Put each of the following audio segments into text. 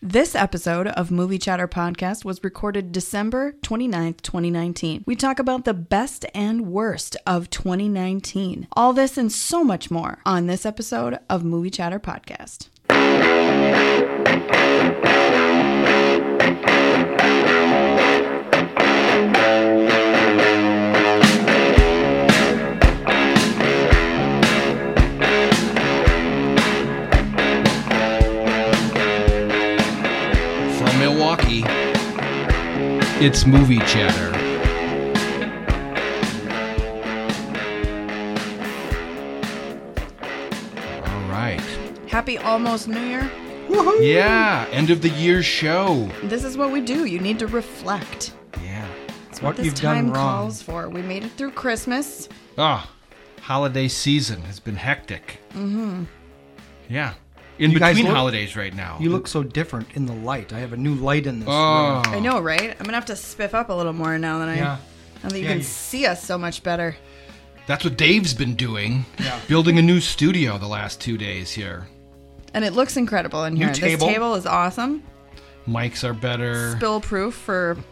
This episode of Movie Chatter Podcast was recorded December 29th, 2019. We talk about the best and worst of 2019. All this and so much more on this episode of Movie Chatter Podcast. From Milwaukee, it's Movie Chatter. All right. Happy almost New Year. Yeah, end of the year show. This is what we do. You need to reflect. Yeah. That's what, What this you've done time wrong. calls for. We made it through Christmas. Ah, holiday season has been hectic. Mm-hmm. Yeah. In You guys between look- holidays right now. You look so different in the light. I have a new light in this Oh. room. I know, right? I'm gonna have to spiff up a little more now that I Yeah. now that you Yeah, can you- see us so much better. That's what Dave's been doing. Yeah. Building a new studio the last two days here. And it looks incredible in here. table. This table is awesome. Mics are better. Spill proof for You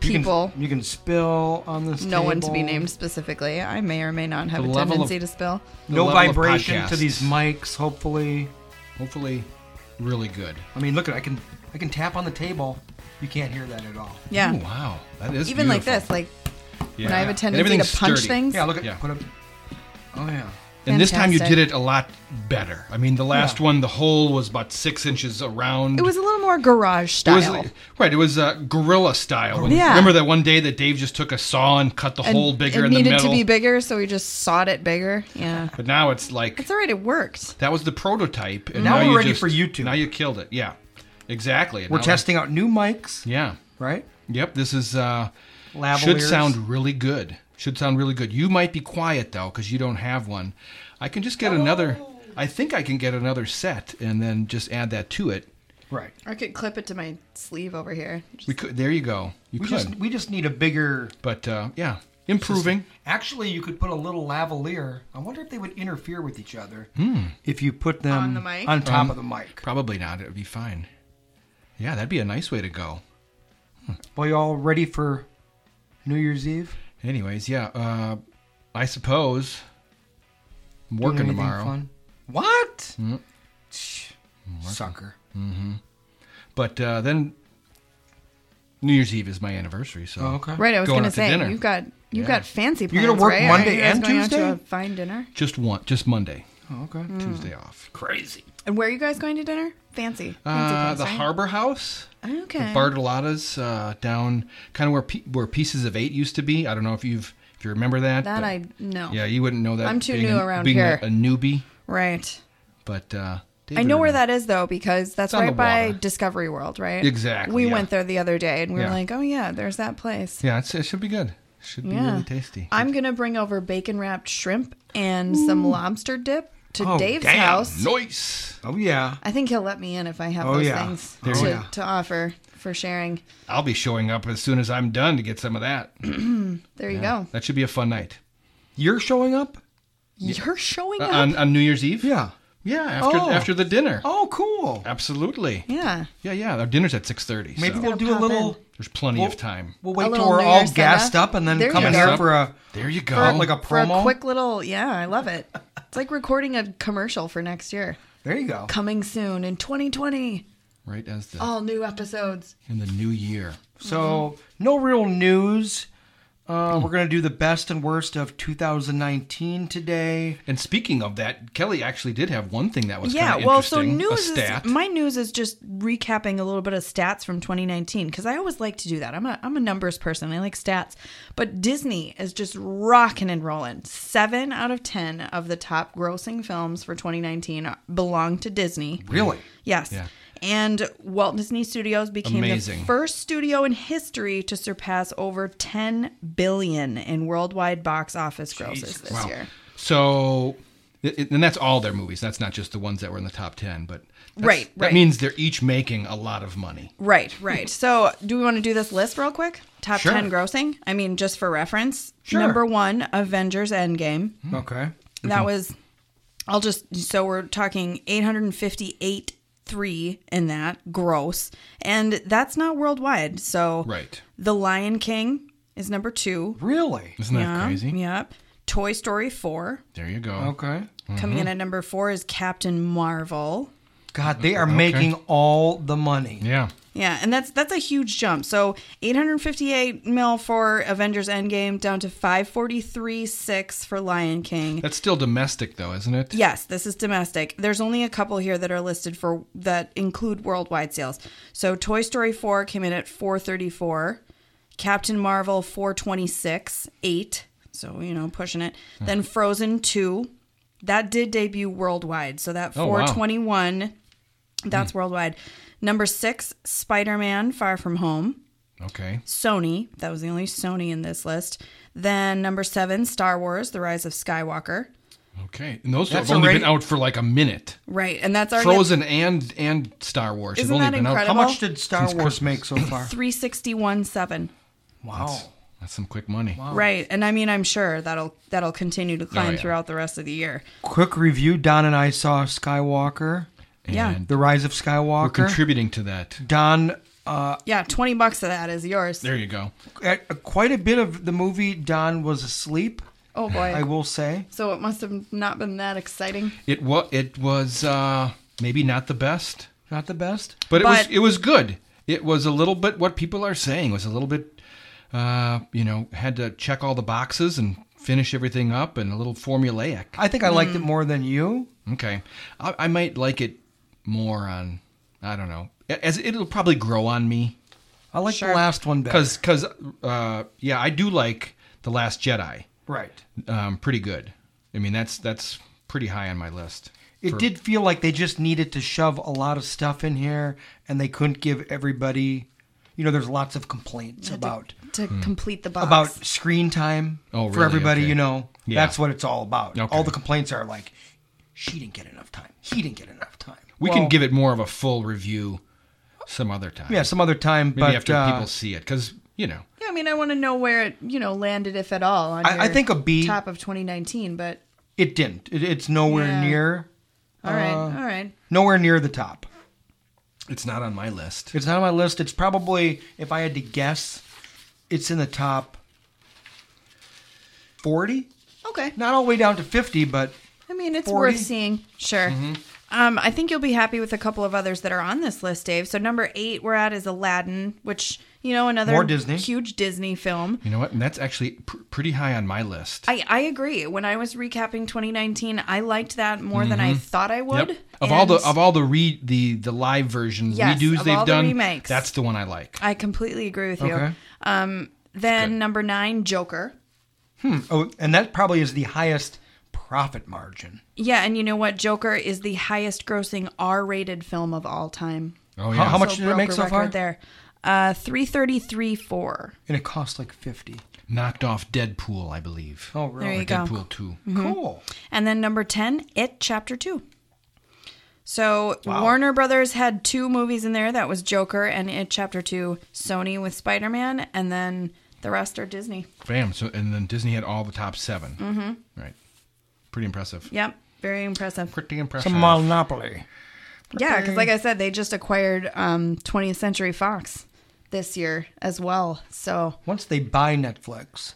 can- people. You can, spill on this. no one to be table. named specifically. I may or may not have The a level of- tendency to spill. The No level of vibration to podcasts. these mics. Hopefully, Hopefully, really good. I mean, look at I can I can tap on the table. You can't hear that at all. Yeah. Ooh, wow, that is Even like beautiful. this, like Yeah. when I have a And tendency to everything's punch sturdy. things. Yeah, look at Yeah. put a. Oh yeah. And this time you Fantastic. did it a lot better. I mean, the last Yeah. one, the hole was about six inches around. It was a little more garage It was- style. right. It was uh, gorilla style. When- Yeah. Remember that one day that Dave just took a saw and cut the And hole bigger it in the needed middle. to be bigger, so we just sawed it bigger. Yeah. but now it's like It's all right, it worked. that was the prototype, and Now now we're you ready just- for YouTube. Now you killed it. Yeah, exactly. And We're now- testing out new mics, Yeah. right? Yep. This is uh, Lavaliers. should sound really good. Should sound really good. You might be quiet though because you don't have one. I can just get Oh. another. I think I can get another set and then just add that to it. right. I could clip it to my sleeve over here. We could. There you go. You could. We just we just need a bigger. but uh, yeah, improving. Actually, you could put a little lavalier. I wonder if they would interfere with each other Hmm. if you put them On the mic? on Um, top of the mic. Probably not. It would be fine. Yeah, that'd be a nice way to go. Well, y'all ready for New Year's Eve? Anyways, yeah. Uh, I suppose. I'm Doing working anything tomorrow, Mm-hmm. fun? What? Tch, Sucker. but uh, then New Year's Eve is my anniversary, so Oh, okay. Right, I was Going gonna out to say dinner. you've got you've Yeah. got fancy plans. You're gonna work right? Monday Are you guys and going out to Tuesday? a fine dinner. just one, just Monday, Oh, okay. Tuesday Mm. off. Crazy. And where are you guys going to dinner? Fancy. Fancy Uh, place, the right? Harbor House. Okay. Bartolotta's uh, down kind of where P- where pieces of eight used to be. I don't know if you've if you remember that. that but- I know. yeah, you wouldn't know that. I'm too being new a- around being a- here. A, newbie, Right. but uh, Dave I would know where remember. that is though because that's It's on the right by water. Discovery World, right? Exactly, We yeah. went there the other day and we Yeah. were like, "Oh yeah, there's that place." Yeah, it's, it should be good. Should be Yeah. really tasty. I'm gonna bring over bacon wrapped shrimp and some lobster dip to Oh, Dave's damn. house. Nice. Oh, yeah. I think he'll let me in if I have Oh, those yeah. things There you to, go. to offer for sharing. I'll be showing up as soon as I'm done to get some of that. There you go. That should be a fun night. You're showing up? You're showing Uh, up. on, on New Year's Eve? Yeah. Yeah, after Oh. after the dinner. Oh, cool. Absolutely. yeah. Yeah, yeah. Our dinner's at 6:30. Maybe so we'll Gotta do a pop little. in. there's plenty We'll, of time. We'll A wait little till we're New all Year's gassed setup. up and then There come you in go. here for a There you go. for like a For a promo. quick little, yeah, I love it. It's like recording a commercial for next year. There you go. Coming soon in 2020, right as the all new episodes. in the new year. So, no real news. Hmm. Uh, we're going to do the best and worst of 2019 today. And speaking of that, Kelly actually did have one thing that was Yeah, kind of well, so interesting, a news is stat. my news is just recapping a little bit of stats from 2019 because I always like to do that. I'm a I'm a numbers person. I like stats, but Disney is just rocking and rolling. Seven out of ten of the top grossing films for 2019 belong to Disney. Really? Yes. Yeah. And Walt Disney Studios became Amazing. the first studio in history to surpass over 10 billion in worldwide box office grosses this year. So, it- it- and that's all their movies. That's not just the ones that were in the top ten, but that's- Right, That right. means they're each making a lot of money. Right, right. So, do we want to do this list real quick? Top Sure. 10 grossing? I mean, just for reference. Sure. Number 1, Avengers Endgame. Hmm. Okay. That was I'll just so we're talking 858 three in that. Gross. And that's not worldwide. So Right. The Lion King is number two. Really? Isn't that Yeah, crazy? Yep. Toy Story 4. There you go. Okay. Coming Mm-hmm. in at number four is Captain Marvel. God, they are making all the money. Yeah. Yeah, and that's that's a huge jump. So 858 mil for Avengers Endgame down to 543.6 for Lion King. That's still domestic, though, isn't it? Yes, this is domestic. There's only a couple here that are listed for that include worldwide sales. So Toy Story 4 came in at 434, Captain Marvel 426, 8. So, you know, pushing it. Hmm. Then Frozen 2, that did debut worldwide. So that Oh, wow. Hmm. 421 that's worldwide. Number 6, Spider-Man Far From Home. Okay. Sony. That was the only Sony in this list. Then number seven, Star Wars: The Rise of Skywalker. Okay. And those That's have only already- been out for like a minute. Right, and that's already Frozen and and Star Wars Isn't have only that been incredible? How Well, much did Star since Wars Christmas. make so far? three sixty one seven. out. Wow. That's, that's some quick money. Oh. Right, and I mean, I'm sure that'll that'll continue to climb yeah. throughout the rest of the year. Quick review Don and I saw Skywalker, Yeah. And The Rise of we're Skywalker. contributing to that. Don, uh, Yeah, twenty bucks of that is yours. There you go. at uh, quite a bit of the movie, Don was asleep, Oh boy! I will say. so it must have not been that exciting. It was it was uh, maybe not the best, Not the best. but it But- was it was good. It was a little bit what people are saying was a little bit, uh, you know, had to check all the boxes and finish everything up and a little formulaic. I think I liked Hmm. it more than you. Okay, I, I might like it more on I don't know as it'll probably grow on me I liked Sure. the last one better. because because uh, yeah I do like the Last Jedi Right. um, pretty good. I mean that's that's pretty high on my list. It for- did feel like they just needed to shove a lot of stuff in here and they couldn't give everybody, you know, there's lots of complaints about To complete the box. Hmm. about screen time Oh, for really? everybody, Okay. you know. Yeah. That's what it's all about. Okay. All the complaints are like she didn't get enough time. He didn't get enough time. We Well, can give it more of a full review some other time. yeah, some other time, maybe but after uh, people see it, because you know, yeah, I mean, I want to know where it you know landed if at all. On I- I your think a B. top of 2019, but it didn't. It, it's nowhere Yeah. near all right, Uh, all right. nowhere near the top. it's not on my list. It's not on my list. It's probably, if I had to guess, it's in the top 40. Okay. Not all the way down to 50, but I mean, it's 40? worth seeing. Sure. Mm-hmm. Um, I think you'll be happy with a couple of others that are on this list, Dave. So number eight we're at is Aladdin, which you know another More Disney. huge Disney film. You know what? And that's actually pr- pretty high on my list. I, I agree. When I was recapping 2019, I liked that more than Mm-hmm. I thought I would. Of all the And of all the re the the live versions Yes, redos of they've all the done, remakes. that's the one I like. I completely agree with you. Okay. Um, then Good. number nine, Joker. oh, and that probably is the highest profit margin. Yeah, and you know what? Joker is the highest-grossing R-rated film of all time. Oh How- yeah, how much- did it broke make a so far? record There, uh, three thirty-three four. And it costs like 50. knocked off Deadpool, I believe. Oh, There really? you go. Deadpool two. Cool. And then number 10, It Chapter 2. So Warner Brothers had two movies in there. That was Joker and It Chapter 2, Sony with Spider Man, and then the rest are Disney. Bam. So and then Disney had all the top 7 Mm-hmm. Right. Pretty impressive. Yep. Very impressive. Pretty impressive. Some Monopoly. Yeah, because like I said, they just acquired um, 20th Century Fox this year as well. So Once they buy Netflix,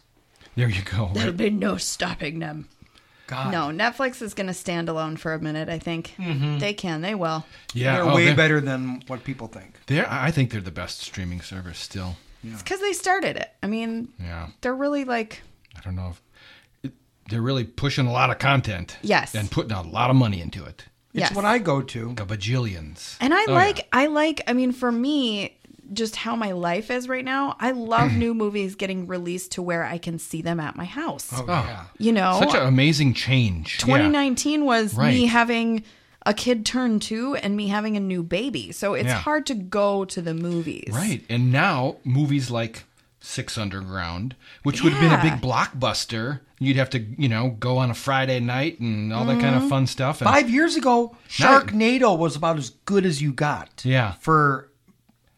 There you go. right? there'll be no stopping them. Ah. God, No, Netflix is going to stand alone for a minute, I think. Mm-hmm. They can, they will. Yeah. they're oh, way they're- better than what people think. They're, I I think they're the best streaming service still. It's because they started it. I mean, Yeah. they're really like I don't know if it, they're really pushing a lot of content. Yes. And putting a lot of money into it. It's Yes. what I go to. Like a bajillions. And I Oh, like, yeah. I like, I mean, for me, just how my life is right now, I love new movies getting released to where I can see them at my house. Oh, Oh. yeah. you know, Such an amazing change. Yeah. 2019 was me Right. having a kid turn two and me having a new baby. So it's Yeah. hard to go to the movies. Right. And now movies like Six Underground, which would have been a Yeah. big blockbuster, you'd have to, you know, go on a Friday night and all that kind Mm-hmm. of fun stuff. And Five years ago, Not- Sharknado was about as good as you got. Yeah. For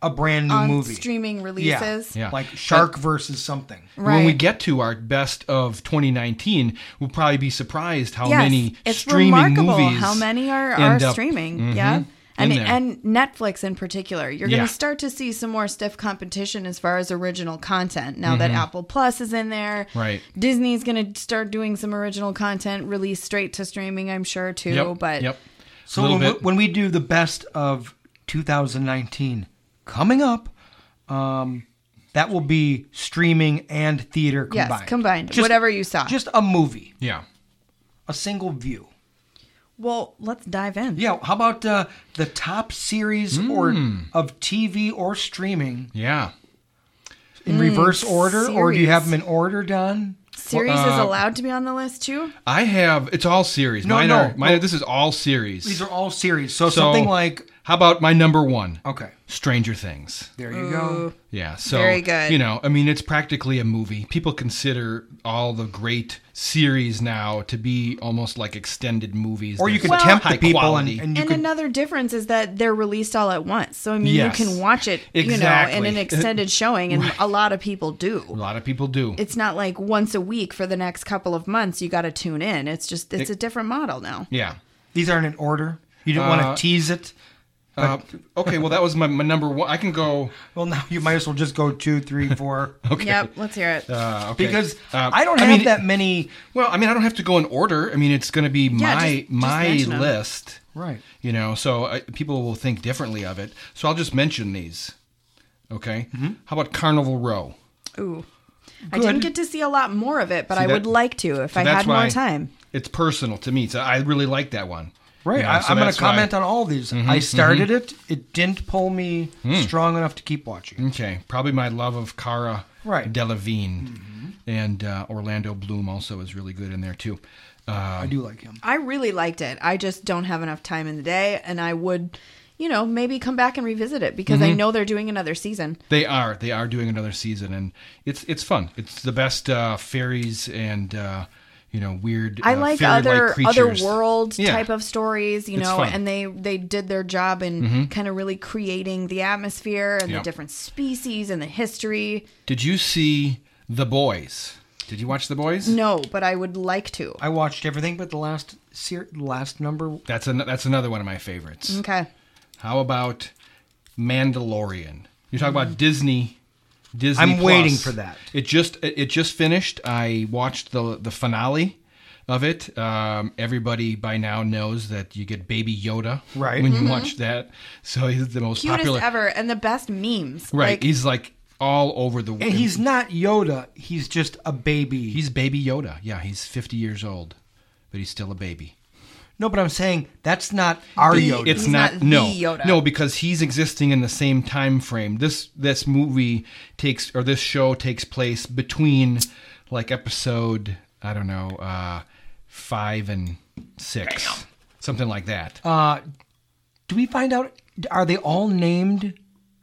a brand new On movie. streaming releases. Yeah. Like Shark versus something. Right. when we get to our best of 2019, we'll probably be surprised how Yes, many it's streaming remarkable movies how many are, are end up- Mm-hmm. streaming. Yeah. and in there. and Netflix in particular, you're Yeah. going to start to see some more stiff competition as far as original content. Now that Apple Plus is in there, Mm-hmm. Right. Disney's going to start doing some original content released straight to streaming, I'm sure too. Yep, But yep. So Little when we, bit. when we do the best of 2019 coming up, um, that will be streaming and theater Yes, combined. combined. Whatever you saw. Just a movie, Yeah. a single view. well, let's dive in. Yeah. How about uh, the top series or Hmm. of TV or streaming Yeah. in reverse order, or do you have them in series. order, Don? Series is Uh, allowed to be on the list too. I have it's all series. No, mine no, are, mine no. are- this is all series. These are all series. So, So- something like How about my number 1? okay, Stranger Things. there you go. Yeah, so Very good. you know, I mean it's practically a movie. People consider all the great series now to be almost like extended movies. Or you They're could so tempt high the people and, quality. and you and could another difference is that they're released all at once. So I mean, Yes. you can watch it, you know, Exactly. in an extended showing, and a lot of people do. a lot of people do. it's not like once a week for the next couple of months you got to tune in it's just it's a different model now yeah. These aren't in order. You didn't Uh, want to tease it. Uh, okay, well that was my, my number 1. I can go Well, now you might as well just go two, three, four. Okay. yep let's hear it Uh, okay. Because Uh, I don't have mean, that many. Well, I mean, I don't have to go in order. I mean, it's going to be my just- just my mention 'em. list, Right. You know, so I, people will think differently of it. So I'll just mention these. Okay. Mm-hmm. How about Carnival Row? ooh i didn't get to see a lot more of it but i that- would like to if So i had that's more why time It's personal to me, so I really like that one. Right. You know, I, so I'm going that's to why- Mm-hmm, comment on all these. I started it. It didn't pull me Hmm. strong enough to keep watching. Okay, probably my love of Cara Right. Mm-hmm. Delevingne, and uh, Orlando Bloom also is really good in there too. Uh, I do like him. i really liked it i just don't have enough time in the day and i would you know maybe come back and revisit it because i Mm-hmm. know they're doing another season They are. They are doing another season, and it's it's fun. It's the best uh, fairies and uh, you know weird. I uh, like fairy-like other other creatures. world Yeah. type of stories, you It's know, fun. Mm-hmm. and they they did their job in kind of really creating the atmosphere and Yep. the different species and the history. Did you see The Boys? Did you watch The Boys? No, but I would like to. I watched everything but the last ser- last number. That's an, that's another one of my favorites. Okay. How about Mandalorian? You talk about Disney. Disney. Mm. I'm Plus. waiting for that. It just it it just finished. I watched the the finale of it. Um, everybody by now knows that you get Baby Yoda Right. Mm-hmm. when you watch that. So he's the most Cutest popular. ever and the best memes. Right. Like, he's like all over the. And he's not Yoda. He's just a baby. he's Baby Yoda. Yeah, he's 50 years old, but he's still a baby. no, but I'm saying that's not our Yoda. It's He's not, not the no Yoda. no because he's existing in the same time frame. This this movie takes or this show takes place between like episode I don't know uh, five and six something like that. Uh, do we find out? Are they all named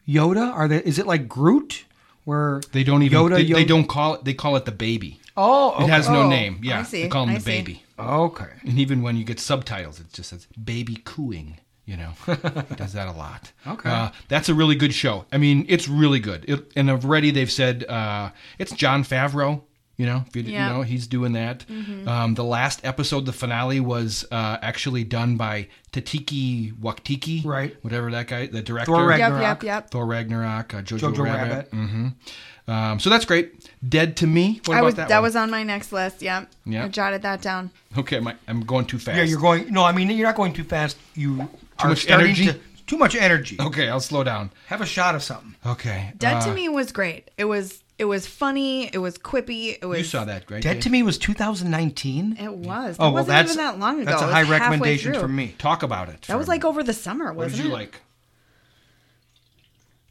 Yoda? Are they? Is it like Groot? Where they don't even Yoda, they, they Yoda- don't call it they call it the baby. Oh, okay. Oh, It has no Oh, name. I Yeah, see, they call him I the see. baby. okay. And even when you get subtitles, it just says baby cooing. You know, It does that a lot. Okay. Uh, that's a really good show. I mean, it's really good. It, and already they've said uh, it's John Favreau. You know, if you, you Yeah. Mm-hmm. know he's doing that. Um, the last episode, the finale, was uh, actually done by Tatiki Waktiki, Right. Whatever that guy, the director, Thor yep, Ragnarok. yep, yep. Thor Ragnarok, uh, Jojo, Jojo Rabbit. Rabbit. Mm-hmm. Um, so that's great. Dead to Me. What I about was that? that, one? was on my next list. Yep. Yeah. I jotted that down. okay. My, I'm going too fast. Yeah, you're going. No, I mean you're not going too fast. You are much starting energy? to too much energy. Okay, I'll slow down. Have a shot of something. Okay. Dead uh, to Me was great. It was it was funny. It was quippy. It was You saw that, right? Dead to Me was 2019. It was. That Oh well, wasn't that's even that long ago. That's It a was high halfway recommendation through. from me. Talk about it. That was for a like over the summer, minute. What wasn't did you it? like?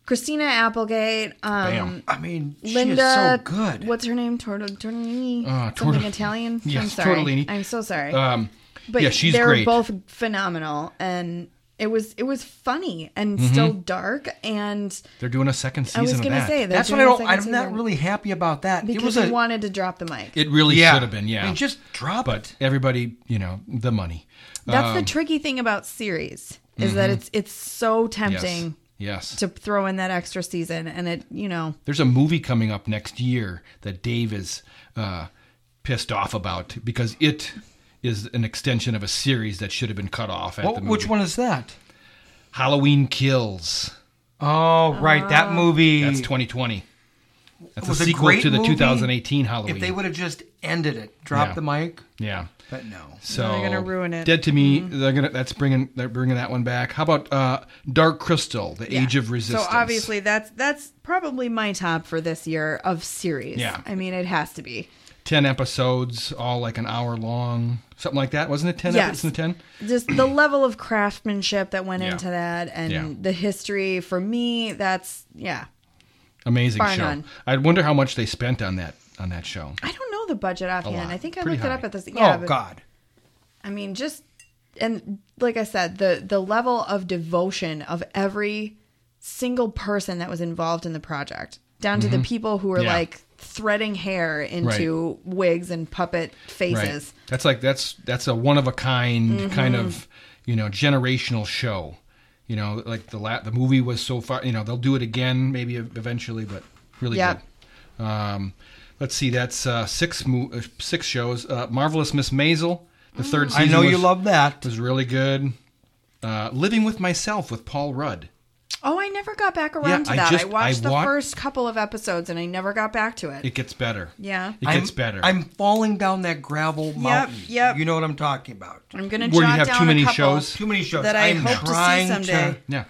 Christina Applegate. Um, Bam. I mean, Linda, she is so good. Uh, What's her name? Tort- Tortellini. Ah, Tort- Something Italian. I'm Yes, sorry. Tortellini. I'm so sorry. Um, but yeah, she's they great. were both phenomenal, and it was it was funny and Mm-hmm. still dark. And They're doing a second season I was of gonna that. say they're That's what doing I a don't. second I'm not season really happy about that. because it was he a wanted to drop the mic. it really yeah. should have been. Yeah. I mean, just drop but it. everybody, you know, the money. That's uh, the tricky thing about series is that mm-hmm. it's it's so Yes. tempting Yes. to throw in that extra season, and it you know There's a movie coming up next year that Dave is uh, pissed off about because it is an extension of a series that should have been cut off at What- the movie. which one is that? Halloween Kills. Oh, right, that movie. That's 2020. That's was a a sequel great to the movie. 2018 Halloween. if they would have just ended it, dropped Yeah. the mic, yeah. but no. So They're gonna ruin it. Mm-hmm. Dead to Me. They're gonna. That's bringing. They're bringing that one back. How about uh, Dark Crystal: The Age of Resistance? So obviously that's that's probably my top for this year of series. Yeah. I mean it has to be. ten episodes, all like an hour long, something like that. Wasn't it ten Yes. episodes? Ten. Just the level of craftsmanship that went Yeah. into that and Yeah. the history for me that's yeah. Amazing Bar show. none. I wonder how much they spent on that on that show. I don't know the budget offhand. lot. I think I Pretty looked it high. up at this yeah, oh but- God, I mean, just and like I said, the the level of devotion of every single person that was involved in the project, down to the people who were Mm-hmm. Yeah. like threading hair into wigs and puppet faces. That's like that's that's a one of a kind Mm-hmm. kind of you know generational show. You know, like the la- the movie was so far. You know, they'll do it again maybe eventually, but really Yep. good. Um, let's see, that's uh, six mo- uh, six shows. Uh, Marvelous Miss Maisel, the third Mm. I season. know you was- love that. was really good. Uh, Living with Myself with Paul Rudd. Oh, I never got back around Yeah, to I that. I, just- I watched the wa- first couple of episodes and I never got back to it. It gets better. yeah. It I'm- gets better. I'm falling down that gravel mountain. yep. You know what I'm talking about. I'm gonna Where you jot have too down a many couple shows? Too many shows that I I'm hope trying to see someday. yeah.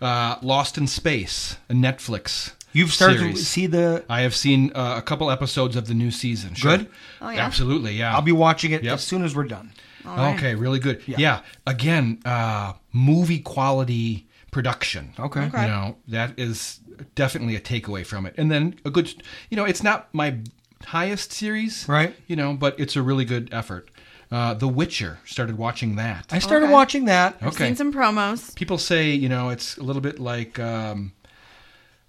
Uh, Lost in Space, a Netflix. You've started to series. see the. I have seen uh, a couple episodes of the new season. Sure. Good? Oh, yeah? Absolutely, yeah. I'll be watching it Yep. as soon as we're done. okay, really good. Yeah. Again, uh, movie quality production. Okay. Okay. You know, that is definitely a takeaway from it. And then a good, you know, it's not my highest series. Right. You know, but it's a really good effort. Uh, the Witcher, started watching that. I started Okay. watching that. I've seen some promos. People say, you know, it's a little bit like um,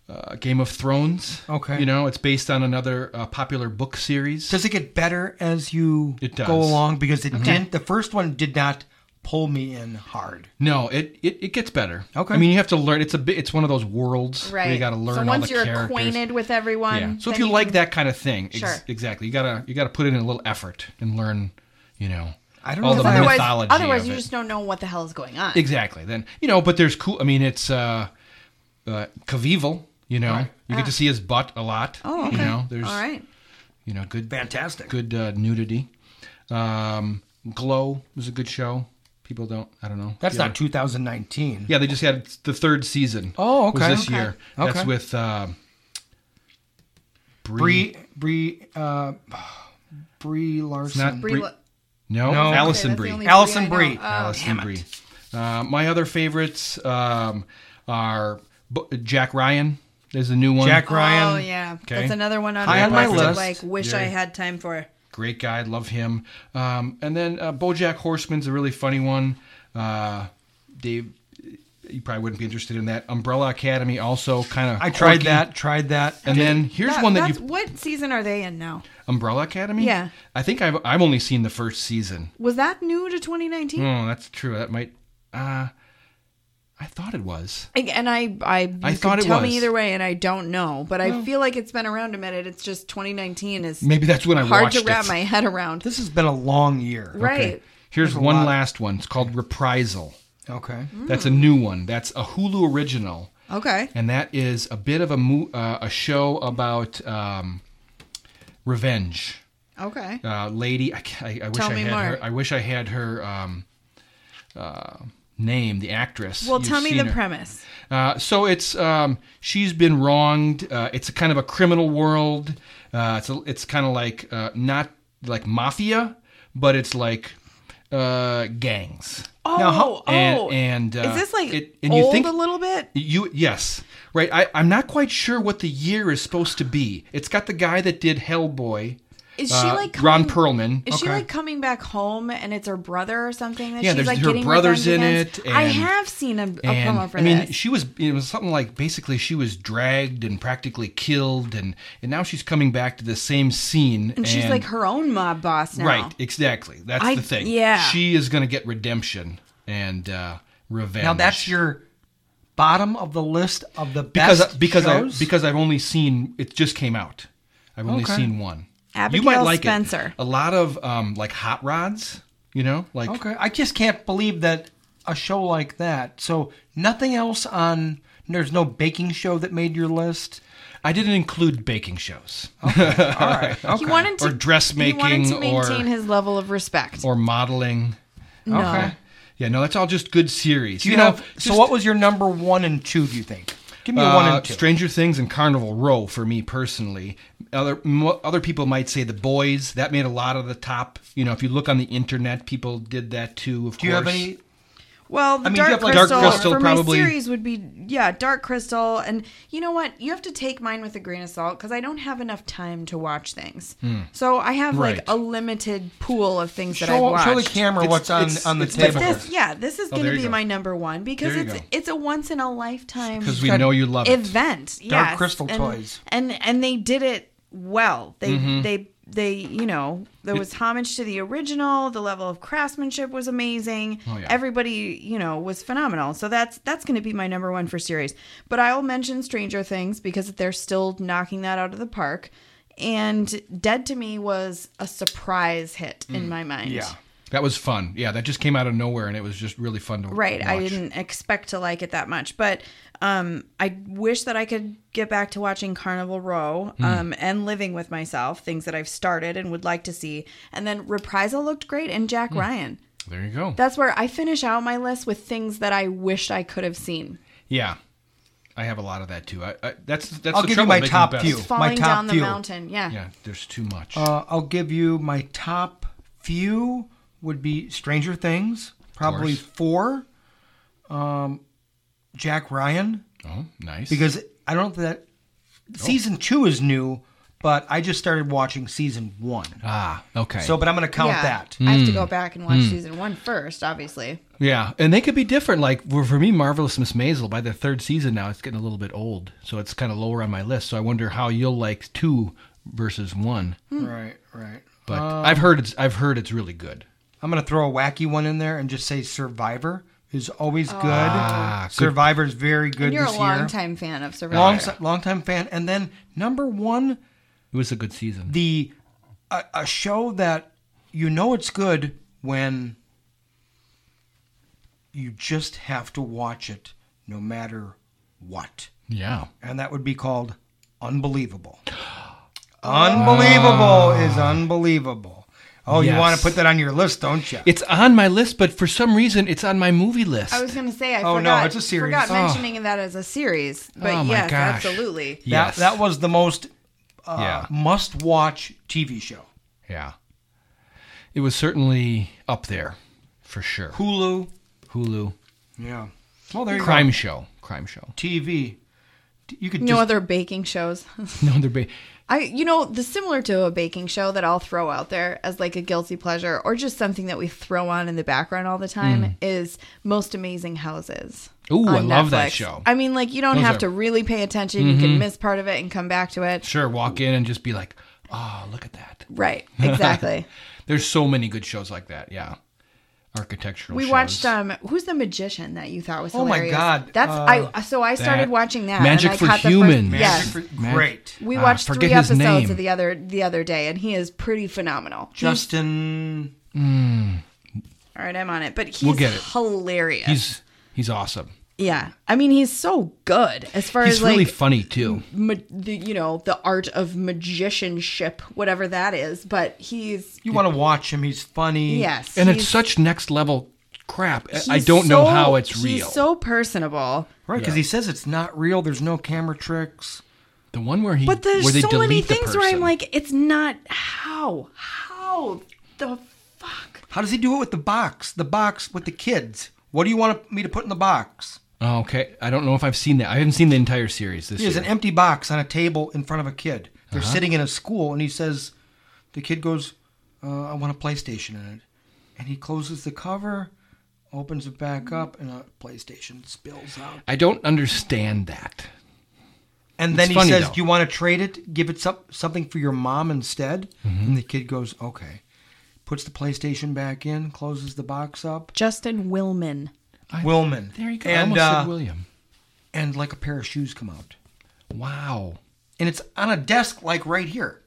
uh, Game of Thrones. Okay. You know, it's based on another uh, popular book series. Does it get better as you It does. Mm-hmm. go along? Because it didn't. The first one did not pull me in hard. No, it, it it gets better. Okay. I mean, you have to learn. It's a bit. It's one of those worlds Right. where you got to learn So all once the you're characters. acquainted with everyone. yeah. So then if you, can- like that kind of thing, ex- Sure. exactly. You gotta you gotta put in a little effort and learn. You know. I don't all know the if I- otherwise, mythology. otherwise of you it. just don't know what the hell is going on. Exactly. Then you know, but there's cool. I mean, it's uh, uh Caviezel. You know, you get to see his butt a lot. Ah. Oh, okay. You know, there's All right. you know good Fantastic. good uh, nudity. Um, Glow was a good show. People don't. I don't know. That's Yeah. not 2019. Yeah, they just had the third season. Oh, okay. Was this Okay. year? That's Okay. with uh, Brie. Bree Bree uh, Bree Larson. Not Brie. Brie- okay, No, No. Allison that's the Brie. only Allison I know. Brie. Oh, Allison Brie. Uh, my other favorites um, are B- Jack Ryan. There's a new one. Jack Ryan. Oh yeah, that's Okay. another one on my, High on my list. of, list. Like, wish I had time for. great guy. Love him. Um, and then uh, BoJack Horseman's a really funny one. Uh, Dave, you probably wouldn't be interested in that. Umbrella Academy also kind of. I tried that. Tried that. And then here's That- one that that's- you What season are they in now? Umbrella Academy. Yeah. I think I've I've only seen the first season. Was that new to 2019? Oh, that's true. That might. Uh, I thought it was. I- And I, I, you I could thought it tell was. me either way, and I don't know, but I feel like it's been around a minute. It's just 2019 is Maybe that's when I hard watched to wrap it. my head around. This has been a long year. Right. Okay. Here's There's a one lot. last one. It's called Reprisal. Okay. Mm. That's a new one. That's a Hulu original, Okay. and that is a bit of a mo- uh, a show about um, revenge. Okay. Uh, lady, I, ca- I, I wish Tell I me had more. her. I wish I had her um, uh, name, the actress. Well, You've tell me seen the her. premise. Uh, so it's um, she's been wronged. Uh, it's a kind of a criminal world. Uh, it's a, it's kind of like uh, not like mafia, but it's like uh, gangs. Oh, how- oh, and- and, uh, is this like it- and you old think- a little bit? You yes, right. I, I'm not quite sure what the year is supposed to be. It's got the guy that did Hellboy, Is she uh, like Ron coming- Perlman. Is she Okay. like coming back home and it's her brother or something? That Yeah, she's there's- like her getting with brother's on in weekends? it, I and- have seen a, a and promo for I mean, this. she was it was something like basically she was dragged and practically killed, and and now she's coming back to the same scene, and she's like her own mob boss now. Right, exactly. That's I- the thing. yeah. She is going to get redemption and uh, revenge. Now that's your bottom of the list of the best because because shows? I because I've only seen it just came out. I've only Okay. seen one. Abigail it. Spencer. A lot of um, like hot rods, you know, like okay, I just can't believe that a show like that. So nothing else on. There's no baking show that made your list. I didn't include baking shows All right. Okay. He wanted to or dressmaking He wanted to or maintain his level of respect. or modeling. no. okay. Yeah, no, that's all just good series. Do you have? so what was your number one and two? Do you think? Give me a one Uh, and two. Stranger Things and Carnival Row for me personally. Other mo other people might say The Boys. That made a lot of the top. You know, if you look on the internet, people did that too. Of Do you course. have any? Well, the mean, do you Dark, have, like, Crystal, Dark Crystal for probably- my series would be yeah, Dark Crystal, and you know what? You have to take mine with a grain of salt because I don't have enough time to watch things. So I have Hmm. Right. like a limited pool of things that show, I've show the watched. camera It's- what's on it's- on the it's table. different. This, yeah, this is going Oh, there to you be go. my number one because There you it's go. it's a once in a lifetime Because we know you love it. event. Yes, Dark Crystal and, toys. and and they did it well. They they they you know there was homage to the original. The level of craftsmanship was amazing. Oh, yeah. Everybody you know was phenomenal. So that's that's going to be my number one for series. But I'll mention Stranger Things because they're still knocking that out of the park. And Dead to Me was a surprise hit in my mind. Yeah. That was fun. Yeah, that just came out of nowhere, and it was just really fun to Right. I watch. didn't expect to like it that much, but um, I wish that I could get back to watching Carnival Row Hmm. um, and Living with Myself, things that I've started and would like to see. And then Reprisal looked great, and Jack Hmm. Ryan. There you go. That's where I finish out my list with things that I wished I could have seen. yeah, I have a lot of that too. I, I, that's that's I'll the give you trouble my of making top best. few. My Falling top down the few. mountain. Yeah. Yeah, there's too much. Uh, I'll give you my top few would be Stranger Things, probably course. four. Um, Jack Ryan oh, nice. because I don't think that Oh. season two is new, but I just started watching season one. ah, okay. So, but I'm going to count Yeah. that. Hmm. I have to go back and watch season one first, obviously. Yeah, and they could be different. Like well, for me, Marvelous Miss Maisel by the third season now, it's getting a little bit old, so it's kind of lower on my list. So I wonder how you'll like two versus one. Right, right. But Uh, I've heard it's I've heard it's really good. I'm going to throw a wacky one in there and just say Survivor is always good. Ah, good. Survivor is very good And you're a this year. long time fan of Survivor. Long, long time fan. And then number one, It was a good season. the a, a show that you know it's good when you just have to watch it no matter what yeah, and that would be called unbelievable unbelievable is unbelievable oh you Yes. want to put that on your list don't you it's on my list, but for some reason, it's on my movie list. I was going to say I Oh, no, forgot, it's a series. forgot Oh. mentioning that as a series, but Oh, my yes, gosh. absolutely. yes, that, that was the most uh, Yeah. must watch tv show yeah. It was certainly up there, for sure. hulu Hulu yeah well there you crime show, crime show. go tv you could No just other baking shows. No, they're ba- I, you know, the similar to a baking show that I'll throw out there as like a guilty pleasure or just something that we throw on in the background all the time is Most Amazing Houses. Mm. Ooh, I on love that Netflix. show. I mean, like you don't Those have are- Mm-hmm. to really pay attention. You can miss part of it and come back to it. sure walk in and just be like, oh, look at that. Right. Exactly. There's so many good shows like that. Yeah, architectural. we shows. watched um who's the magician that you thought was Oh my hilarious? God, That's uh, I so I started watching that. Magic and I for caught the Humans. First, Magic yes. Magic for- great we Ah, watched forget three his episodes name. of the other the other day, and he is pretty phenomenal. justin All right, I'm on it. But he's We'll get it. hilarious. He's he's awesome. yeah. I mean, he's so good as far He's as like really funny too. ma- the, you know, the art of magicianship, whatever that is, but he's You want to watch him. He's funny. yes. And it's he's- such next level crap. I- I he's don't know so- how it's real. He's so personable. Right, because he says it's not real. There's no camera tricks. the one where he But there's where they so many delete the things where I'm person. like, it's not how. How the fuck? How does he do it with the box? The box with the kids. What do you want me to put in the box? Oh, okay, I don't know if I've seen that. I haven't seen the entire series this He has year. an empty box on a table in front of a kid. They're sitting in a school, and he says, the kid goes, uh, I want a PlayStation in it. And he closes the cover, opens it back up, and a PlayStation spills out. I don't understand that. And then It's he funny, says, though. "Do you want to trade it? Give it some, something for your mom instead." Mm-hmm. And the kid goes, "Okay." Puts the PlayStation back in, closes the box up. Justin Willman. I, Wilman. There you go. I And almost uh, said William. and like a pair of shoes come out, Wow. and it's on a desk like right here.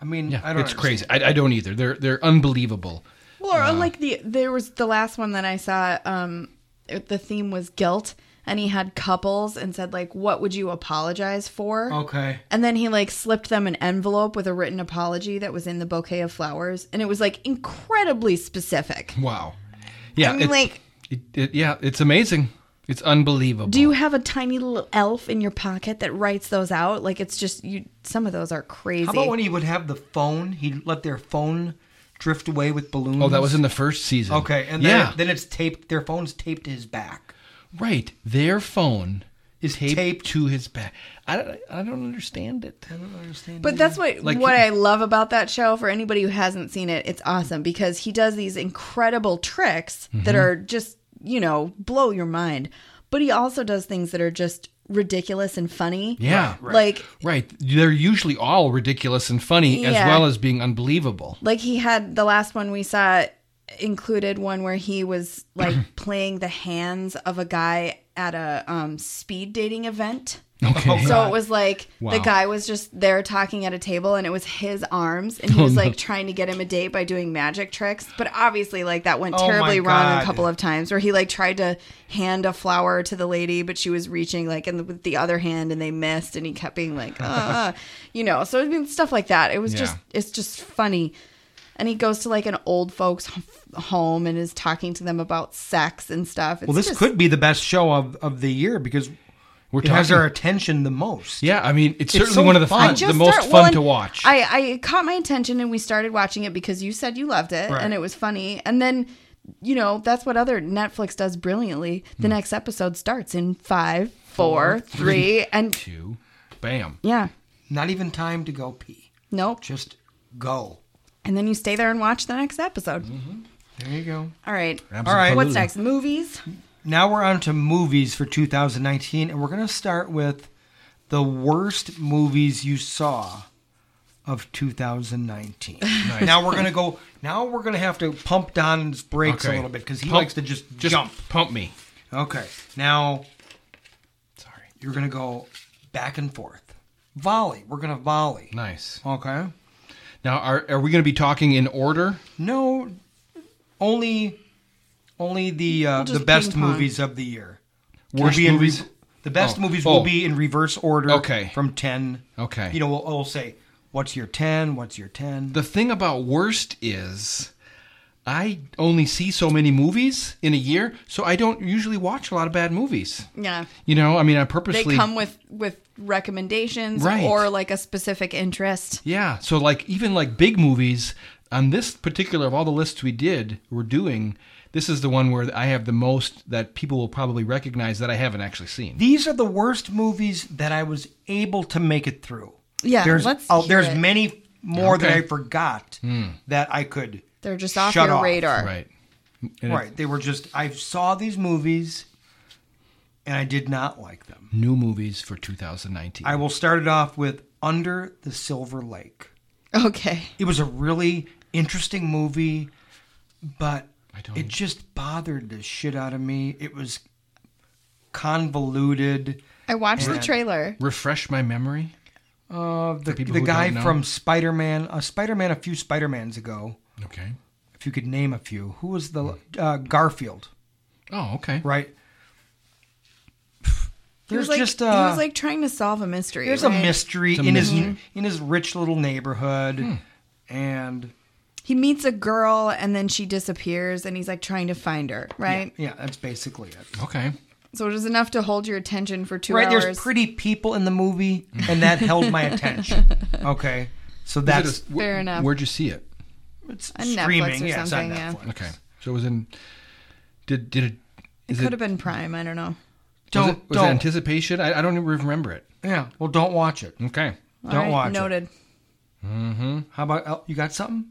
I mean, Yeah, I don't. it's understand. crazy. I, I don't either. They're they're unbelievable. Well, or like the there was the last one that I saw. Um, the theme was guilt, and he had couples and said like, "What would you apologize for?" Okay. And then he like slipped them an envelope with a written apology that was in the bouquet of flowers, and it was like incredibly specific. Wow. Yeah. I'm it- like- it, it, yeah, it's amazing. It's unbelievable. Do you have a tiny little elf in your pocket that writes those out? Like it's just you. Some of those are crazy. How about when he would have the phone? He'd let their phone drift away with balloons. Oh, that was in the first season. Okay, and then, yeah, then it's taped. Their phone's taped to his back. right. Their phone Is taped, taped- to his back. I don't, I don't understand it. I don't understand. But that's what Like- what I love about that show. For anybody who hasn't seen it, it's awesome because he does these incredible tricks that Mm-hmm. are just you know blow your mind. But he also does things that are just ridiculous and funny. Yeah. Right, like Right. They're usually all ridiculous and funny as Yeah. well as being unbelievable. like he had the last one we saw included one where he was like playing the hands of a guy at a um, speed dating event. Okay. Oh, So God. it was like Wow. the guy was just there talking at a table and it was his arms Oh, and he was like trying to get him a date by doing magic tricks. But obviously like that went Oh, my terribly wrong a God. couple of times where he like tried to hand a flower to the lady but she was reaching like in the, with the other hand and they missed and he kept being like uh, you know. So I mean stuff like that. It was Yeah. just it's just funny. And he goes to like an old folks h- home and is talking to them about sex and stuff. It's well, this just- could be the best show of, of the year because We're it has talking. our attention the most. yeah, I mean, it's, certainly so one of the fun. fun, I the just most start- fun well, and to watch. I, I it caught my attention and we started watching it because you said you loved it Right. and it was funny. And then, you know, that's what other Netflix does brilliantly. The Hmm. next episode starts in five, four, three, and Two. Bam. yeah, Not even time to go pee. nope. Just go. And then you stay there and watch the next episode. Mm-hmm. There you go. All right. Absolutely. All right. What's next? Movies? Now we're on to movies for 2019, and we're going to start with the worst movies you saw of 2019. Now we're going to go. Now we're going to have to pump Don's brakes a Okay. little bit because he Pump- likes to just, Just jump. pump me. Okay. Now Sorry. you're going to go back and forth. Volley. We're going to volley. Nice. Okay. Now, are, are we going to be talking in order? No, only only the uh, just the best ping pong. movies of the year. Worst Will be in re- movies? the best Oh. movies Oh. will be in reverse order. Okay. From ten. Okay. You know, we'll, we'll say what's your ten, what's your ten. The thing about worst is I only see so many movies in a year, so I don't usually watch a lot of bad movies. Yeah. You know, I mean, I They purposely come with with recommendations Right. or like a specific interest. Yeah, so like even like big movies on this particular of all the lists we did, we're doing, this is the one where I have the most that people will probably recognize that I haven't actually seen. These are the worst movies that I was able to make it through. Yeah, There's let's oh, hear there's it. many more that Okay. Hmm. I forgot that I could. They're just off shut your radar. Right. And it- Right. They were just I saw these movies and I did not like them. New movies for 2019. I will start it off with Under the Silver Lake. Okay. It was a really interesting movie, but I don't- it just bothered the shit out of me. It was convoluted. I watched the Yeah. trailer. refresh my memory. Uh, the people the who guy don't know. from Spider Man, uh, Spider Man, a few Spider Mans ago, Okay. if you could name a few, who was the Hmm. uh, Garfield, Oh, okay. right? He was like, There's just he uh, was like trying to solve a mystery. there's a right? mystery It's a in his mystery. Hmm. in his rich little neighborhood, and He meets a girl and then she disappears and he's like trying to find her, right? Yeah, that's basically it. Okay. So it was enough to hold your attention for two right, hours. there's pretty people in the movie, and that held my attention. Okay, so that's Is it a- wh- Fair enough. Where'd you see it? it's On Netflix streaming. or yeah, it's on something, yeah. Netflix. Okay. So it was in did did it it is could have been Prime. I don't know. was Don't it, was it don't. anticipation? I, I don't even remember it. yeah, well, don't watch it. Okay. All Don't right, watch it. Noted. How about El- you got something?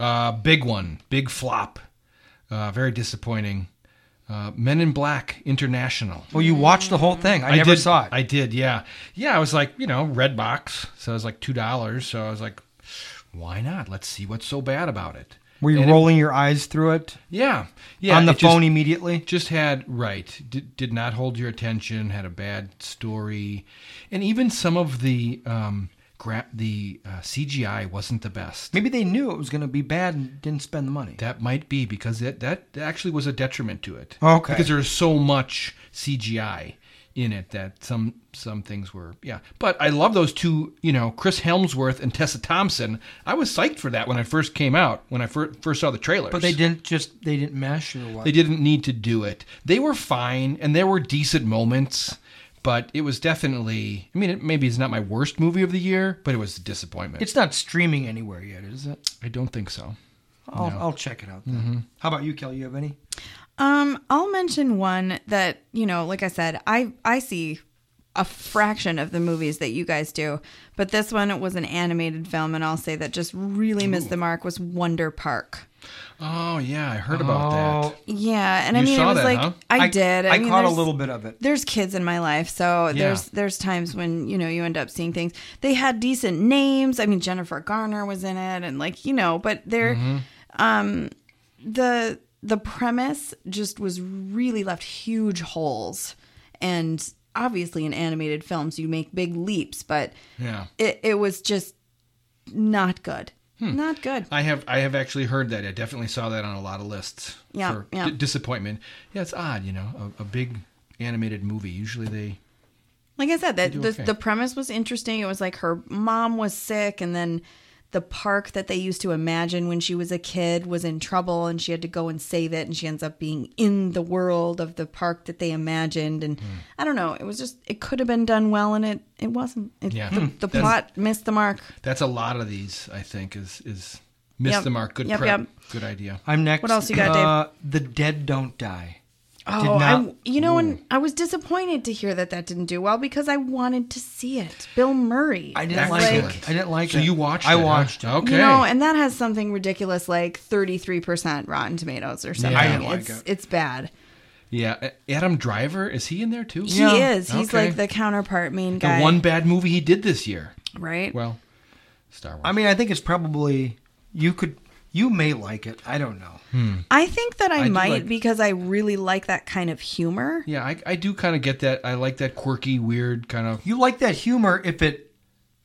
Uh, big one, big flop. Uh, very disappointing. Uh, Men in Black International. Well, Mm. you watched the whole thing. Oh, I, never did, saw it. I did, yeah, yeah. I was like, you know, Red Box, so it was like two dollars. So I was like, why not? Let's see what's so bad about it. Were you And it- rolling your eyes through it yeah, yeah. on the it just- phone immediately? just had right did, did not hold your attention had a bad story and even some of the um, gra- the uh, CGI wasn't the best. Maybe they knew it was going to be bad and didn't spend the money. That might be because it, that actually was a detriment to it. Okay. Because there is so much CGI in it that some some things were yeah. But I love those two, you know, Chris Helmsworth and Tessa Thompson. I was psyched for that when I first came out, when I fir- first saw the trailers. But they didn't just they didn't mesh or what? They didn't need to do it. They were fine, and there were decent moments, but it was definitely. I mean, it, maybe it's not my worst movie of the year, but it was a disappointment. It's not streaming anywhere yet, is it? I don't think so. I'll, I'll check it out. Then. How about you, Kelly? You have any? Um, I'll mention one that you know, like I said, I I see a fraction of the movies that you guys do, but this one was an animated film, and I'll say that just really missed the mark was Wonder Park. Oh yeah, I heard about Oh. that. Yeah, and I You mean, it saw was that, like huh? I, did. I, I, mean, caught a there's- little bit of it. there's kids in my life, so there's there's times when you know you end up seeing things. They had decent names. I mean, Jennifer Garner was in it, and like you know, but they're um, the the premise just was really left huge holes, and obviously in animated films you make big leaps, but Yeah. it it was just not good, not good. I have I have actually heard that. I definitely saw that on a lot of lists. Yeah, for yeah. d- disappointment. Yeah, it's odd, you know, a, a big animated movie. Usually they like I said, that do the, okay. the premise was interesting. It was like her mom was sick, and then the park that they used to imagine when she was a kid was in trouble, and she had to go and save it, and she ends up being in the world of the park that they imagined. Hmm. And I don't know, it was just it could have been done well, and it it wasn't. It, Yeah. the, Hmm. the That's- plot missed the mark. that's a lot of these. I think is is miss Yep. the mark. Good Yep, prep. yep. Good idea. I'm next. What else you got, Dave? Uh, the dead don't die. I did Oh, I, not- you know, and I was disappointed to hear that that didn't do well because I wanted to see it. Bill Murray. I It's didn't like, Excellent. like- it. I didn't like So it. you watched? I it, huh? watched it. Okay. You know, and that has something ridiculous like 33% Rotten Tomatoes or something. I didn't like it's, it. it's bad. yeah, A- Adam Driver is he in there too? He is. He's Okay. like the counterpart main the guy. one bad movie he did this year. right? Well, Star Wars. I mean, I think it's probably you could you may like it. I don't know. Hmm. I think that I, do might like- because I really like that kind of humor. yeah, I, I do kind of get that. I like that quirky, weird kind of You like that humor if it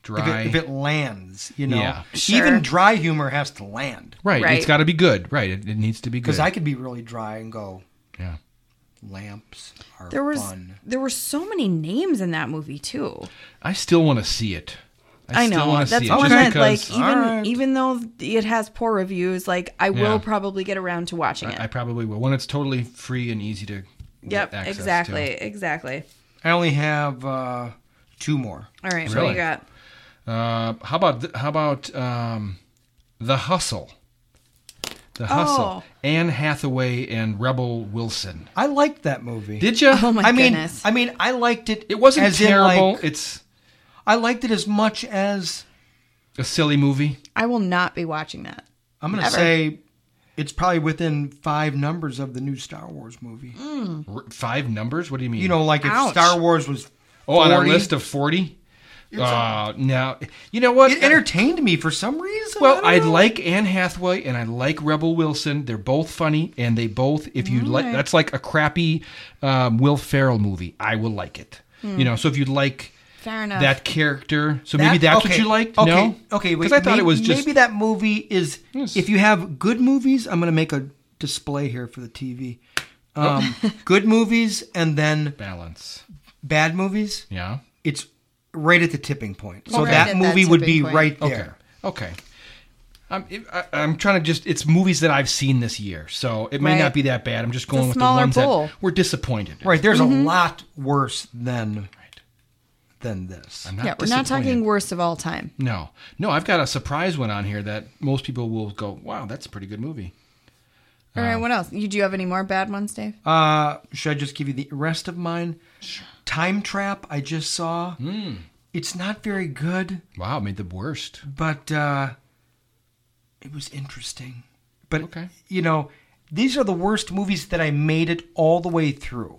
if dry. it, if it lands, you know. Yeah. Sure. Even dry humor has to land right, Right. It's got to be good. Right. It, it needs to be good. because I could be really dry and go yeah. lamps are There was fun. there were so many names in that movie too. I still want to see it. I still know want to that's see it all just that like because even Alright. even though it has poor reviews, like I Yeah. will probably get around to watching it. I probably will when it's totally free and easy to. yep, get access to. exactly, exactly. I only have uh, two more. All right, what do Really? you got? Uh, how about th- how about um, the hustle? The Oh. hustle. Anne Hathaway and Rebel Wilson. I liked that movie. Did you? Oh my I mean, goodness. I mean, I liked it. It wasn't as in, terrible. like, it's I liked it as much as a silly movie. I will not be watching that. I'm going to Never. say. It's probably within five numbers of the new Star Wars movie. R- five numbers. What do you mean? You know, like if Mm. Ouch. Star Wars was oh, on our 40. list of forty. Uh, now you know what? Uh, It entertained me for some reason. I Well, don't I know. like Anne Hathaway and I like Rebel Wilson. They're both funny, and they both, if you like, that's like a crappy um, Will Ferrell movie. I will like it. Hmm. You know, so if you like Fair enough. that character, so maybe Oh. That- that's what okay, you liked. Okay, No, okay, wait, because I thought maybe, it was just maybe that movie is. Yes. If you have good movies, I'm going to make a display here for the TV. Oh. Um, good movies and then balance. bad movies. Yeah. It's right at the tipping point. So Right that at that movie would be tipping point. right Okay. there. Okay. I'm I, I'm trying to just it's movies that I've seen this year, so it may Right. not be that bad. I'm just going with the smaller ones bowl. that were disappointed. in. Right. There's a lot worse than than this. I'm yeah, we're not disappointed. talking worst of all time. No, no, I've got a surprise one on here that most people will go, "Wow, that's a pretty good movie." All right, what else? You do you have any more bad ones, Dave? Uh, should I just give you the rest of mine? Time Trap. I just saw. It's not very good. Wow, it made the worst. but uh, it was interesting. But Okay. you know, these are the worst movies that I made it all the way through.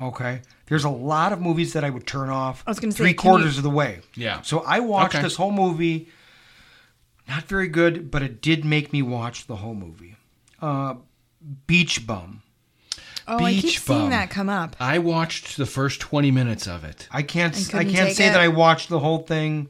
Okay, there's a lot of movies that I would turn off. I was gonna say, three can quarters you- of the way. Yeah. So I watched Okay. this whole movie. Not very good, but it did make me watch the whole movie. Uh, Beach Bum. Oh, I keep Beach Bum. seeing that come up. I watched the first 20 minutes of it. I can't. I s- I, couldn't can't take say that it. I watched the whole thing,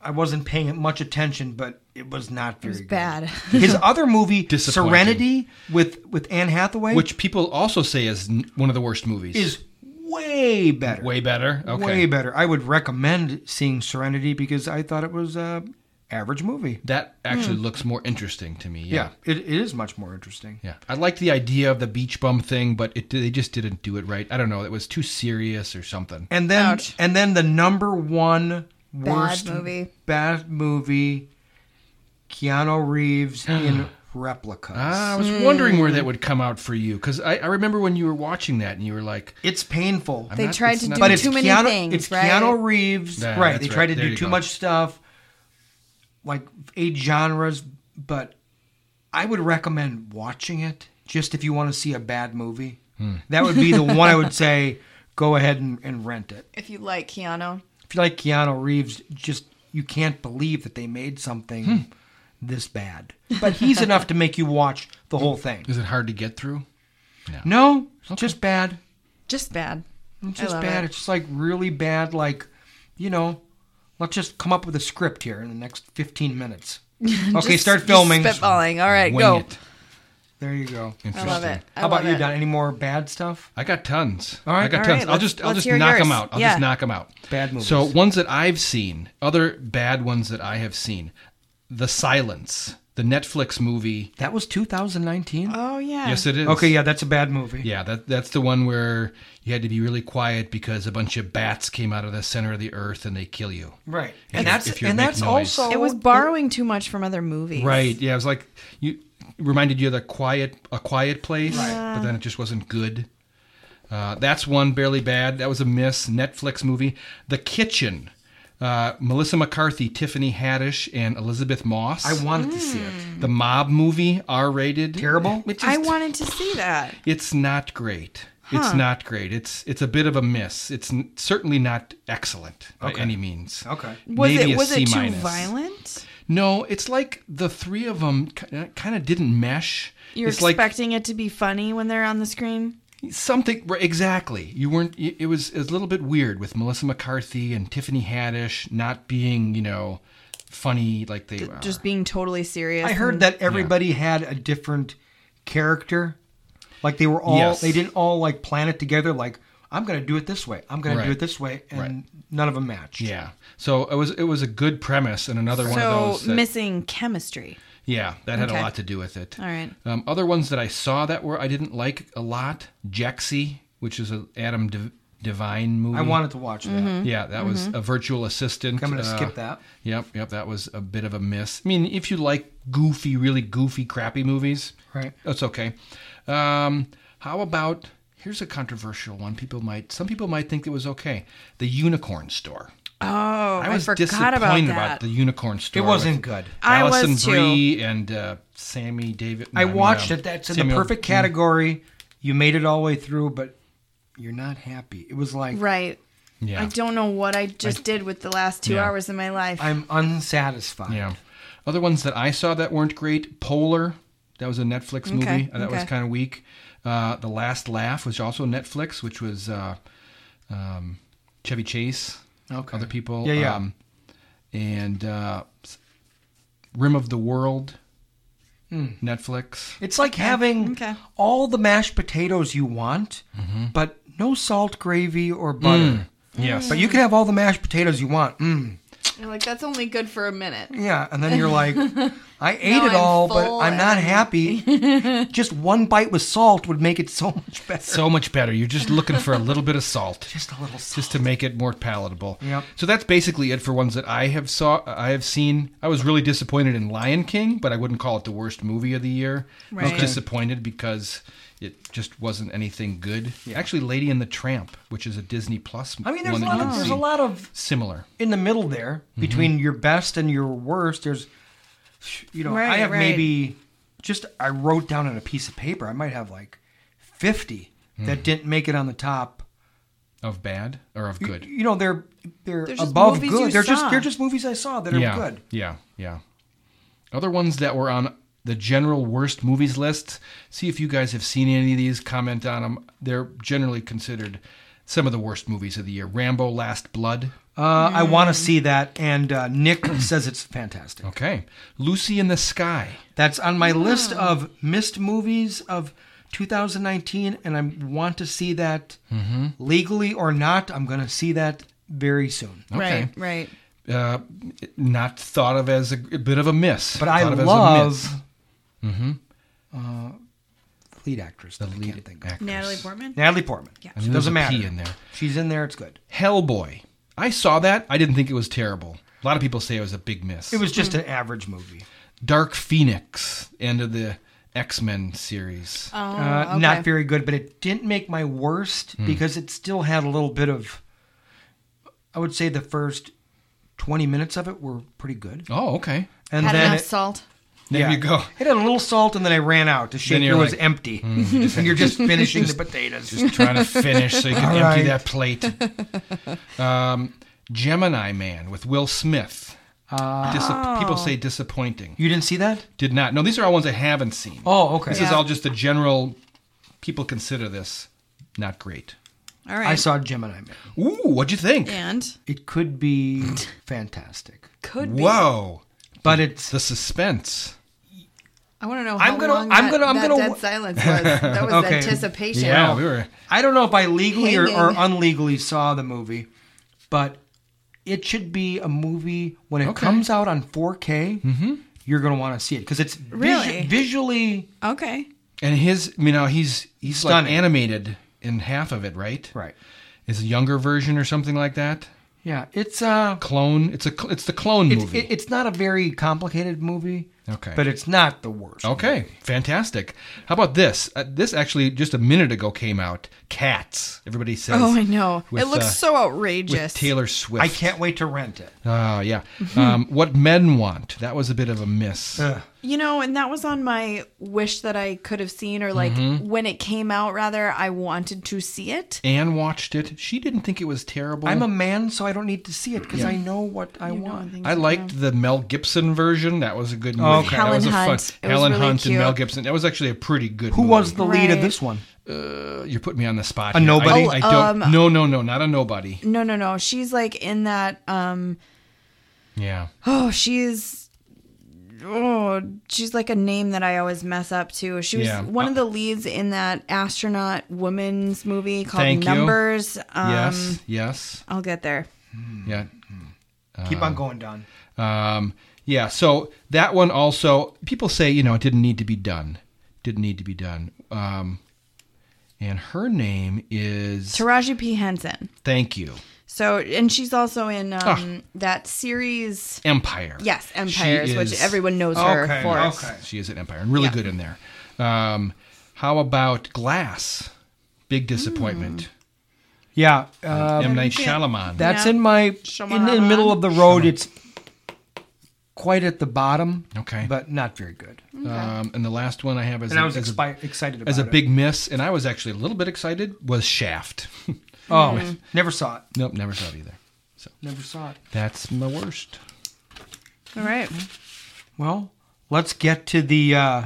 I wasn't paying it much attention, but it was not very was good. bad. His other movie, Disappointing. Serenity, with with Anne Hathaway, which people also say is n- one of the worst movies. is way better. way better. Okay. Way better. I would recommend seeing Serenity because I thought it was a average movie. That Hmm. actually looks more interesting to me. Yeah. Yeah, it, it is much more interesting. Yeah, I like the idea of the beach bum thing, but it they just didn't do it right. I don't know; it was too serious or something. And then Ouch. and then the number one Bad worst movie. bad movie, Keanu Reeves in replicas. Ah, I was Hmm. wondering where that would come out for you because I, I remember when you were watching that and you were like, it's painful. I'm They not- tried it's to not- do but too it's many Keanu, things, it's right? Keanu Reeves. Yeah, right. that's They right. tried to There do you too go. much stuff, like eight genres, but I would recommend watching it just if you want to see a bad movie. Hmm. That would be the one I would say go ahead and, and rent it. If you like Keanu, If you like Keanu Reeves, just you can't believe that they made something Hmm. this bad. But he's enough to make you watch the whole thing. Is it hard to get through? No, it's just bad. just bad. It's I just love bad. it. It's just like really bad. Like, you know, let's just come up with a script here in the next 15 minutes. okay, Just- start just filming. Spitballing. All right, Wing go. it. There you go. I love it. I How about love you, it. Don? Any more bad stuff? I got tons. All right, I got all tons. right, I'll let's- just I'll let's just hear knock them yours. out. I'll Yeah. just knock them out. Bad movies. So ones that I've seen, other bad ones that I have seen, The Silence, the Netflix movie. That was 2019. Oh yeah. Yes, it is. okay, yeah, that's a bad movie. Yeah, that that's the one where you had to be really quiet because a bunch of bats came out of the center of the earth and they kill you. Right. If and you- that's if you and make that's noise. also It was borrowing too much from other movies. Oh, Right. Yeah, it was like you reminded you of the quiet a quiet place, but then it just wasn't good. Uh, that's one barely bad. That was a miss. Netflix movie, The Kitchen. Uh, Melissa McCarthy, Tiffany Haddish, and Elizabeth Moss. I wanted to see it. Mm. the mob movie, R rated. Terrible? Which is I wanted to see that. it's not great. It's not great. It's it's a bit of a miss. It's n- certainly not excellent by any means. Okay. Was Maybe it a was C it too minus. violent? No, it's like the three of them kind of didn't mesh. You're it's like expecting it to be funny when they're on the screen. something right, exactly. You weren't. It it was, it was a little bit weird with Melissa McCarthy and Tiffany Haddish not being, you know, funny like they are. Just being totally serious. I heard that everybody had a different character. Like they were all Yes. they didn't all like plan it together like I'm going to do it this way. I'm going to Right. do it this way and Right. none of them matched. yeah. So it was it was a good premise and another one of so those. that- missing chemistry. yeah, that had Okay. a lot to do with it. All right. Um, other ones that I saw that were I didn't like a lot, Jaxie, which is an Adam Dev Divine movie. I Mm-hmm. wanted to watch that. Yeah, that was a virtual assistant. I'm going to Uh, skip that. Yep, yep, that was a bit of a miss. I mean, if you like goofy, really goofy, crappy movies, Right. that's okay. Um, how about here's a controversial one. People might some people might think it was okay. The Unicorn Store. Oh, I, I was forgot disappointed about that. about, the Unicorn Store. It wasn't with good. I was Allison too. Brie and uh, Sammy David. I mean, watched um, it. That's in Samuel the perfect Mm-hmm. category. You made it all the way through, but you're not happy. It was like right. Mm, Yeah. I don't know what I just did with the last two Yeah. hours of my life. I'm unsatisfied. Yeah. Other ones that I saw that weren't great, Polar. That was a Netflix movie. Okay, Uh, That was okay. kind of weak. Uh, the Last Laugh was also Netflix, which was uh, um, Chevy Chase, Okay. other people. Yeah, yeah. Um, and uh, s- Rim of the World, Hmm. Netflix. It's like having Okay. Mm-hmm. all the mashed potatoes you want, but no salt, gravy, or butter. Mm. Yes. But you can have all the mashed potatoes you want. Mm. You're like, that's only good for a minute. Yeah, and then you're like, I ate Now it I'm all, but full I'm not and- happy. Just one bite with salt would make it so much better. So much better. You're just looking for a little bit of salt. Just a little salt. just to make it more palatable. Yep. So that's basically it for ones that I have saw I have seen. I was really disappointed in Lion King, but I wouldn't call it the worst movie of the year. I Right. was disappointed because it just wasn't anything good. Actually, Lady and the Tramp, which is a Disney Plus I mean, there's one a that you lot. Of, can there's see, a lot of similar. in the middle there Mm-hmm. between your best and your worst there's you know i Right, have right. maybe just i wrote down on a piece of paper i might have like 50 Mm-hmm. that didn't make it on the top Of bad or of You- good. you, know they're they're, They're just above movies good you they're just saw. they're just movies i saw that are yeah. good Yeah. Yeah. Other ones that were on the general worst movies list. See if you guys have seen any of these. Comment on them. They're generally considered some of the worst movies of the year. Rambo: Last Blood. Uh, I Mm. want to see that, and uh, Nick says it's fantastic. Okay. Lucy in the Sky. That's on my list of missed movies of 2019, and I want to see that Mm-hmm. legally or not. I'm going to see that very soon. Okay. Right, right. Uh, not thought of as a, a bit of a miss. But I Thought of as a love miss. uh, lead actress. the that I lead can't think of. actress. Natalie Portman? Natalie Portman. Yeah. I knew there was a Doesn't matter. P in there. She's in there. It's good. Hellboy. I saw that. I didn't think it was terrible. A lot of people say it was a big miss. It was just an average movie. Dark Phoenix, end of the X Men series. Oh, uh, okay. Not very good, but it didn't make my Hmm. worst because it still had a little bit of. I would say the first twenty minutes of it were pretty good, oh, okay. and Had then enough it, salt. There yeah. you go. It had a little salt, and then I ran out. The shaker you're was like, hmm. empty, and you're just finishing the potatoes. Just trying to finish so you can All empty right. that plate. Um, Gemini Man with Will Smith. Ah. Disap- People say disappointing. you didn't see that? Did not. No, these are all ones I haven't seen. Oh, okay. This is Yeah. all just the general. People consider this not great. All right. I saw Gemini Man. Ooh, what'd you think? and It could be fantastic, could be. Whoa, but it's the suspense. I want to know how I'm gonna- long I'm that, gonna- I'm that gonna- dead silence was. That was Okay. anticipation. Yeah, we were. I don't know if I legally or, or Hanging. unlegally saw the movie, but it should be a movie when it Okay. comes out on 4K. You're gonna want to see it because it's visu- Really? visually Okay. And his, you know, he's he's like Stunning. animated in half of it, right? right. Is a younger version or something like that. Yeah, it's uh, Clone. It's a. cl- It's the clone it's, movie. it, it's not a very complicated movie, okay. but it's not the worst. okay. Fantastic. How about this? Uh, this actually just a minute ago came out. Cats. Everybody says. Oh, I know. with, it looks uh, so With outrageous. Taylor Swift. I can't Mm-hmm. wait to rent it. Oh yeah. um, what men want. That was a bit of a miss. Ugh. You know, and that was on my wish that I could have seen, or like when it came out, rather, I wanted to see it. Anne watched it. She didn't think it was terrible. I'm a man, so I don't need to see it because I know what I want. I liked the Mel Gibson version. That was a good movie. that okay. Helen was a Hunt. fun. It was Helen really Hunt and Mel cute. Gibson. That was actually a pretty good. Who movie. was the lead of Right. this one? Uh, you're putting me on the spot. A here. I- nobody? I, don't. no, no, no, not a nobody. No, no, no. She's like in that. um Yeah. Oh, she's. Oh, she's like a name that I always mess up too. She was Yeah. one of the leads in that astronaut woman's movie called Thank you. Numbers. Um, yes. Yes. I'll get there. Mm. Yeah. Keep on going, Don. Um, yeah. So that one also, people say you know it didn't need to be done. Didn't need to be done. Um, and her name is. Taraji P. Henson. Thank you. So, and she's also in um, that series. Empire. Yes, She Empires, which is- everyone knows her Okay, for. okay. She is an Empire and really good in there. Um, how about Glass? Big disappointment. Yeah, uh, M Night Shyamalan. That's Yeah. in my in the Shyamalan. middle of the road. It's quite at the bottom. Okay. but not very good. um, and the last one I have is And I was as, expi- excited about as a it. big miss, and I was actually a little bit excited. Was Shaft? oh, never saw it. nope, never saw it either. So Never saw it. that's my worst. All right. Well, let's get to the uh,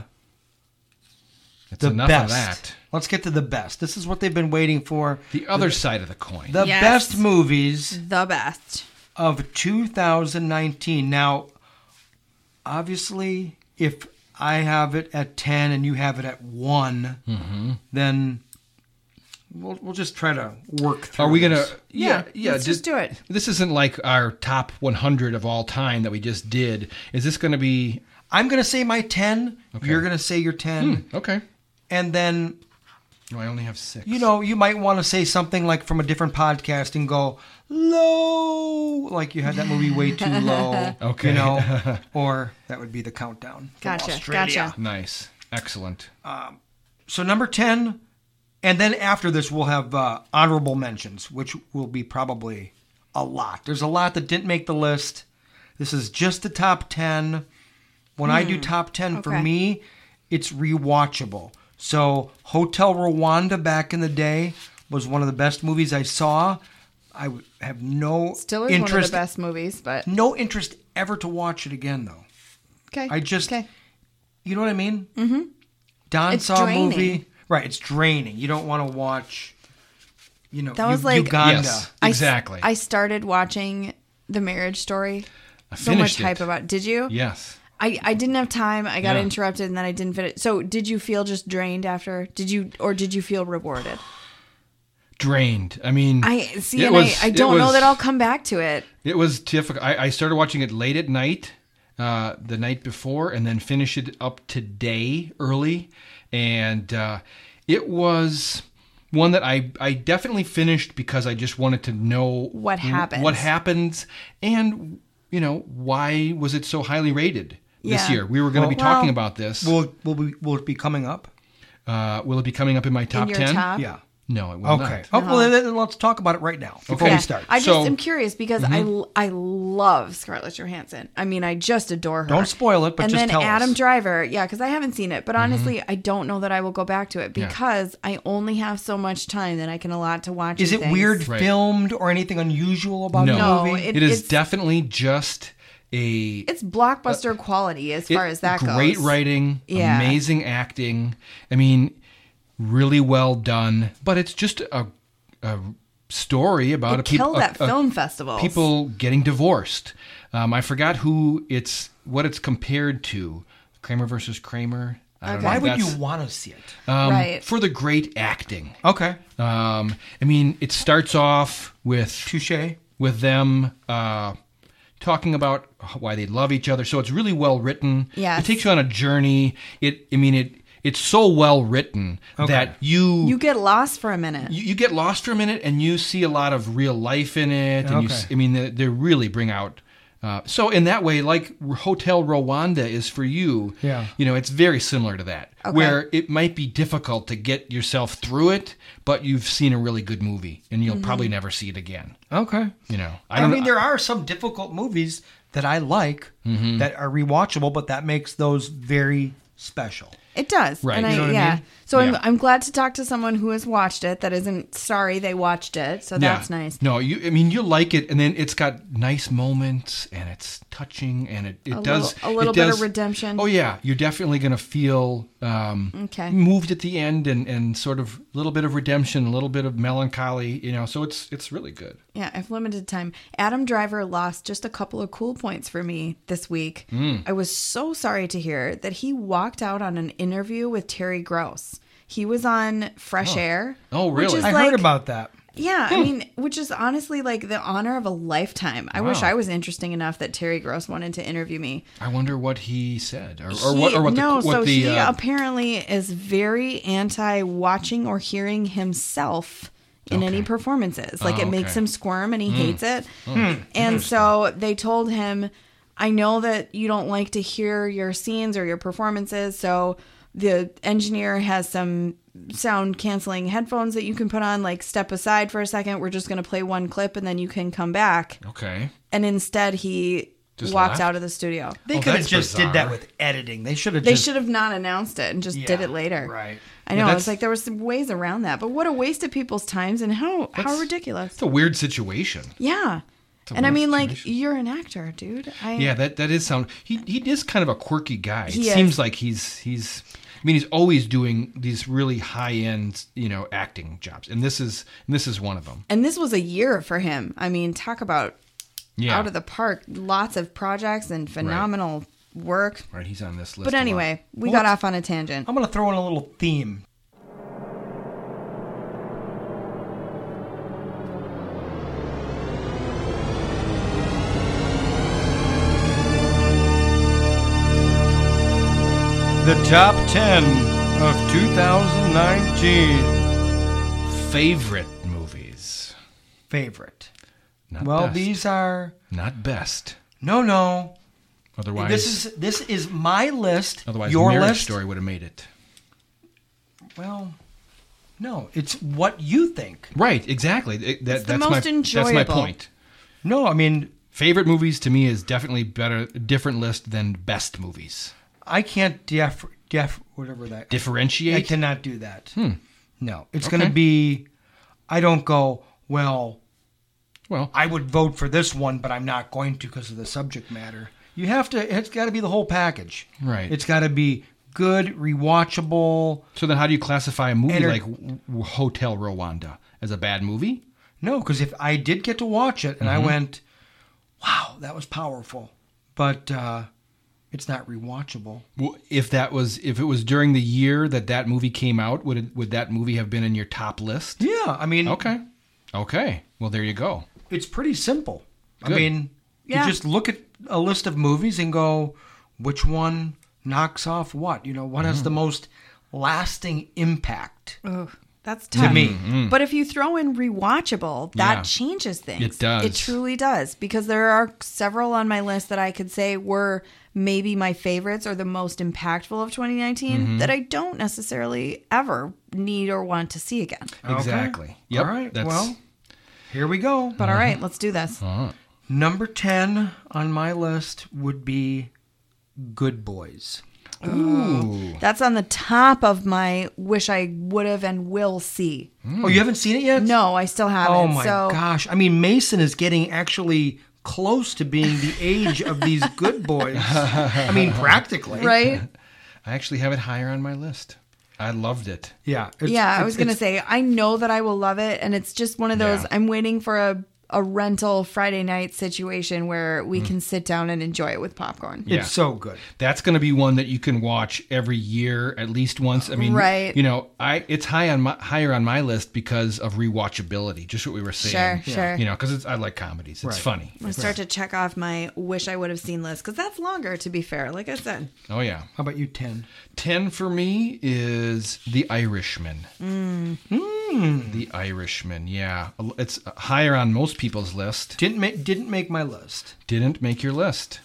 That's the enough best. of that. Let's get to the best. This is what they've been waiting for. The other side of the coin. The Yes. best movies The best. of 2019. Now, obviously, if I have it at 10 and you have it at one, Mm-hmm. then we'll, we'll just try to work through. Are we gonna? this. Yeah, Yeah, yeah. let's just do it. This isn't like our top 100 of all time that we just did. Is this going to be I'm gonna say my ten. You're gonna say your ten, okay? and then No, I only have six. you know you might want to say something like from a different podcast and go low, like you had that movie way too low. Okay. you know, or that would be the countdown. from Gotcha. Australia. Gotcha. Nice, excellent. So number ten, and then after this we'll have uh, honorable mentions, which will be probably a lot. There's a lot that didn't make the list. This is just the top ten. When I do top ten for Hmm. okay. me, it's rewatchable. So Hotel Rwanda back in the day was one of the best movies I saw. I w- have no Still is interest, one of the best movies, but no interest ever to watch it again though. okay. I just, okay. you know what I mean? Mm-hmm. Don It's saw draining. a movie. Right, it's draining. You don't want to watch you know, That U- was like- Uganda. Yes. I s- Exactly. I, started watching The Marriage Story. I So much finished it. hype about. Did you? Yes. I, I didn't have time. I got Yeah. interrupted and then I didn't fit it. So did you feel just drained after? Did you or did you feel rewarded? Drained. I mean, I see. it And was- I, I it don't know was- that I'll come back to it. It was difficult. I, I started watching it late at night, uh, the night before, and then finished it up today early. And uh, it was one that I, I definitely finished because I just wanted to know What w- happens. What happens, and you know why was it so highly rated this Yeah. year? We were going to be Well- talking about this. Will will be will it be coming up? uh, will it be coming up in my top your ten? top? Yeah. No, it will Okay. not. Oh well, then- then let's talk about it right now before Okay. we Yeah. start. I just So- am curious because I I love Scarlett Johansson. I mean, I just adore her. Don't spoil it, but and just then tell us. Adam Driver, yeah, because I haven't seen it, but honestly, I don't know that I will go back to it because I only have so much time that I can allot to watch. Is it weird Right. filmed or anything unusual about No. the No, movie? it- it is it's- definitely just a It's blockbuster quality as far Uh, It- as that great goes. writing, Yeah. amazing acting. I mean, really well done. But it's just a, a story about a It people killed at film festivals. people getting divorced. Um, I forgot who it's what it's compared to. Kramer versus Kramer. I don't Okay. know. Why would That's, you want to see it? um, Right. for the great acting? Okay. Um, I mean, it starts off with Touche. with them uh, talking about why they love each other. So it's really well written. Yes. it takes you on a journey. It, I mean, it it's so well written that you You you, get lost for a minute. you get lost for a minute and you see a lot of real life in it. And you, s- Okay. I mean, they, they really bring out. Uh, so in that way, like Hotel Rwanda is for you, Yeah. you know, it's very similar to that, where it might be difficult to get yourself through it, but you've seen a really good movie, and you'll probably never see it again. Okay. You know, Mm-hmm. I, mean, there are some difficult movies that I like Mm-hmm. that are rewatchable, but that makes those very special. It does. Right. And I, You know what I yeah. mean? So I'm, Yeah. I'm glad to talk to someone who has watched it that isn't sorry they watched it. So Yeah. that's nice. No, you. I mean, you like it, and then it's got nice moments, and it's touching, and it, it A does little- a little it bit of does- redemption. Oh yeah, you're definitely gonna feel um, Okay. moved at the end, and and sort of a little bit of redemption, a little bit of melancholy. You know, so it's it's really good. Yeah, I have limited time. Adam Driver lost just a couple of cool points for me this week. Hmm. I was so sorry to hear that he walked out on an interview with Terry Gross. He was on Fresh Air. Oh, Which really? is I like, heard about that. Yeah, I mean, which is honestly like the honor of a lifetime. I wish Wow. I was interesting enough that Terry Gross wanted to interview me. I wonder what he said, or, or what, He- or what no, the what so the he uh, apparently is very anti watching or hearing himself in any performances. Like Oh, it makes okay. Hmm. him squirm and he hates it. And so they told him, I know that you don't like to hear your scenes or your performances, so the engineer has some sound canceling headphones that you can put on like step aside for a second we're just going to play one clip and then you can come back okay. and instead he Just walked left? out of the studio They Oh, could have that's just did bizarre. that with editing. They should have. they just, should have not announced it and just did Yeah, it later. right. I Yeah, know. that's- it's like there were some ways around that, but what a waste of people's times and how how ridiculous. It's a weird situation. yeah. a And I weird mean, like situation. you're an actor, dude. I, Yeah, that that is sound. He he is kind of a quirky guy. It He is. seems like he's he's. I mean, he's always doing these really high end, you know, acting jobs, and this is and this is one of them. And this was a year for him. I mean, talk about Yeah, out of the park. Lots of projects and phenomenal work. right. He's on this list. But a lot. anyway, we Well, got off on a tangent. I'm going to throw in a little theme. The top 10 of 2019 favorite movies, favorite. not well, best. these are not best. No, no. Otherwise, This is this is my list. otherwise your Marriage list. Story would have made it. Well, no, it's what you think. Right, exactly. It- that- the most that's my, That's my enjoyable. point. No, I mean, Favorite movies to me is definitely better, different list than best movies. I can't def def whatever that. I Differentiate. Hmm. cannot do that. No, it's Okay. going to be. I don't go. Well, well, I would vote for this one, but I'm not going to because of the subject matter. You have to. It's got to be the whole package. Right. It's got to be good, rewatchable. So then, how do you classify a movie Enter- like w- w- Hotel Rwanda as a bad movie. No, because if I did get to watch it and Mm-hmm. I went, wow, that was powerful, but uh, it's not rewatchable. W- If that was if it was during the year that that movie came out, would it, would that movie have been in your top list? Yeah, I mean, Okay, okay. Well, there you go. it's pretty simple. Good. I mean, Yeah. you just look at a list of movies and go, which one knocks off what? You know, what has Mm. the most lasting impact? Ugh, that's tough. me. But if you throw in rewatchable, that Mm-hmm. Yeah. changes things. It does. It truly does. Because there are several on my list that I could say were maybe my favorites or the most impactful of 2019 Mm-hmm. that I don't necessarily ever need or want to see again. Okay. Exactly. Yep. All right. That's- Well, here we go. Mm-hmm. But all right, let's do this. Uh, Number 10 on my list would be Good Boys. ooh. That's on the top of my wish I would have and will see. Hmm. Oh, you haven't seen it yet? No, I still haven't. Oh my so gosh. I mean, Mason is getting actually close to being the age of these good boys. I mean, practically. right? I actually have it higher on my list. I loved it. Yeah. it's- yeah, I it's- was gonna it's- say I know that I will love it, and it's just one of those Yeah. I'm waiting for a a rental Friday night situation where we can sit down and enjoy it with popcorn. Mm. Yeah. It's so good. That's going to be one that you can watch every year at least once. I mean, Right. You know, I it's high on my higher on my list because of rewatchability. Just what we were saying. Sure, Yeah. sure. You know, because I like comedies. It's Right. funny. I'm gonna start to check off my wish I would have seen list because that's longer. To be fair, like I said, Oh yeah. How about you, 10? 10 for me is The Irishman. The Irishman, yeah. It's higher on most people's list. Didn't make didn't make my list. Didn't make your list.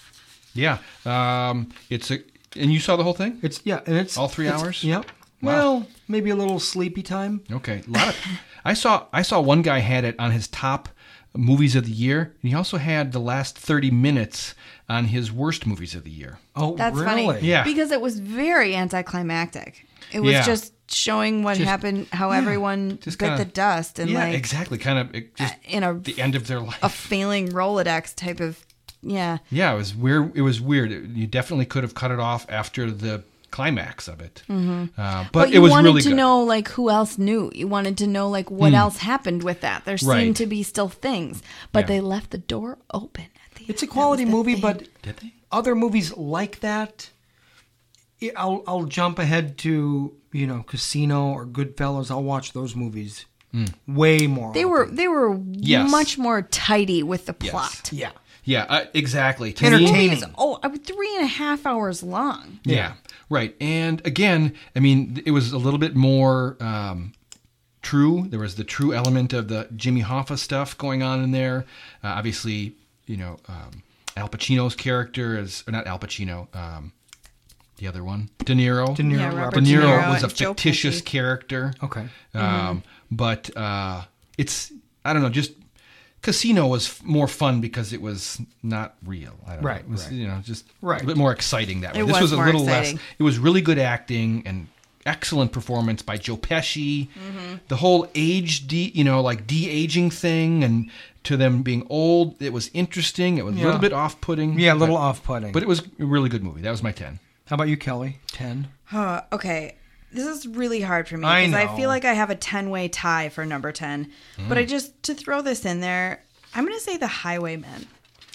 Yeah. Um, it's a and you saw the whole thing? It's yeah, and it's All three it's- hours? Yep. Well, maybe a little sleepy time. Okay. A lot of I saw I saw one guy had it on his top movies of the year, and he also had the last 30 minutes on his worst movies of the year. Oh, that's really? funny. Yeah. because it was very anticlimactic. It was Yeah. just showing what happened, how everyone just bit kinda- the dust, and yeah, like exactly. Kind of it just in a the end of their life. a failing Rolodex type of yeah. Yeah, it was weird. It was weird. It- you definitely could have cut it off after the climax of it. Mm-hmm. Uh, but, But, it you was wanted really to good. Hmm. know like who else knew. You wanted to know like what else happened with that. There seemed Right. to be still things, but Yeah. they left the door open. At the end. It's a That was quality the movie, thing. but Did they? other movies like that it- I'll I'll jump ahead to, you know, Casino or Goodfellas. I'll watch those movies Hmm. way more. they often. were they were Yes. much more tidy with the Yes. plot. yeah. Yeah, uh, exactly. To The Entertain- Me, movie Entertaining. is oh, I- three and a half hours long. yeah. right. And again, I mean, it was a little bit more um, true. There was the true element of the Jimmy Hoffa stuff going on in there. Uh, obviously, you know, um, Al Pacino's character is or not Al Pacino. Um, the other one, De Niro. De Niro, Yeah, Robert De Robert De Niro Niro was a and Joe fictitious Pesci. character. Okay. Mm-hmm. Um, But uh, it's I don't know. Just Casino was f- more fun because it was not real. I don't Right, Know. It was, right. You know, just Right. a bit more exciting that way. It this was was a more little exciting. less. It was really good acting and excellent performance by Joe Pesci. Mm-hmm. The whole age, de- you know, like de aging thing, and to them being old, it was interesting. It was a Yeah. little bit off putting. Yeah, a little but, off-putting. But it was a really good movie. That was my ten. How about you, Kelly? 10. Huh, okay. This is really hard for me I because I, know. feel like I have a 10 way tie for number 10. But Hmm. I just, to throw this in there, I'm going to say The Highwaymen.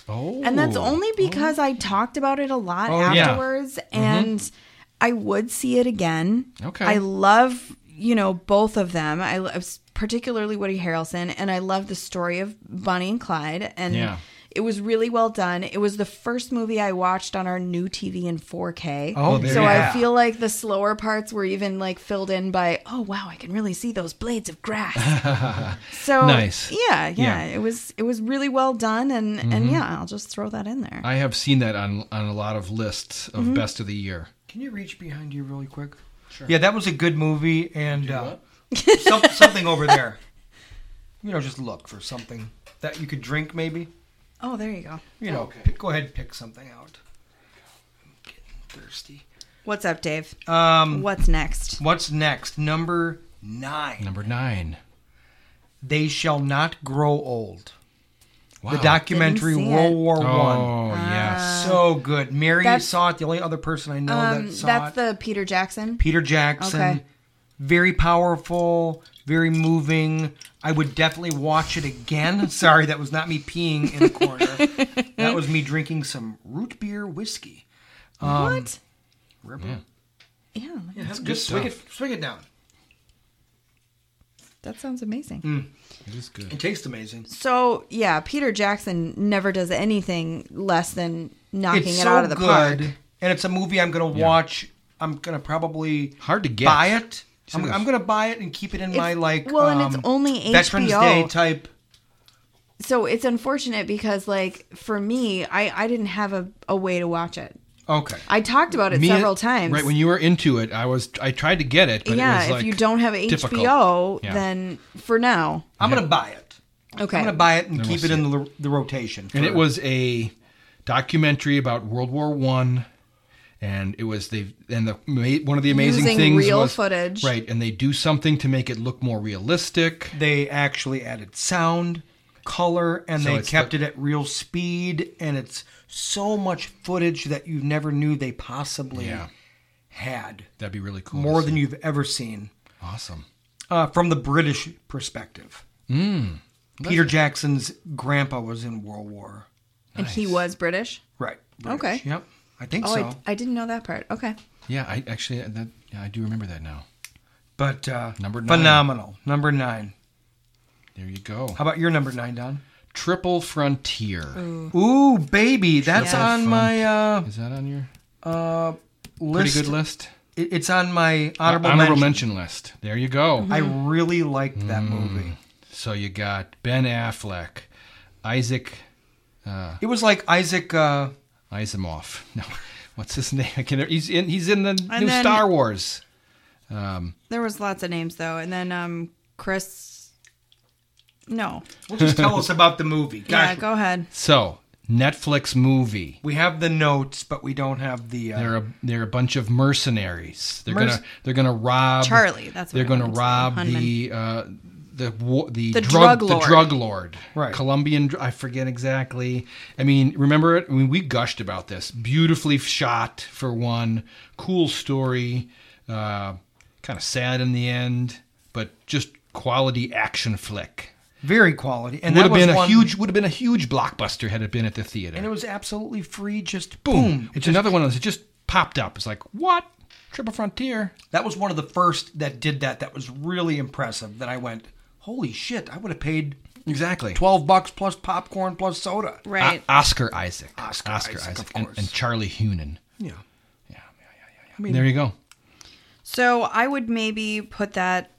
Oh, And that's only because I talked about it a lot yeah. Mm-hmm. afterwards and I would see it again. Okay. I love, you know, both of them. I love particularly Woody Harrelson and I love the story of Bonnie and Clyde and Yeah. it was really well done. It was the first movie I watched on our new TV in 4K. Oh, there so you I feel like the slower parts were even like filled in by, oh wow, I can really see those blades of grass. so Nice. yeah, yeah, Yeah. it was it was really well done, and and yeah, I'll just throw that in there. I have seen that on on a lot of lists of Mm-hmm. best of the year. Can you reach behind you really quick? Sure. Yeah, that was a good movie, and uh, some, something over there. You know, just look for something that you could drink, maybe. oh, there you go. You know, Okay. pick, go ahead, and pick something out. I'm getting thirsty. What's up, Dave? Um, What's next? what's next? Number nine. Number nine. They shall not grow old. Wow. The Ah. documentary Didn't see World it. War One. Oh yes. So good. Mary that's- saw it. The only other person I know Um, that saw it. that's the Peter Jackson. Peter Jackson. Okay. Very powerful, very moving. I would definitely watch it again. Sorry, that was not me peeing in a corner. that was me drinking some root beer whiskey. what? Ripper. Yeah, Yeah, just swig it, swig it down. that sounds amazing. It is good. It tastes amazing. So yeah, Peter Jackson never does anything less than knocking it's it so out of the good, park. and it's a movie I'm gonna watch. I'm gonna probably Hard to get. buy it. I'm, Serious. I'm gonna buy it and keep it in It's- my like well, and it's um, only Veterans HBO. Day type. So it's unfortunate because like for me, I I didn't have a, a way to watch it. Okay, I talked about it Me- several times. Right when you were into it, I was I tried to get it, but it yeah, was if like you don't have HBO, difficult. Yeah. then for now, I'm gonna buy it. okay. I'm gonna buy it and Then keep we'll it in the, the rotation. and it for- was a documentary about World War One, and it was they and the ma- one of the amazing Using things real was- footage. right? And they do something to make it look more realistic. they actually added sound, color, and So they it's kept the- it at real speed. And it's so much footage that you never knew they possibly Yeah. had. That'd be really cool. to More see. than you've ever seen. awesome. uh, from the British perspective. Hmm. Peter Jackson's grandpa was in World War. and he Nice. was British. Right. British. Okay. Yep. I think Oh, so. I, I didn't know that part. Okay. Yeah, I actually that yeah, I do remember that now. But uh, Number nine. phenomenal. Number nine. There you go. How about your number nine, Don? Triple Frontier. Ooh, baby, that's Yeah. on my uh, Is that on your uh, pretty list. good list? Uh, It- It's on my honorable, mention. Mm-hmm. mention. list. There you go. I Mm. really liked that Mm. movie. So you got Ben Affleck, Isaac uh, It was like Isaac. Uh, Isimov. No, what's his name? I can't. He's in. He's in the new then- Star Wars. Um, There was lots of names though, and then um Chris. No. well, just tell us about the movie. Yeah, Gosh, go ahead. so Netflix movie. we have the notes, but we don't have the. Uh, They're a they're a bunch of mercenaries. They're Merc- gonna they're gonna rob Charlie, that's what they're I wanted gonna to say. rob Hunman. the uh, the wa- the, The drug, drug the lord. drug lord Right. Colombian dr- I forget exactly. I mean, remember it? I mean, we gushed about this. Beautifully shot for one, cool story, uh, kind of sad in the end, but just quality action flick. very quality, Would and that have was been a one- huge would have been a huge blockbuster had it been at the theater. and it was absolutely free. Just boom. boom. It's another one of those. It just popped up. It's like what Triple Frontier. That was one of the first that did that. That was really impressive. That I went, holy shit! I would have paid Exactly. twelve bucks plus popcorn plus soda. Right. O- Oscar Isaac. Oscar Isaac, of and, course. and Charlie Hunan. Yeah, Yeah, yeah, yeah, yeah. I mean- there you go. So I would maybe put that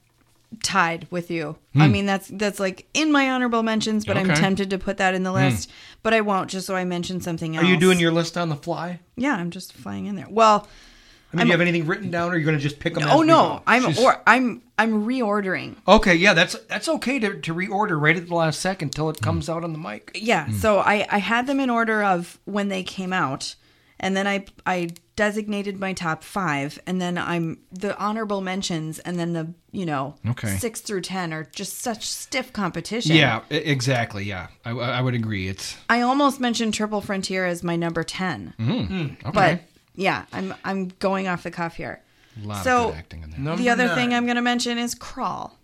tied with you. Hmm. I mean that's that's like in my honorable mentions, but I'm Okay. tempted to put that in the list, but I won't just so I mention something Hmm. Are else. you doing your list on the fly? Yeah, I'm just flying in there. Well, I mean, do you have anything written down, or are you going to just pick them? as oh we no, go? I'm She's- or I'm I'm reordering. Okay, yeah, that's that's okay to, to reorder right at the last second till it comes Mm. out on the mic. Yeah, Hmm. so I I had them in order of when they came out, and then I I designated my top five, and then I'm the honorable mentions, and then the you know Okay. six through ten are just such stiff competition. Yeah, e- exactly. Yeah, I, I I would agree. It's I almost mentioned Triple Frontier as my number 10 Hmm. okay. but yeah, I'm I'm going off the cuff here. a lot so- of good acting in there. Number the other nine. thing I'm going to mention is Crawl,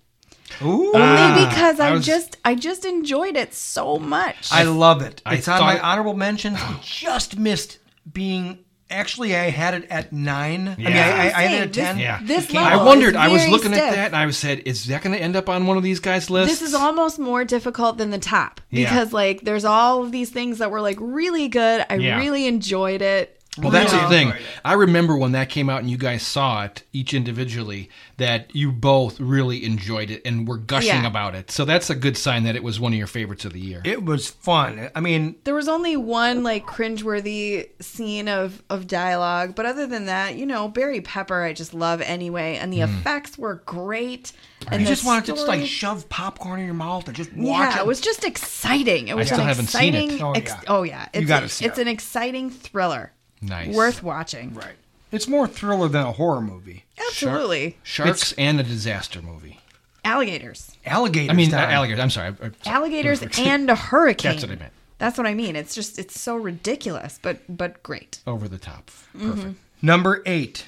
Ooh, Uh, only because I, Ah, I was- just I just enjoyed it so much. I love it. I it's on thought my it- honorable mentions. It just missed being. Actually, I had it at nine. I mean, Yeah. I, I, I had it at This- ten. Yeah, This It came level I wondered. is I was very looking at stiff. that, and I was said, "Is that going to end up on one of these guys' lists?" this is almost more difficult than the top Yeah. because like there's all of these things that were like really good. I Yeah. really enjoyed it. Um, Well, that's You the know, thing. I remember when that came out and you guys saw it each individually that you both really enjoyed it and were gushing Yeah. about it. So that's a good sign that it was one of your favorites of the year. It was fun. I mean, There was only one like cringeworthy scene of of dialogue, but other than that, you know, Barry Pepper I just love anyway, and the Mm. effects were great. And you the just wanted to just like story- shove popcorn in your mouth and just watch yeah, it. it was just exciting. It was still an haven't seen it. exciting. Oh, ex- yeah. oh yeah, it's, gotta see it's it. an exciting thriller. Nice. worth watching. right. It's more thriller than a horror movie. Absolutely, Sharks and a disaster movie. alligators. Alligators. I mean, Don. uh, alligators. I'm sorry. I- I- alligators and a hurricane. That's what I meant. That's what I mean. It's just it's so ridiculous, but but great. Over the top. Mm-hmm. Perfect. Number Hmm. eight.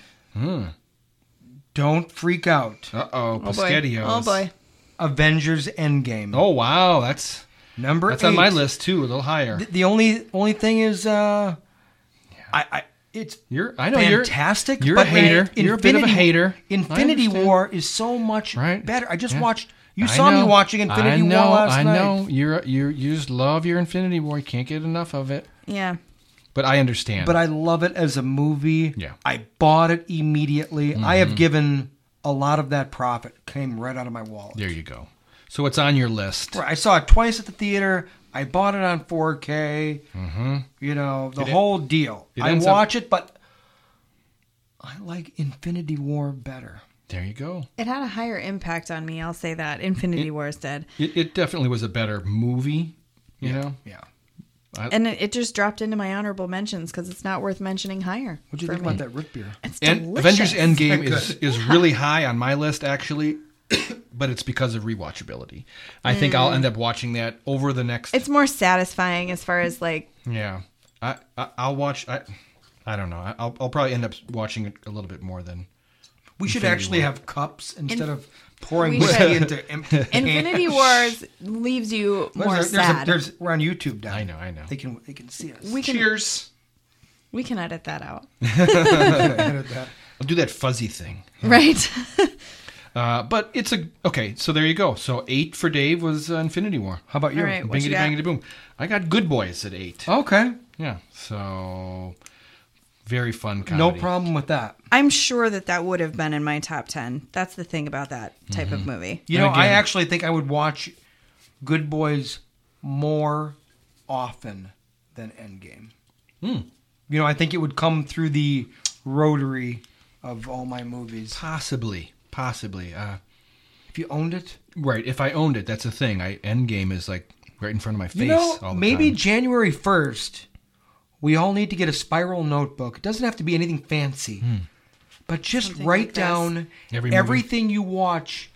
Don't freak out. Uh oh. Oh boy. Pescadios. Oh boy. Avengers Endgame. Oh wow, that's Number that's on my eight. list too. A little higher. Th- The only only thing is, uh, I, I it's You're I know fantastic. You're, you're but a hater. in- you're a bit of a Infinity- hater. I Infinity understand. War is so much Right. better. I just Yeah. watched. You I saw me know. watching Infinity I know, War last I night. know. You're you you just love your Infinity War. You can't get enough of it. Yeah. But I understand. But I love it as a movie. Yeah. Mm-hmm. I bought it immediately. I have given a lot of that profit came right out of my wallet. there you go. So it's on your list. Right, I saw it twice at the theater. I bought it on 4K. Mm-hmm. You know the It en- whole deal. it I ends up- watch it, but I like Infinity War better. There you go. It had a higher impact on me. I'll say that. Infinity War is dead. It, it definitely was a better movie. You know. Yeah. And it, it just dropped into my honorable mentions because it's not worth mentioning higher. What do you for think me. about that root beer? It's And delicious. Avengers Endgame is is really high on my list actually, but it's because of rewatchability. I think I'll end up watching that over the next. It's more satisfying as far as like yeah, I, I I'll watch. I I don't know. I, I'll I'll probably end up watching it a little bit more than. We should Infinity actually War. have cups instead of pouring we whiskey should. into empty cans. Infinity Wars leaves you There's a- more there's a- sad. there's- we're on YouTube now. I know, I know. They can they can see us. we can Cheers. we can edit that out, Edit that. I'll do that fuzzy thing. right? Uh, but it's a okay. So there you go. So eight for Dave was uh, Infinity War. How about you? All right, what Bingity you got? bangity boom. I got Good Boys at eight. Okay. Yeah. So very fun comedy. No problem with that. I'm sure that that would have been in my top ten. That's the thing about that type of movie. You And know, I again- actually think I would watch Good Boys more often than Endgame. Hmm. You know, I think it would come through the rotary of all my movies. Possibly. Possibly. Uh, If you owned it, Right. If I owned it, that's the thing. I Endgame is like right in front of my face. you know, all the maybe time. January first, we all need to get a spiral notebook. It doesn't have to be anything fancy, but just Something write like this. down Hmm. Every movie. everything you watch.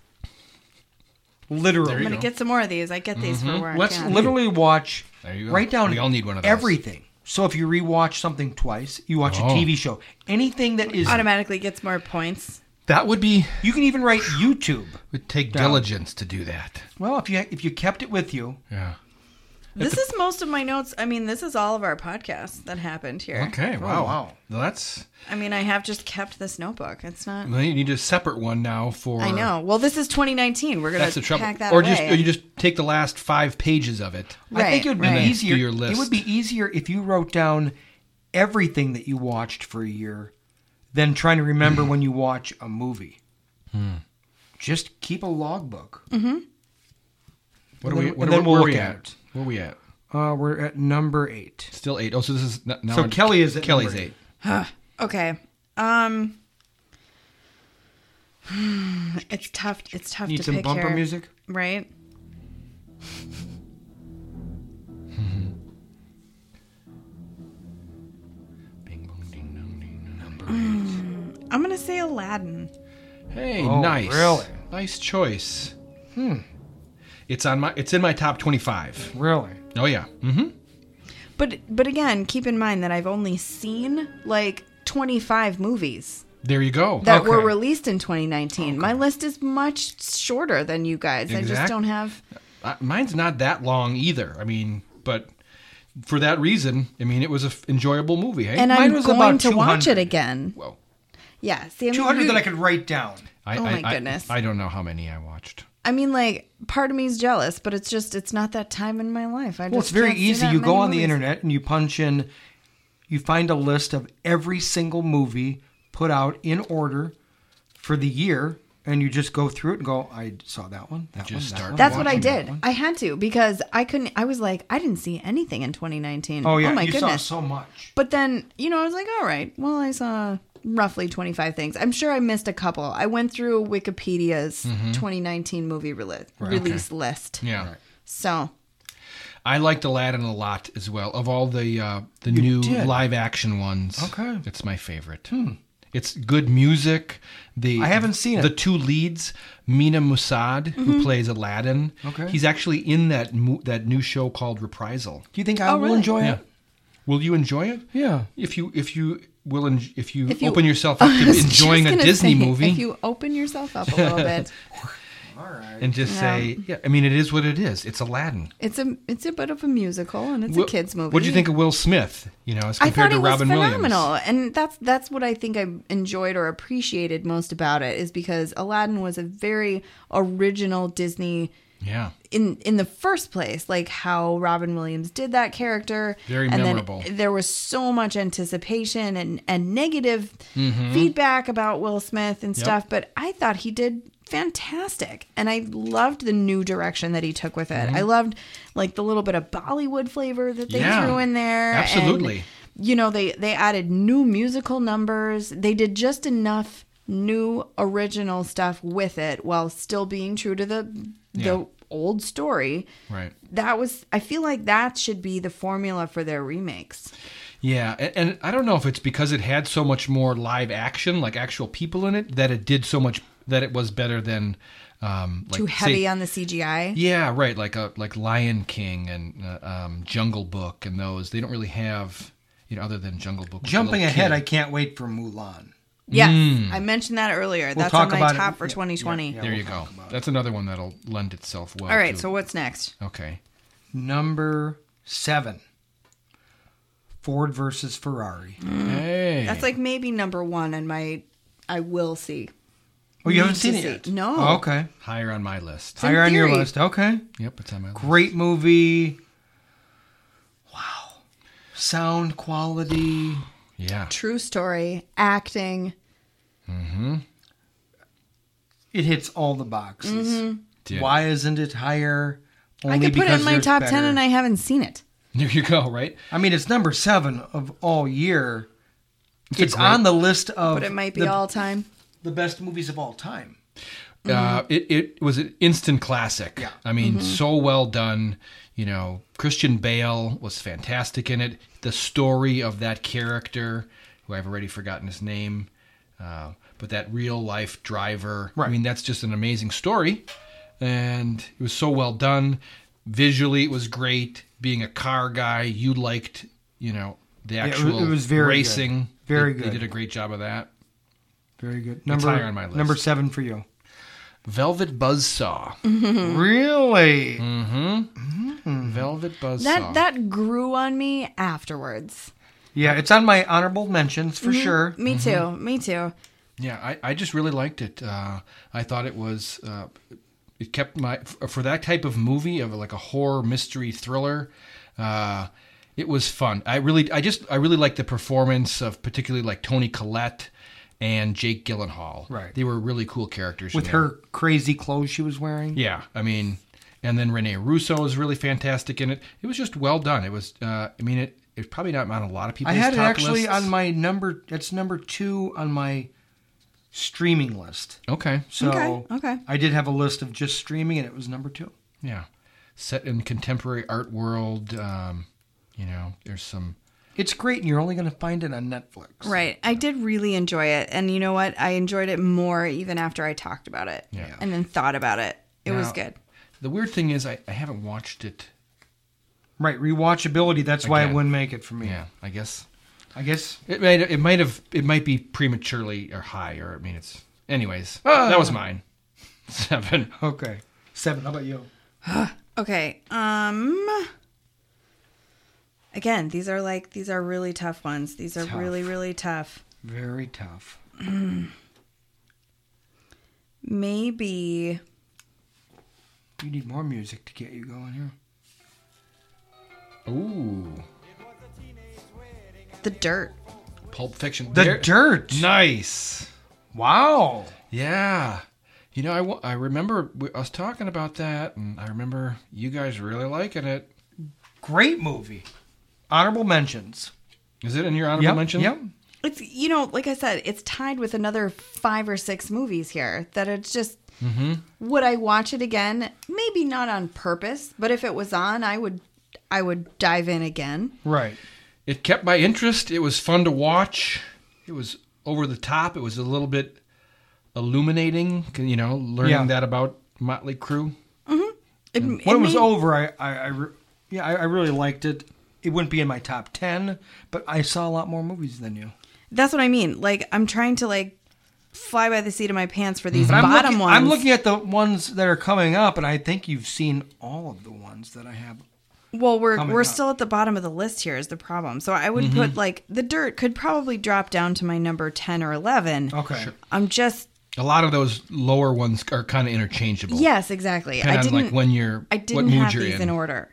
There Literally, you I'm gonna go. get some more of these. I get these for where Mm-hmm. Let's I can. literally watch. There you go. Write down. We all need one of those. Everything. So if you rewatch something twice, you watch Oh. a TV show, anything that is. automatically gets more points. that would be You can even write YouTube. would take Down. diligence to do that. Well, if you if you kept it with you, Yeah. This is most of my notes. I mean, this is all of our podcasts that happened here. Okay. Wow. wow. Well, that's I mean, I have just kept this notebook. It's not. well, you need a separate one now for. I know. Well, this is 2019. We're gonna That's the trouble. pack that or away. just or you just take the last five pages of it. Right, I think it would be right. And then easier. do your list. It would be easier if you wrote down everything that you watched for a year than trying to remember when you watch a movie. Hmm. Just keep a logbook. What And are we? What then- and are, we- then we'll where are look we at at? it. Where are we at? Uh, we're at number eight. Still eight. Oh, so this is n- now. So I'm- Kelly is at Kelly's number eight. Okay. Um it's tough it's tough Need to some pick bumper here, music? Right? Bing, bong, ding, dong, ding, dong. I'm going to say Aladdin. Hey, Oh, nice. really? Nice choice. Hmm. It's on my. It's in my top twenty-five. Really? Oh yeah. Mm-hmm. But but again, keep in mind that I've only seen like 25 movies There you go. that were Okay. released in 2019. My list is much shorter than you guys. I just Exact- don't have Uh, mine's not that long either. I mean, but for that reason, I mean, it was an enjoyable movie. Hey. and Mine I'm was going about to watch it 200. again. Whoa. Yeah, see I mean, Two hundred you- that I could write down. I, Oh I- my I- goodness. I don't know how many I watched. I mean like part of me is jealous, but it's just it's not that time in my life. I just Well, it's very can't see easy. that You go many on the movies. internet and you punch in, you find a list of every single movie put out in order for the year, and you just go through it and go, I saw that one, that Just one, that start one, That's what I that did. one." I had to because I couldn't. I was like, I didn't see anything in 2019. Oh yeah, my you goodness. saw so much. but then you know, I was like, all right. Well, I saw roughly 25 things. I'm sure I missed a couple. I went through Wikipedia's Mm-hmm. 2019 movie rele- release list. Yeah. So I liked Aladdin a lot as well. Of all the uh, the new did. live action ones, Okay. Hmm. it's my favorite. It's good music. The I haven't seen it. Mm-hmm. The two leads, Mina Musad, who plays Aladdin. Okay. he's actually in that mo- that new show called Reprisal. Do you think I Oh, will really? enjoy Yeah. it? Will you enjoy it? Yeah. If you if you will en- if you if you open yourself up I to was just enjoying a gonna Disney say, movie, if you open yourself up a little bit, All right. and just Yeah. say, yeah, I mean, it is what it is. It's Aladdin. It's a it's a bit of a musical and it's a Wh- kids movie. What do you think of Will Smith? You know, as I compared thought to it Robin was Williams. phenomenal, and that's that's what I think I enjoyed or appreciated most about it is because Aladdin was a very original Disney Yeah. in in the first place, like how Robin Williams did that character. Very and memorable. Then there was so much anticipation and and negative feedback about Will Smith and Mm-hmm. Yep. stuff, but I thought he did fantastic and i loved the new direction that he took with it Mm-hmm. i loved like the little bit of bollywood flavor that they Yeah. threw in there and, Absolutely. you know they they added new musical numbers they did just enough new original stuff with it while still being true to the the Yeah. old story Right. that was i feel like that should be the formula for their remakes Yeah, and, and I don't know if it's because it had so much more live action, like actual people in it, that it did so much that it was better than um, like too heavy say- on the cgi Yeah, right. Like a like Lion King and uh, um, Jungle Book and those. They don't really have you know other than Jungle Book. with the Jumping little ahead, kid. I can't wait for Mulan. yes i mentioned that earlier that's Mm. talk on my about it. top for Yeah, 2020 yeah, yeah. there you go. we'll talk about it. That's another one that'll lend itself well. all right to- so what's next okay, Number seven. Ford versus Ferrari. Mm. hey, that's like maybe number one on my i will see Oh, you haven't Need to seen it see. yet? No. Oh, okay. higher on my list. in Higher on your theory. list. Okay. Yep, it's on my list. Great movie. Wow. Sound quality. Yeah, true story acting It hits all the boxes. Did. Why isn't it higher? Mm-hmm. i could put it in because my there's top better- 10 and i haven't seen it there you go. Right, I mean, it's number seven of all year. It's, a great- on the list of. but it might be the, all time the best movies of all time. uh, it it was an instant classic. Mm-hmm. Yeah. Mm-hmm. I mean, so well done. You know, Christian Bale was fantastic in it. The story of that character, who I've already forgotten his name, uh, but that real life driver. I Right. mean, that's just an amazing story, and it was so well done. Visually, it was great. Being a car guy, you liked, you know, the it was- actual it was very good. racing. Very They- They good. did a great job of that. Very good. Number higher on my list. number seven for you. Velvet Buzzsaw. Mm-hmm. Mm-hmm. Really? Mm-hmm. Velvet Buzzsaw. that that grew on me afterwards Yeah, it's on my honorable mentions for sure. Mm-hmm. me too me too Yeah, I, I just really liked it. Uh, I thought it was uh, it kept my f- for that type of movie of like a horror mystery thriller. Uh, it was fun. I really I just I really liked the performance of particularly like Tony Collette and Jake Gyllenhaal. Right. they were really cool characters in With there. her crazy clothes she was wearing. Yeah, I mean, and then Rene Russo was really fantastic in it. It was just well done. It was. Uh, I mean, it it's probably not on a lot of I people's. had it top actually lists. on my number. It's number two on my streaming list. Okay. So Okay, okay. I did have a list of just streaming, and it was number two. Yeah, set in contemporary art world. Um, you know, there's some. It's great, and you're only going to find it on Netflix. right i did really enjoy it and you know what i enjoyed it more even after i talked about it Yeah. and then thought about it it was Now, good The weird thing is, I, I haven't watched it. Right. Rewatchability. That's why it Again. wouldn't make it for me. Yeah, I guess I guess. it might. It might have. It might be prematurely or high. Or I mean, it's. Anyways, that was mine. Seven. Okay. Seven. How about you? okay um again these are like these are really tough ones these are Tough. really really tough Very tough. maybe You need more music to get you going here. Ooh, the dirt Pulp Fiction. The There- dirt. Nice. Wow. Yeah. You know, I, wa- I remember we, us talking about that, and I remember you guys really liking it. Great movie. Honorable mentions. Is it in your honorable Yep, mention? Yep. it's you know like i said it's tied with another five or six movies here that it's just Mm-hmm. would i watch it again maybe not on purpose but if it was on i would i would dive in again Right. it kept my interest. It was fun to watch. It was over the top. It was a little bit illuminating. You know, learning Yeah. that about Motley Crue. it, When it, was made- over, I, I, I re- yeah, I, I really liked it. It wouldn't be in my top ten, but I saw a lot more movies than you. that's what i mean like i'm trying to like fly by the seat of my pants for these But Mm-hmm. I'm bottom looking, ones. I'm looking at the ones that are coming up, and I think you've seen all of the ones that I have. Well, we're coming we're up. still at the bottom of the list here is the problem. So I would Mm-hmm. put like the dirt could probably drop down to my number 10 or 11. Okay. I'm just A lot of those lower ones are kind of interchangeable. Yes, exactly. I Depending didn't on, like, when you're- I what didn't mood have you're these in. in. order.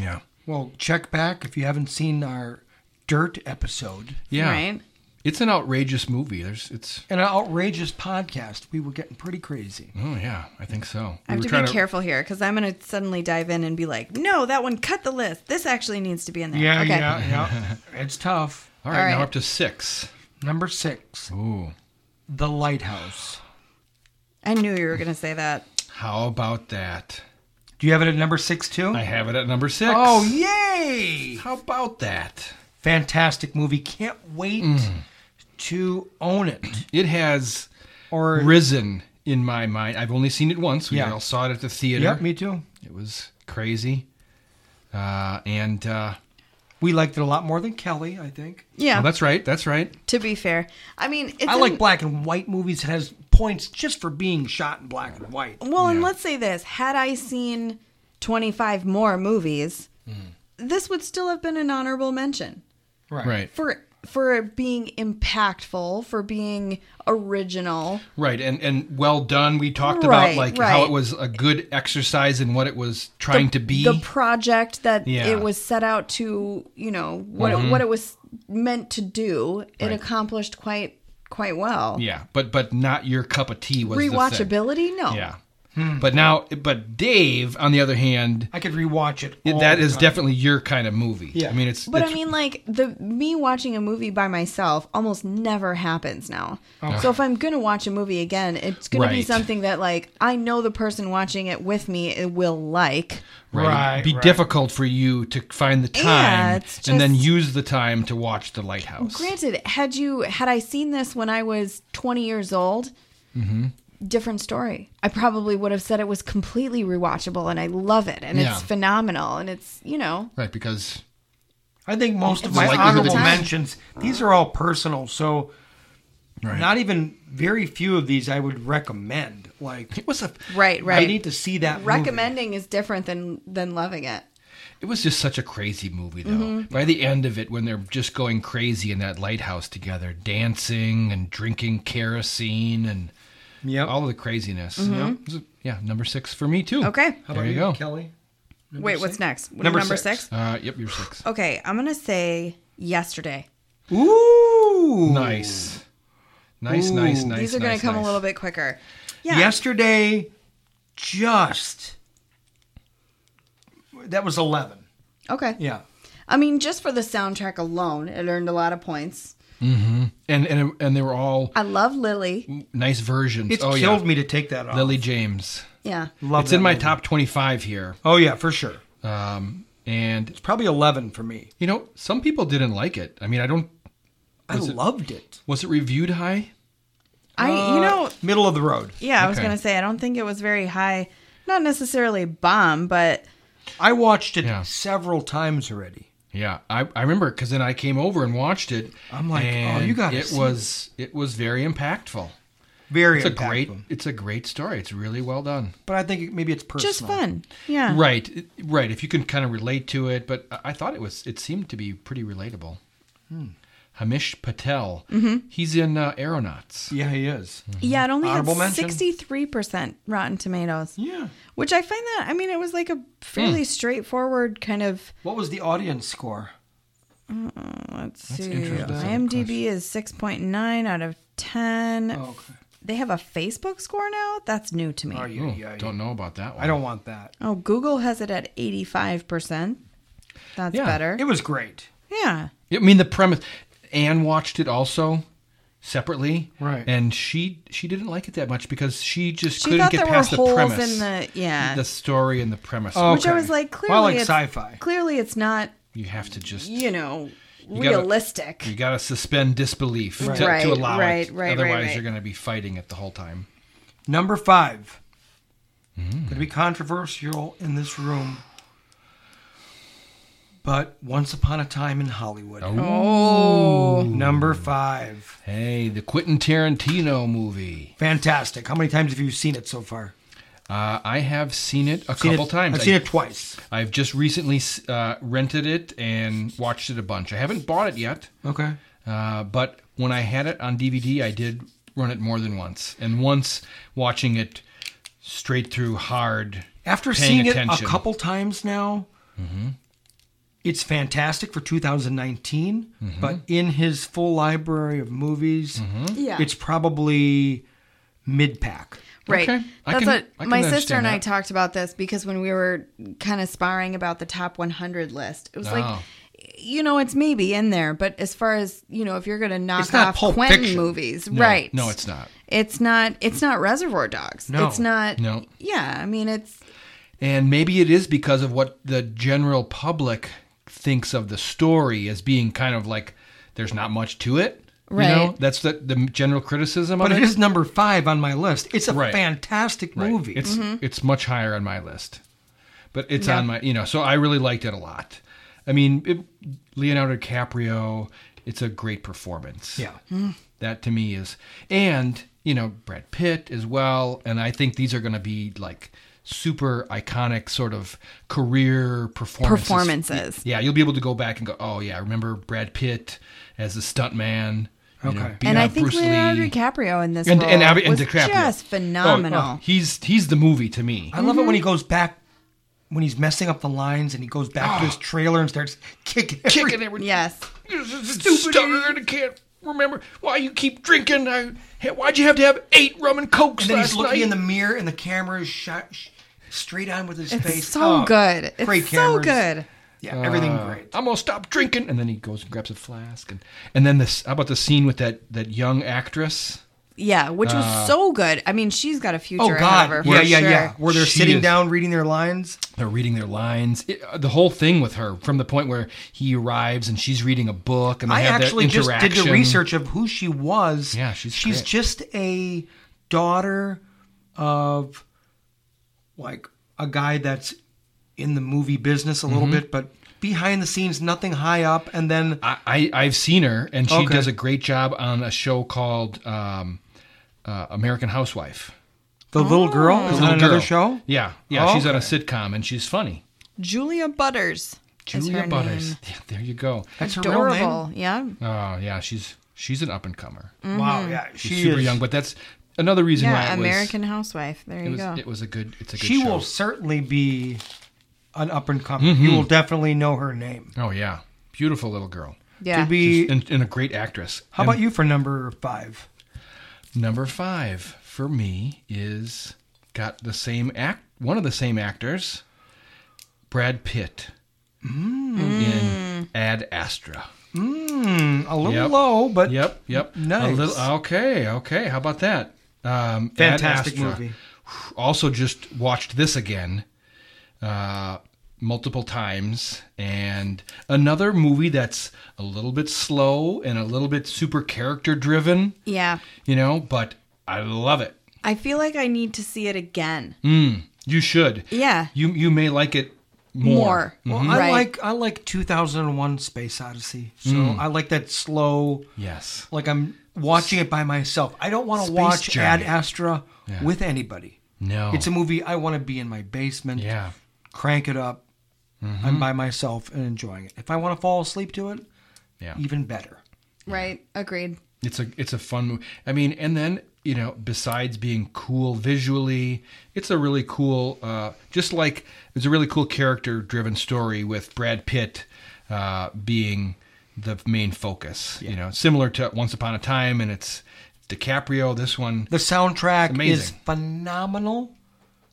Yeah. Well, check back if you haven't seen our dirt episode Yeah. Right? It's an outrageous movie. There's it's and an outrageous podcast. We were getting pretty crazy. oh yeah, I think so. I have were to trying be careful here because I'm going to suddenly dive in and be like, no, that one cut the list. This actually needs to be in there. okay. yeah. it's tough. All right, All now right. up to six. Number six, Ooh. The Lighthouse. I knew you were going to say that. How about that? Do you have it at number six too? I have it at number six. Oh yay! How about that? Fantastic movie. Can't wait Mm. to own it. It has Or risen in my mind. I've only seen it once. We Yeah. all saw it at the theater. yep, me too. It was crazy. Uh, and uh, We liked it a lot more than Kelly, I think. Yeah, well, that's right. That's right. to be fair. I mean, it's I like an- black and white movies. It has points just for being shot in black and white. Well, and Yeah. let's say this had I seen 25 more movies, Mm-hmm. this would still have been an honorable mention Right. for for it being impactful, for being original. Right. And and well done. We talked about Right, like how right. it was a good exercise and what it was trying to be. The project that Yeah. Mm-hmm. it was set out to, you know, what it, what it was meant to do, it Right. accomplished quite quite well. yeah, but but not your cup of tea was the thing. Rewatchability? No. Yeah. But now, but Dave, on the other hand, I could rewatch it. it- all that the is time. definitely your kind of movie. Oh, Yeah. I mean, it's. But it's- I mean, like the me watching a movie by myself almost never happens now. So if I'm gonna watch a movie again, it's gonna be Oh. Right. something that like I know the person watching it with me it will like. right, Right, it'd be right. difficult for you to find the time it's and then just- use the time to watch the lighthouse. Granted, had you had I seen this when I was 20 years old, Mm-hmm. different story. I probably would have said it was completely rewatchable and I love it and Yeah. it's phenomenal and it's you know Right, because I think most of It's my like honorable the- mentions, these are all personal, so Right. not even very few of these I would recommend. Like it was a right right. I need to see that movie. Recommending is different than than loving it. it was just such a crazy movie though. Mm-hmm. By the end of it, when they're just going crazy in that lighthouse together, dancing and drinking kerosene and Yep. all of the craziness. It was a- Yeah, number six for me too. Mm-hmm. Okay. How there about you you, go. Kelly? Wait, what's next? Number six. Uh, yep, you're six. Okay, I'm gonna say yesterday. Ooh, Nice. Nice, nice, Ooh. nice. These are gonna nice, come nice. a little bit quicker. Yeah. Yesterday, just that was eleven. Okay. Yeah, I mean, just for the soundtrack alone, it earned a lot of points. And and and they were all I love Lily. nice versions. it's oh killed yeah, me to take that off. Lily James. Yeah. Love it's that in my movie. top twenty-five here. Oh yeah, for sure. Um, and It's probably eleven for me. you know, some people didn't like it. I mean, I don't. I Was it- loved it. Was it reviewed high? I, Uh, you know, Middle of the road. yeah, I was okay. gonna say I don't think it was very high, not necessarily bomb, but I watched it Yeah. several times already. Yeah, I, I remember because then I came over and watched it. I'm like, oh, and you gotta It see was it was very impactful. Very It's a great impactful. it's a great story. It's really well done. but I think it- maybe it's personal. just fun. Yeah. Right, it- right. If you can kind of relate to it, but I I thought it was it seemed to be pretty relatable. Hmm. Hamish Patel, Mm-hmm. he's in uh, Aeronauts. Yeah, he is. Yeah, it only Honorable had mention. sixty-three percent Rotten Tomatoes, Hmm. Yeah. which I find that I mean it was like a fairly straightforward kind of. What was the audience score? Let's see. interesting. That's a good IMDb is six point nine out of ten. Oh, Oh. Okay. They have a Facebook score now? That's new to me. Oh, yeah, Ooh, yeah, yeah. don't know about that one. I don't want that. Oh, Google has it at 85%. That's Yeah, better. It was great. yeah. I mean the premise. Anne watched it also separately, Right. And she she didn't like it that much because she just She couldn't thought get there were past the holes premise, in the yeah. the story and the premise. Oh. Which I okay. was like Well, I clearly like it's, sci-fi. Clearly it's not, You have to just you know, gotta- Mm. realistic. You got to suspend disbelief to, Right, to allow right, it. right, Otherwise, right, right. you're going to be fighting it the whole time. Number five. Hmm. Going to be controversial in this room. But Once Upon a Time in Hollywood. Oh. Number five. Hey, the Quentin Tarantino movie. Fantastic. How many times have you seen it so far? Uh, I have seen it a Seen couple it- times. I've seen I- it twice. I've just recently uh, rented it and watched it a bunch. I haven't bought it yet, Okay. uh, but when I had it on DVD, I did run it more than once. And once watching it straight through hard. After paying seeing it attention. Mm-hmm. a couple times now, it's fantastic for 2019. Mm-hmm. But in his full library of movies, Yeah. it's probably mid pack. Right. Okay. I That's can- what I can my sister understand and I that. talked about this because when we were kind of sparring about the top 100 list, it was like, Oh. you know, it's maybe in there, but as far as you know, if you're going to knock It's not off Pulp Quentin Fiction. movies, No, right? No, it's not. It's not. It's not Reservoir Dogs. No. It's not. No. Yeah, I mean, it's And maybe it is because of what the general public thinks of the story as being kind of like there's not much to it. You know, Right. that's the, the general criticism of But it. it is number five on my list. It's a Right. fantastic Right. movie. It's it's much higher on my list, but it's Mm-hmm. Yeah. on my you know. So I really liked it a lot. I mean, it, Leonardo DiCaprio. It's a great performance. yeah. Mm. that to me is, and you know Brad Pitt as well. And I think these are going to be like super iconic sort of career performances. performances. Yeah, you'll be able to go back and go, oh yeah, I remember Brad Pitt as the stuntman. you know, Okay. beat and I up think Bruce Leonardo Lee. DiCaprio in this and role and, Ab- and was DiCaprio. just Oh, phenomenal. oh, he's he's the movie to me. I love it when Mm-hmm. he goes back, when he's messing up the lines and he goes back to his trailer and starts kicking. every- Ah. kicking everything. Yes. Stupid stubborn. I can't remember why you keep drinking. I, why'd you have to have eight rum and cokes And then last he's looking night? in the mirror and the camera is shot sh- straight on with his face. It's so Oh, good. It's great so cameras. good. Yeah, everything great. I'm gonna stop drinking, and then he goes and grabs a flask, and and then this. How about the scene with that that young actress? Yeah, which was so good. I mean, she's got a future Uh, Oh ahead of God! her. For Yeah, yeah, sure. yeah. Where they're She sitting is- down reading their lines. They're reading their lines. It, uh, the whole thing with her, from the point where he arrives and she's reading a book, and they I have actually that just interaction. did the research of who she was. Yeah, she's she's great. just a daughter of like a guy that's in the movie business a little Mm-hmm. bit, but behind the scenes, nothing high up. And then I, I I've seen her, and she Okay. does a great job on a show called um, uh, American Housewife. the Oh. little girl is on Little another girl. show. Yeah, yeah. She's on a Okay. sitcom, and she's funny. Julia Butters. is Julia her Butters. name. Yeah, there you go. That's her real name? Adorable. Yeah. Oh yeah, she's she's an up and comer. Mm-hmm. Wow, yeah, She's she super is- young, but that's another reason why Yeah. it American Housewife. There you Was, it go. was it was a good it's a good She show. Mm-hmm. will certainly be an up and coming. You will definitely know her name. Oh yeah, beautiful little girl. yeah. To be, She's- and, and a great actress. how about you for number five? Number five for me is got the same act, one of the same actors, Brad Pitt in Ad Astra. Mm, a little Yep. low, but Yep, yep. A Nice. little- okay, okay. How about that? Um, Ad fantastic Astra. movie. Also, just watched this again uh, multiple times, and another movie that's a little bit slow and a little bit super character driven. yeah. you know, but I love it. I feel like I need to see it again. Mm. Mm, You should. Yeah. You you may like it more. More. Well, I like I like 2001: Space Odyssey. So Hmm. I like that slow, Yes. like I'm watching it by myself. I don't want to Space watch Journey. Ad Astra with anybody. No. It's a movie I want to be in my basement. yeah. Mm-hmm. crank it up. I'm by myself and enjoying it. If I want to fall asleep to it, Yeah. even better. Right. Agreed. It's a it's a fun movie. I mean, and then you know, besides being cool visually, it's a really cool. Uh, just like it's a really cool character driven story with Brad Pitt uh, being the main focus. You know, similar to Once Upon a Time, and it's DiCaprio. This one. The soundtrack is Amazing. Hmm. phenomenal.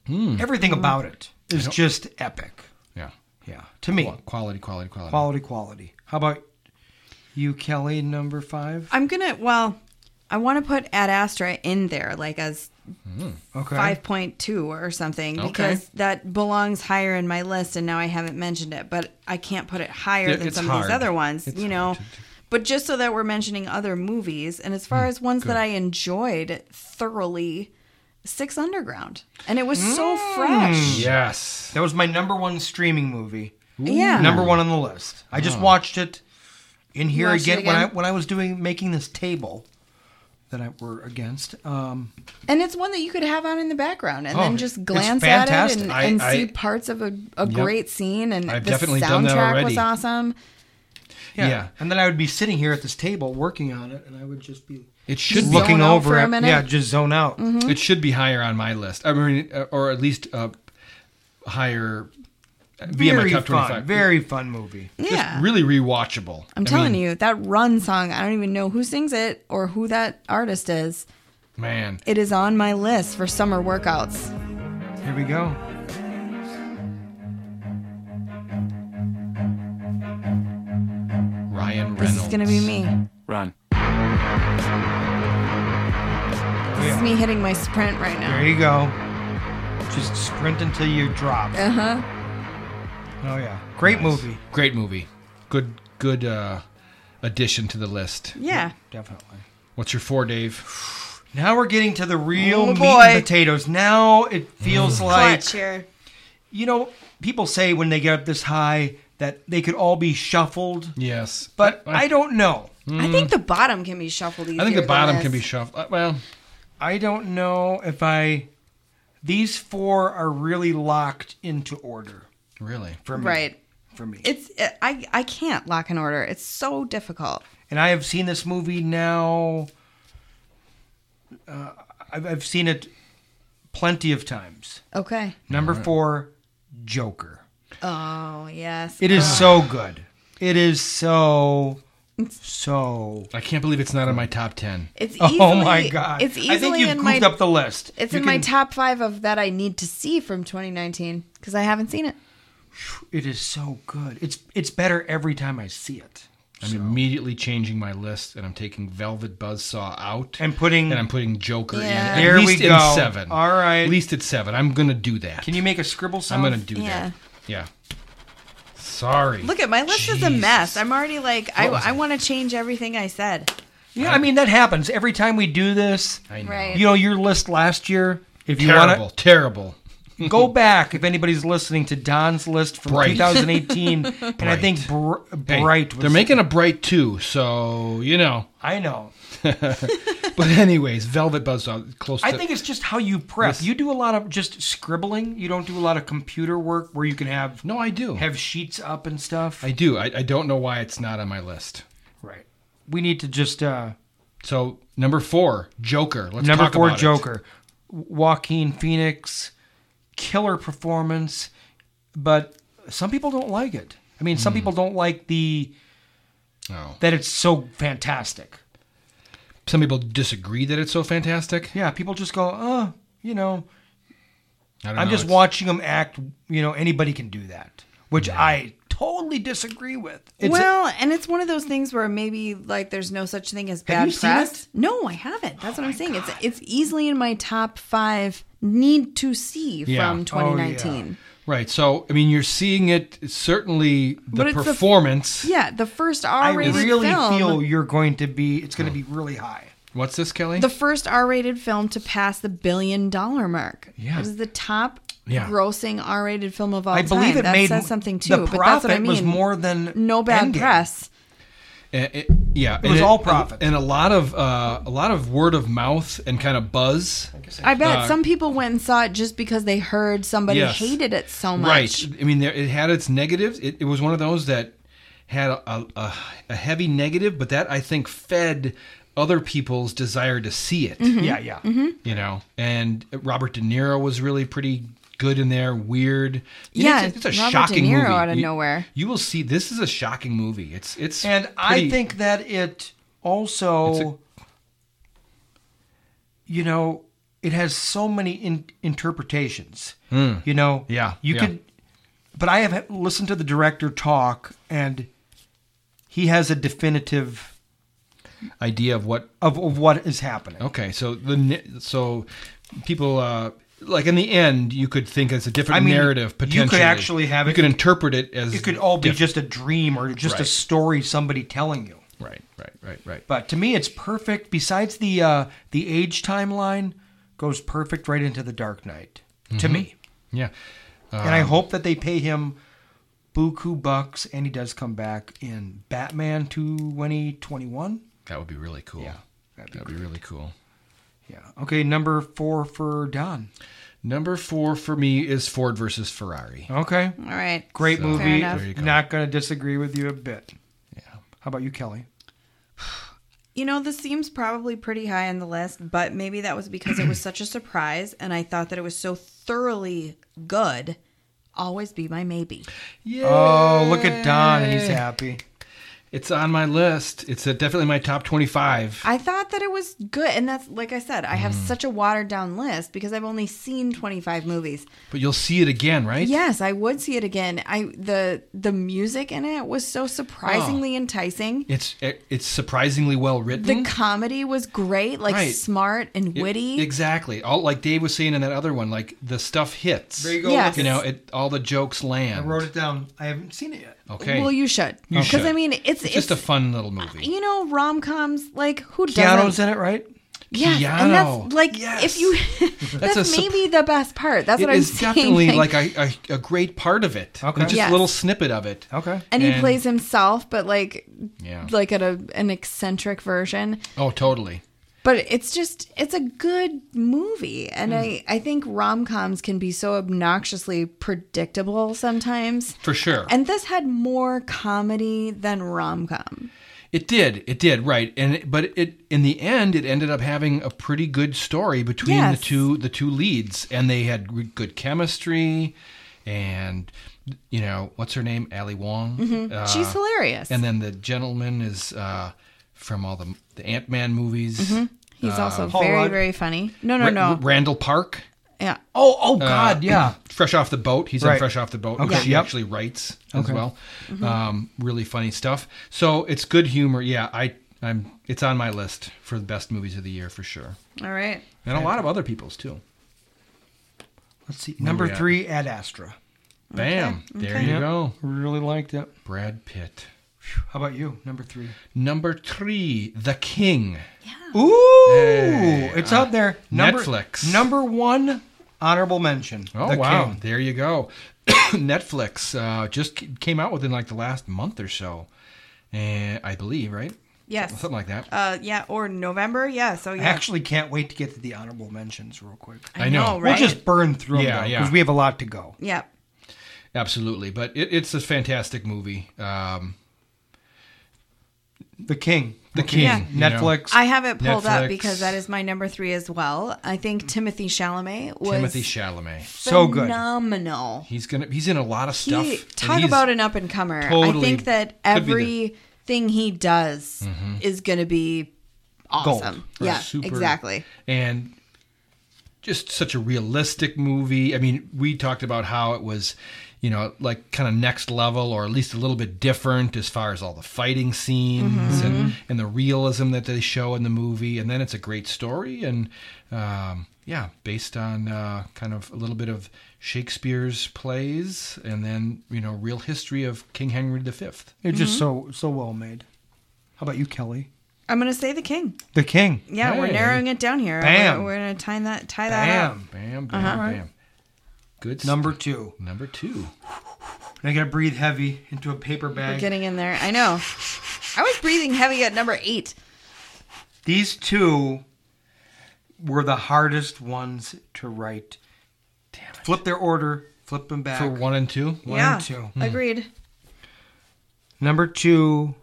Everything about it is just epic. Yeah. Yeah, to me, Quality, quality, quality. quality, quality. How about you, Kelly? Number five. I'm gonna. Well, I want to put Ad Astra in there, like as Okay. five point two or something, Okay. because that belongs higher in my list, and now I haven't mentioned it, but I can't put it higher Yeah, than it's some of hard. these other ones, It's you know. hard to do. But just so that we're mentioning other movies, and as Hmm, far as ones that I enjoyed thoroughly, Six Hmm. Underground, and it was so fresh. Yes. That was my number one streaming movie. Yeah. Number one on the list. I just watched it in here watched it again, when I again? when I was doing making this table that I were against. Um, And it's one that you could have on in the background and Oh, then just it's glance at it fantastic. and, I- and I- see parts of a, a great scene. And I've the definitely soundtrack done that was already. awesome. Yeah. And then I would be sitting here at this table working on it, and I would just be It should Zone be, looking out over for a it. minute? Mm-hmm. Yeah, just zone out. it should be higher on my list. I mean, uh, or at least uh, higher uh, via my Very top twenty fun. five. Very fun movie. Yeah. really rewatchable. I'm telling you, that run song, I don't even know who sings it or who that artist is. you, man. It is on my list for summer workouts. Here we go. Ryan Reynolds. This is going to be me. Run. This is me hitting my sprint right There now. you go. Just sprint until you drop. Uh huh. Oh yeah, great movie. Great movie. Good good uh, addition to the list. Yeah. Definitely. What's your four, Dave? Now we're getting to the real meat Oh, boy. and potatoes. Now it feels like Clutch here. you know people say when they get up this high that they could all be shuffled, Yes, but I don't know. I think the bottom can be shuffled easier. I think the than bottom this. can be shuffled. Uh, Well, I don't know if I. These four are really locked into order really, for me. right. For me. It's I I can't lock an order. It's so difficult. and I have seen this movie now. Uh, I've, I've seen it plenty of times. Okay. Number four, Joker. Oh yes. It is so Ah. good. It is so so. I can't believe it's not in my top ten. It's easily, Oh my god! It's easily I think you've in goofed my up the list. it's You in my can- top five of that I need to see from 2019 because I haven't seen it. It is so good. It's it's better every time I see it. I'm immediately changing my list, and I'm taking Velvet Buzzsaw out, And putting- and I'm putting Joker Yeah. in. At There we least in go. seven. All right. at least at seven. I'm gonna do that. Can you make a scribble sound? I'm gonna do Yeah. that. Yeah. Sorry. Look at my list is a Jesus. mess. I'm already like I was I it? want to change everything I said. Yeah, I mean that happens every time we do this. I know. Right. You know your list last year. If you Terrible. want Terrible. to go back, if anybody's listening to Don's list from Bright. 2018, and I think Br- Hey, Bright. Was, They're making a bright too, so you know. I know. But anyways, Velvet Buzzsaw close. I to, think it's just how you prep. You do a lot of just scribbling. You don't do a lot of computer work where you can have no, I do. have sheets up and stuff. I do. I, I don't know why it's not on my list. right. We need to just uh, So number four, Joker. Let's number talk four about it. Joker, Joaquin Phoenix, killer performance, but some people don't like it. I mean, Hmm. some people don't like the Oh. that it's so fantastic. Some people disagree that it's so fantastic. Yeah, people just go, oh, you know, I don't I'm know. just It's- watching them act. You know, anybody can do that, which I totally disagree with. It's well, and it's one of those things where maybe like there's no such thing as bad you seen press. it? Oh No, I haven't. That's what I'm saying. It's it's easily in my top five need to see Yeah. Oh, yeah. from 2019. right. So I mean, you're seeing it. Certainly, the But it's the- performance. Yeah, the first I R-rated really film. feel you're going to be. It's going to be really high. What's this, Kelly? the first R-rated film to pass the billion-dollar mark. Yeah. it was the top Yeah. grossing R-rated film of all I time. believe it that made says something too. The but that's profit what I mean. was more than no bad Endgame. press. Uh, it- yeah, it was all profit. and a lot of uh, a lot of word of mouth and kind of buzz. I bet Uh, some people went and saw it just because they heard somebody Yes. hated it so much. Right. I mean, there, it had its negatives. It, it was one of those that had a, a- a, a heavy negative, but that I think fed other people's desire to see Mm-hmm. it. Yeah, yeah. You know, and Robert De Niro was really pretty good in there. Weird. You Yeah, it's, a- it's a Robert De shocking Niro movie. out of You- nowhere. You will see. This is a shocking movie. It's it's And I pretty- think that it also, you know, it has so many in- interpretations. You know, Hmm. Yeah, you yeah. could. But I have listened to the director talk, and he has a definitive idea of what of, of what is happening. Okay, so the ni- so people uh, like in the end, you could think it's a different I mean, narrative you could potentially. actually have You it- could interpret it as It could all be diff- just a dream or just a Right. story somebody telling you. right, right, right, right. But to me, it's perfect. Besides the uh, the age timeline, goes perfect Mm-hmm. right into the Dark Knight to me. Yeah, Uh, and I hope that they pay him Buku Bucks, and he does come back in Batman 2021. That would be really cool. Yeah, that'd be That'd be really cool. Yeah. Okay, number four for Don. Number four for me is Ford versus Ferrari. Okay. All right. Great So, movie. Fair enough. there you go. Not going to disagree with you a bit. Yeah. How about you, Kelly? You know, this seems probably pretty high on the list, but maybe that was because it was such a surprise and I thought that it was so thoroughly good. Always be my maybe. Yeah. Oh, look at Don. He's happy. It's on my list. It's uh definitely my top 25. I thought that it was good. And that's, like I said, I have such a watered down list because I've only seen 25 movies. But you'll see it again, right? Yes, I would see it again. I the the music in it was so surprisingly enticing. It's it, it's surprisingly well The written. comedy was great, like Mm-hmm. Right. smart and It- witty. exactly. All like Dave was saying in that other one, like the stuff hits. There you go. Yes. You know, it all the jokes I land. wrote it down. I haven't seen it yet. Okay. Well, you should. You Because I should. mean, it's it's just a fun little movie. you know rom coms like who Keanu's doesn't? in it, right? Yes, and Keanu. that's like Yes. if you that's, That's a sup- maybe the best part. That's It what I'm is saying. definitely like a, a, a great part of it. Okay. It's Just Yes. a little snippet of it. Okay. and he and- plays himself, but like Yeah. like at a an eccentric version. Oh, totally. But it's just it's a good movie, and Hmm. I I think rom coms can be so obnoxiously predictable sometimes. For sure. And this had more comedy than rom com. It did. It did. Right. And it- but it in the end it ended up having a pretty good story between Yes. the two the two leads and they had re- good chemistry and you know, what's her name? Ali Wong. Uh, She's hilarious. and then the gentleman is uh, from all the the Ant-Man movies. He's also Paul very Rudd. very funny. No, no, uh, Ra- no. Randall Park. yeah. Oh, oh Uh, God, yeah. Fresh off the boat. He's in Right. Fresh Off the Boat, Okay. which he Yep. actually writes as Okay. well. Um, really funny stuff. So it's good humor. Yeah, I, I'm. It's on my list for the best movies of the year for sure, All right. and a lot of other people's too. Let's see. are Number we at? three, Ad Astra. Bam! There you Yep. go. Really liked it. Brad Pitt. How about you? Number three. Number three, The King. Oh. Ooh, Hey, uh, it's out there. Number, Netflix. Number one, honorable mention. Oh The wow! King. There you go. Netflix uh, just c- came out within like the last month or so, and I believe right, Yes. something like that. Uh, yeah, or November. Yeah, so Oh, yeah. I actually can't wait to get to the honorable mentions real quick. I know. right? We'll just burn through Yeah, them yeah. because we have a lot to go. yeah. Absolutely, but it, it's a fantastic movie. Um, The King. the King, Yeah. you know. Netflix. I have it pulled Netflix. up because that is my number three as well. I think Timothy Chalamet was Timothy Chalamet. so good. phenomenal. He's gonna. He's in a lot of stuff. He and talk he's- about an up and comer. I totally think that could be everything he does is going to be awesome. Or Yeah, super- exactly. And just such a realistic movie. I mean, we talked about how it was, you know, like kind of next level or at least a little bit different as far as all the fighting scenes Mm-hmm. and, and the realism that they show in the movie. And then it's a great story and, um, yeah, based on uh, kind of a little bit of Shakespeare's plays and then, you know, real history of King Henry V. It's just so so well made. How about you, Kelly? I'm going to say the king. The King. Yeah, we're Hey. narrowing it down here. Bam. We're, going to tie that tie that up. Bam. Bam, bam, Uh-huh. bam. Good Number two. st- number two. And I gotta breathe heavy into a paper bag. We're getting in there. I know. I was breathing heavy at number eight. These two were the hardest ones to write. Damn it. Flip their order. Flip them back. For one and two? One yeah, and two. Hmm. agreed. Number two,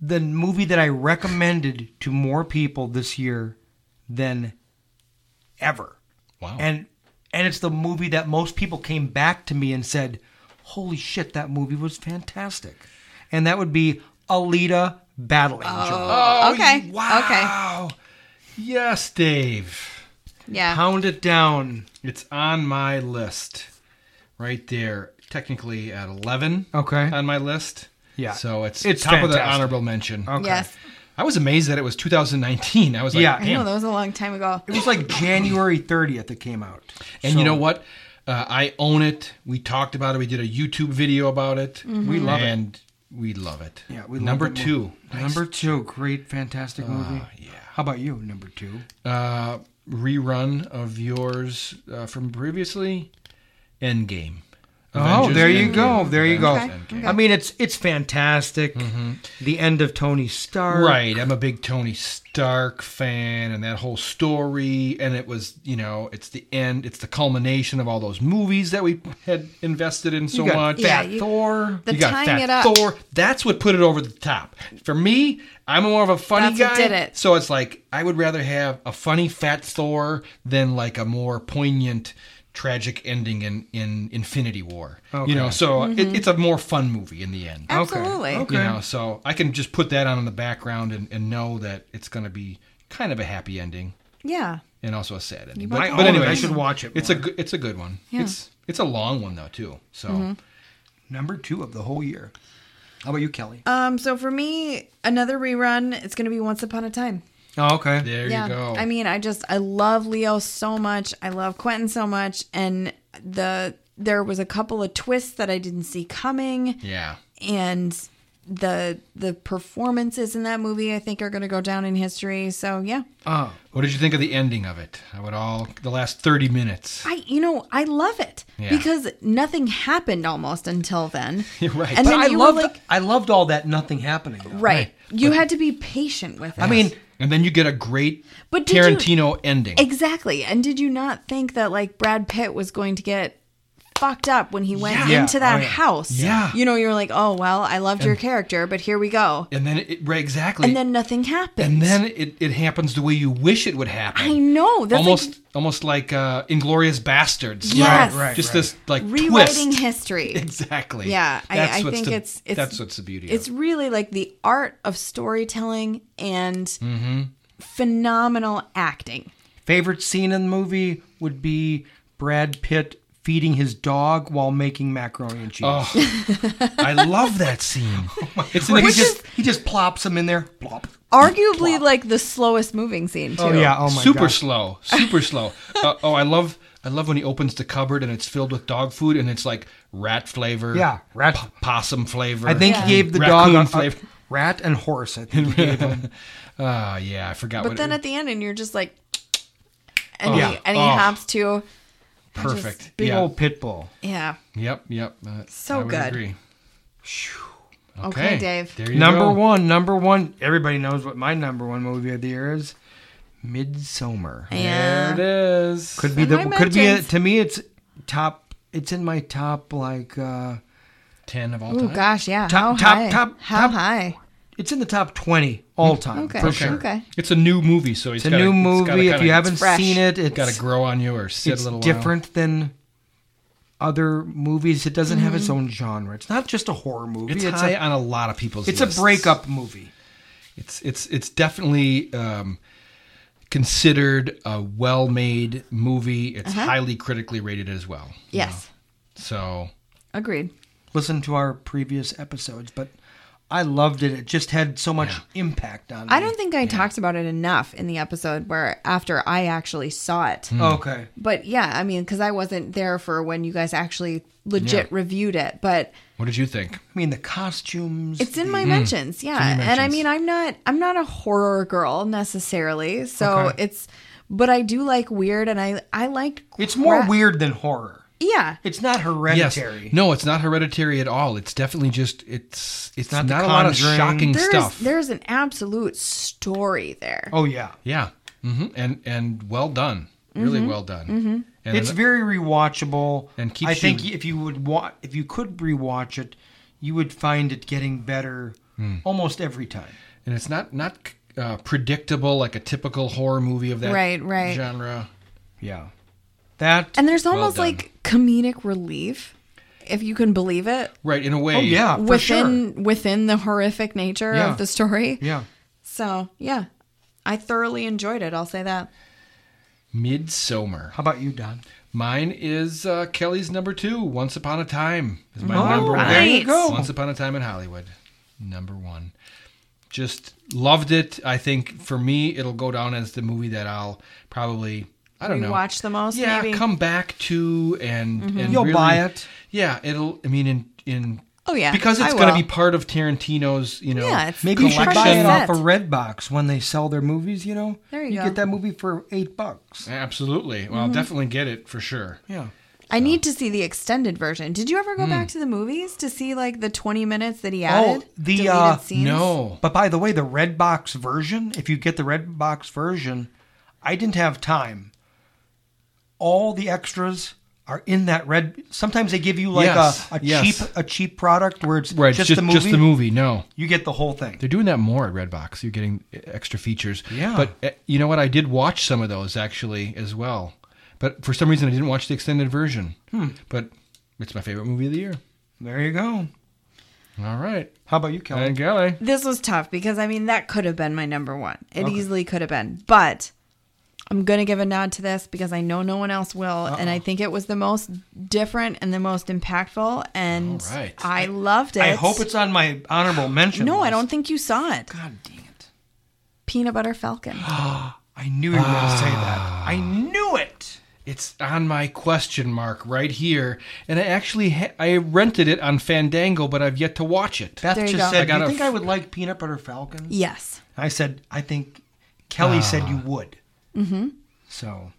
the movie that I recommended to more people this year than ever. Wow. And and it's the movie that most people came back to me and said, "Holy shit, that movie was fantastic." And that would be Alita Battle Angel. Oh, okay. Wow. Yes, Dave. Yeah. Pound it down. It's on my list right there. Technically at 11 Okay. on my list. Yeah. So it's, It's top of the fantastic. Oh. honorable mention. Okay. Yes. I was amazed that it was 2019. I was like, Yeah. I know damn. that was a long time ago. It was like January 30th it came out. And So- you know what? Uh, I own it. We talked about it. We did a YouTube video about it. We love it. and we love it. Yeah, we love Number it more. two. Number two, great, fantastic movie. Ah, yeah. How about you, number two? Uh, rerun of yours uh, from previously, Endgame. Oh, Avengers there you Endgame. go. There you go. Avengers Okay, Endgame. okay. I mean, it's it's fantastic. The end of Tony Stark. Right. I'm a big Tony Stark fan and that whole story. And it was, you know, it's the end, it's the culmination of all those movies that we had invested in so You got much. Yeah, Fat you- Thor. The you got tying Fat it up. Thor. That's what put it over the top. For me, I'm more of a funny That's what guy. did it. So it's like I would rather have a funny Fat Thor than like a more poignant tragic ending in, in Infinity War. Okay. You know, so Mm-hmm. it, it's a more fun movie in the end. Absolutely. Okay. You know, so I can just put that on in the background and, and know that it's going to be kind of a happy ending Yeah. and also a sad ending. might But, own but it. anyway, I should watch it It's more. a good, it's a good one. Yeah. Mm-hmm. It's it's a long one though too. So Number two of the whole year. How about you, Kelly? Um. So for me, another rerun. It's gonna be Once Upon a Time. Oh, okay. there yeah. you go. I mean, I just I love Leo so much. I love Quentin so much, and the there was a couple of twists that I didn't see coming. yeah, and the the performances in that movie I think are going to go down in history. So yeah, Oh, What did you think of the ending of it? How it all the last thirty minutes? I you know I love it Yeah. because nothing happened almost until then. You're right. and but then I you loved were like I loved all that nothing happening. Though. right. right. You had to be patient with it. I mean, and then you get a great But did you- Tarantino ending. exactly. And did you not think that like Brad Pitt was going to get fucked up when he went Yeah. into that Oh, yeah. house? Yeah. You know, you were like, oh well, I loved your character, but here we go. and then it right, exactly. And then nothing happened. And then it, it happens the way you wish it would happen. I know. That's almost like almost like uh, Inglorious Bastards. Yes. Right, right, Just right. this like rewriting twist. history. Exactly. Yeah, I, That's I what's think the- it's, it's that's what's the beauty. It's of. really like the art of storytelling and Mm-hmm. phenomenal acting. Favorite scene in the movie would be Brad Pitt feeding his dog while making macaroni and cheese. Oh, I love that scene. it's an Where he ex- just he just plops him in there. Plop. Arguably, like the slowest moving scene too. Oh yeah. Oh my super gosh. slow, super slow. Uh, oh, I love I love when he opens the cupboard and it's filled with dog food and it's like rat flavor. Yeah, rat- po- possum flavor. I think Yeah. he gave the Raccoon dog a, a flavor. rat and horse. I think he gave him. Ah, yeah, I forgot. But what then it, at the end, and you're just like, and Oh, he yeah. and he Oh. hops to, perfect. Big yeah. old pit bull. yeah. Yep, yep. Uh, So I would good. Agree. Okay, Dave. There you Number go. one, number one. Everybody knows what my number one movie of the year is. Midsummer. Yeah. There it is. Could be In the my could be a, mentions. to me it's top. It's in my top like uh ten of all Oh time. gosh, yeah. How Top- top- high? top- How top- high? it's in the top twenty all time Okay. for Okay. sure. Okay. Hmm. It's a new movie, so It's a new movie. if you haven't fresh. seen it, it's got to grow on you or sit it's a little. different than other movies. It doesn't have its own genre. It's not just a horror movie. While. It's, It's, high a, on a lot of people's. it's a lists. breakup movie. It's it's it's definitely um, considered a well-made movie. It's Uh-huh. highly critically rated as well. you know. Yes, So agreed. Listen to our previous episodes, but I loved it. It just had so much impact on. I me. don't think I talked about it enough in the episode where after I actually saw it. Hmm. Okay. But yeah, I mean, because I wasn't there for when you guys actually legit reviewed it, but what did you think? I mean the costumes. it's in the- my mentions, yeah. your And I mentions. mean, I'm not I'm not a horror girl necessarily, so Okay. it's but I do like weird, and I I liked It's more cra- weird than horror. Yeah, It's not Yes. hereditary. No, it's not hereditary at all. It's definitely just it's it's not not, The a lot of Conjuring. shocking there's stuff. there's an absolute story there. Oh yeah. Yeah. hmm And and well done. Really well done. Mm-hmm. And It's very rewatchable, And keeps I think you- if you would wa- if you could rewatch it, you would find it getting better Hmm. almost every time. and it's not not uh, predictable like a typical horror movie of that Right, right. genre. Yeah, that And there's almost done. like comedic relief, if you can believe it, Right, in a way. oh yeah, for sure. within within the horrific nature Yeah. of the story. yeah. So yeah, I thoroughly enjoyed it. I'll say that. Midsummer. How about you, Don? Mine is uh, Kelly's number two. Once Upon a Time is my number right. there one. you go. Once Upon a Time in Hollywood, number one. Just loved it. I think for me, it'll go down as the movie that I'll probably I don't know Rewatch the most, Yeah, maybe? Mm-hmm. come back to and and You'll really- buy it. Yeah, it'll. I mean, in in Oh, yeah, because it's I going to will. be part of Tarantino's. You know, Yeah, it's- Maybe you should Collection. buy it off Set. a Redbox when they sell their movies. You know, There you you go. get that movie for eight bucks. Mm-hmm. absolutely. Well, I'll definitely get it for sure. Yeah, I need to see the extended version. Did you ever Hmm. go back to the movies to see like the 20 minutes that he added? Oh, the, Deleted uh, scenes? No. But by the way, the red box version, if you get the red box version, I didn't have time. All the extras are in that red. Sometimes they give you like Yes, a, a yes. cheap a cheap product where it's Right, just, just, the movie. just the movie. No, You get the whole thing. they're doing that more at Redbox. You're getting eh, extra features. Yeah. But eh, you know what? I did watch some of those actually as well. But for some reason, I didn't watch the extended version. Hmm. But it's my favorite movie of the year. There you go. All right, How about you, Kelly? Ryan Galley. This was tough because I mean that could have been my number 1. It easily could have been. But I'm going to give a nod to this because I know no one else will and I think it was the most different and the most impactful and All right. I loved it. I hope it's on my honorable mention. No, I list. don't think you saw it. God dang it! Peanut Butter Falcon. I knew you were going to say Ah. that. I knew it. It's on my question mark right here, and I actually ha- I rented it on Fandango, but I've yet to watch it. Beth There you just go. I said, "Do got you a think f- I would like peanut butter falcon?" yes. I said, "I think." Kelly said Ah. you would. Mm-hmm. So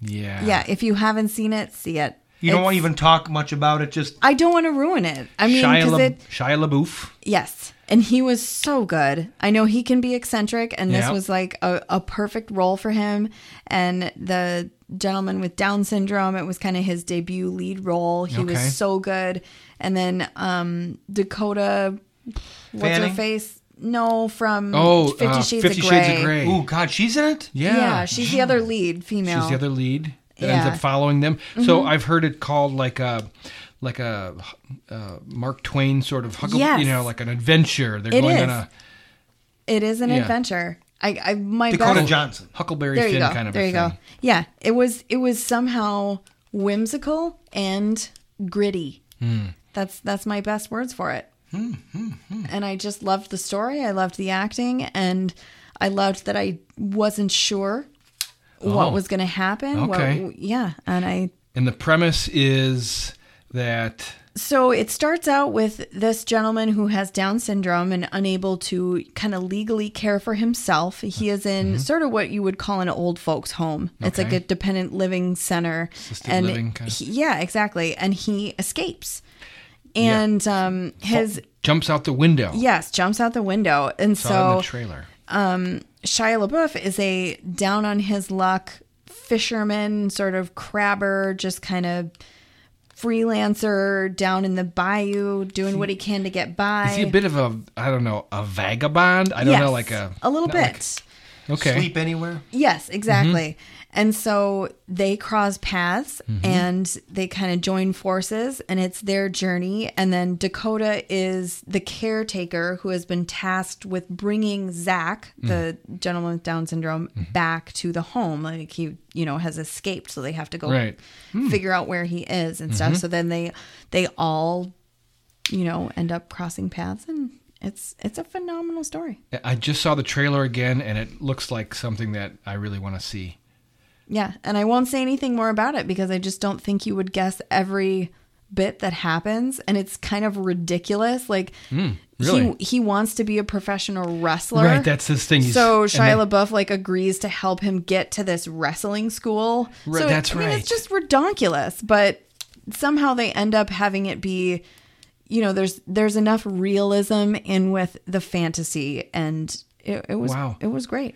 yeah, Yeah, if you haven't seen it, see it. you don't It's- want to even talk much about it. Just I don't want to ruin it. I mean, Shia, because La- it Shia LaBeouf. Yes. And he was so good. I know he can be eccentric, and this Yeah. was like a, a perfect role for him. And the gentleman with Down syndrome, it was kind of his debut lead role. He Okay. was so good. And then um, Dakota, what's Fanning? her face? No, from Oh, Fifty uh, Shades, Fifty of, Grey. Shades of Grey. oh God, she's in it. Yeah. Yeah, she's the other lead female. She's the other lead Yeah. that Mm-hmm. ends up following them. So I've heard it called like a like a uh, Mark Twain sort of huckle, Yes. you know, like an adventure. They're It going is. on a It is an Yeah. adventure. I, I my Dakota best- Johnson. Huckleberry there you Finn go. kind of there a you thing. go. Yeah, it was it was somehow whimsical and gritty. Hmm. That's that's my best words for it. And I just loved the story. I loved the acting, and I loved that I wasn't sure Oh. what was going to happen. Okay. What, yeah, and I And the premise is that so it starts out with this gentleman who has Down syndrome and unable to kind of legally care for himself. He is in sort of what you would call an old folks home. It's like Mm-hmm. Okay. a dependent living center. Assisted living kind of- he- yeah, exactly. And he escapes. And um, his jumps out the window. yes jumps out the window, and Saw so it in the trailer. Shia LaBeouf is a down on his luck fisherman, sort of crabber, just kind of freelancer down in the bayou doing what he can to get by. Is he a bit of a I don't know a vagabond? I don't know, like a little not bit. like- okay. Sleep anywhere. Yes, exactly. And so they cross paths and they kind of join forces, and it's their journey. And then Dakota is the caretaker who has been tasked with bringing Zach, the gentleman with Down syndrome, back to the home. Like he, you know, has escaped, so they have to go Right. figure out where he is and stuff. So then they they all, you know, end up crossing paths, and it's it's a phenomenal story. I just saw the trailer again, and it looks like something that I really want to see. Yeah, and I won't say anything more about it because I just don't think you would guess every bit that happens and it's kind of ridiculous like Hmm, really? he he wants to be a professional wrestler. Right, that's his thing. He's- so and Shia LaBeouf like agrees to help him get to this wrestling school. Right, so that's I mean, right. It's just redonkulous, but somehow they end up having it be, you know, there's there's enough realism in with the fantasy, and it, it was Wow. it was great.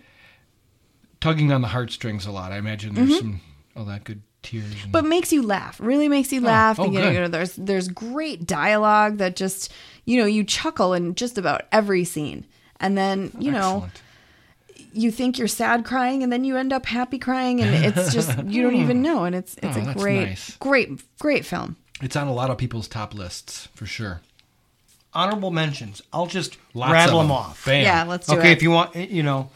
tugging on the heartstrings a lot. I imagine there's some all that good tears. And, Mm-hmm. but makes you laugh. Really makes you laugh. oh, and, you, know, good. you know, there's there's great dialogue that just you know you chuckle in just about every scene, and then you know Excellent. you think you're sad crying, and then you end up happy crying, and it's just you don't even know, and it's it's Oh, a that's great nice. great great film. it's on a lot of people's top lists for sure. Honorable mentions. I'll just Lots rattle of them off. Bam. Yeah, let's do Okay, it. if you want, eh, you know,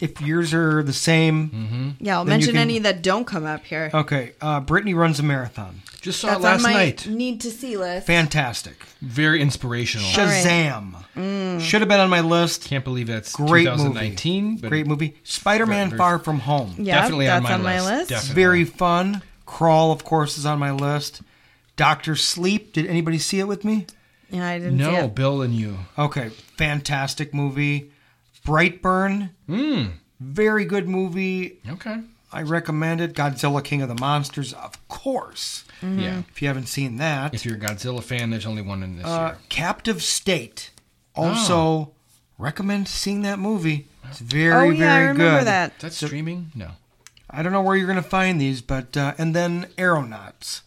if yours are the same. Mm-hmm. yeah, I'll then you mention can- any that don't come up here. Okay, uh, Brittany runs a marathon. Just saw That's it last on my night. need to see list. Fantastic. Very inspirational. All right. Mm. Shazam. Should have been on my list. Can't believe that's Great 2019. movie. But Great movie. Spider-Man: Right, very- Far From Home. yeah, definitely that's on my list. list. Definitely. Very fun. Crawl, of course, is on my list. Doctor Sleep. Did anybody see it with me? Yeah, I didn't see No, it. Bill and you. Okay, fantastic movie. Brightburn. Very good movie. Okay. I recommended Godzilla King of the Monsters, of course. Mm-hmm. Yeah. If you haven't seen that, If you're a Godzilla fan, there's only one in this Uh, year. Captive State. Also, recommend seeing that movie. It's very, oh yeah, very I remember good. that. Is that streaming? No. I don't know where you're going to find these, but uh, and then Aeronauts.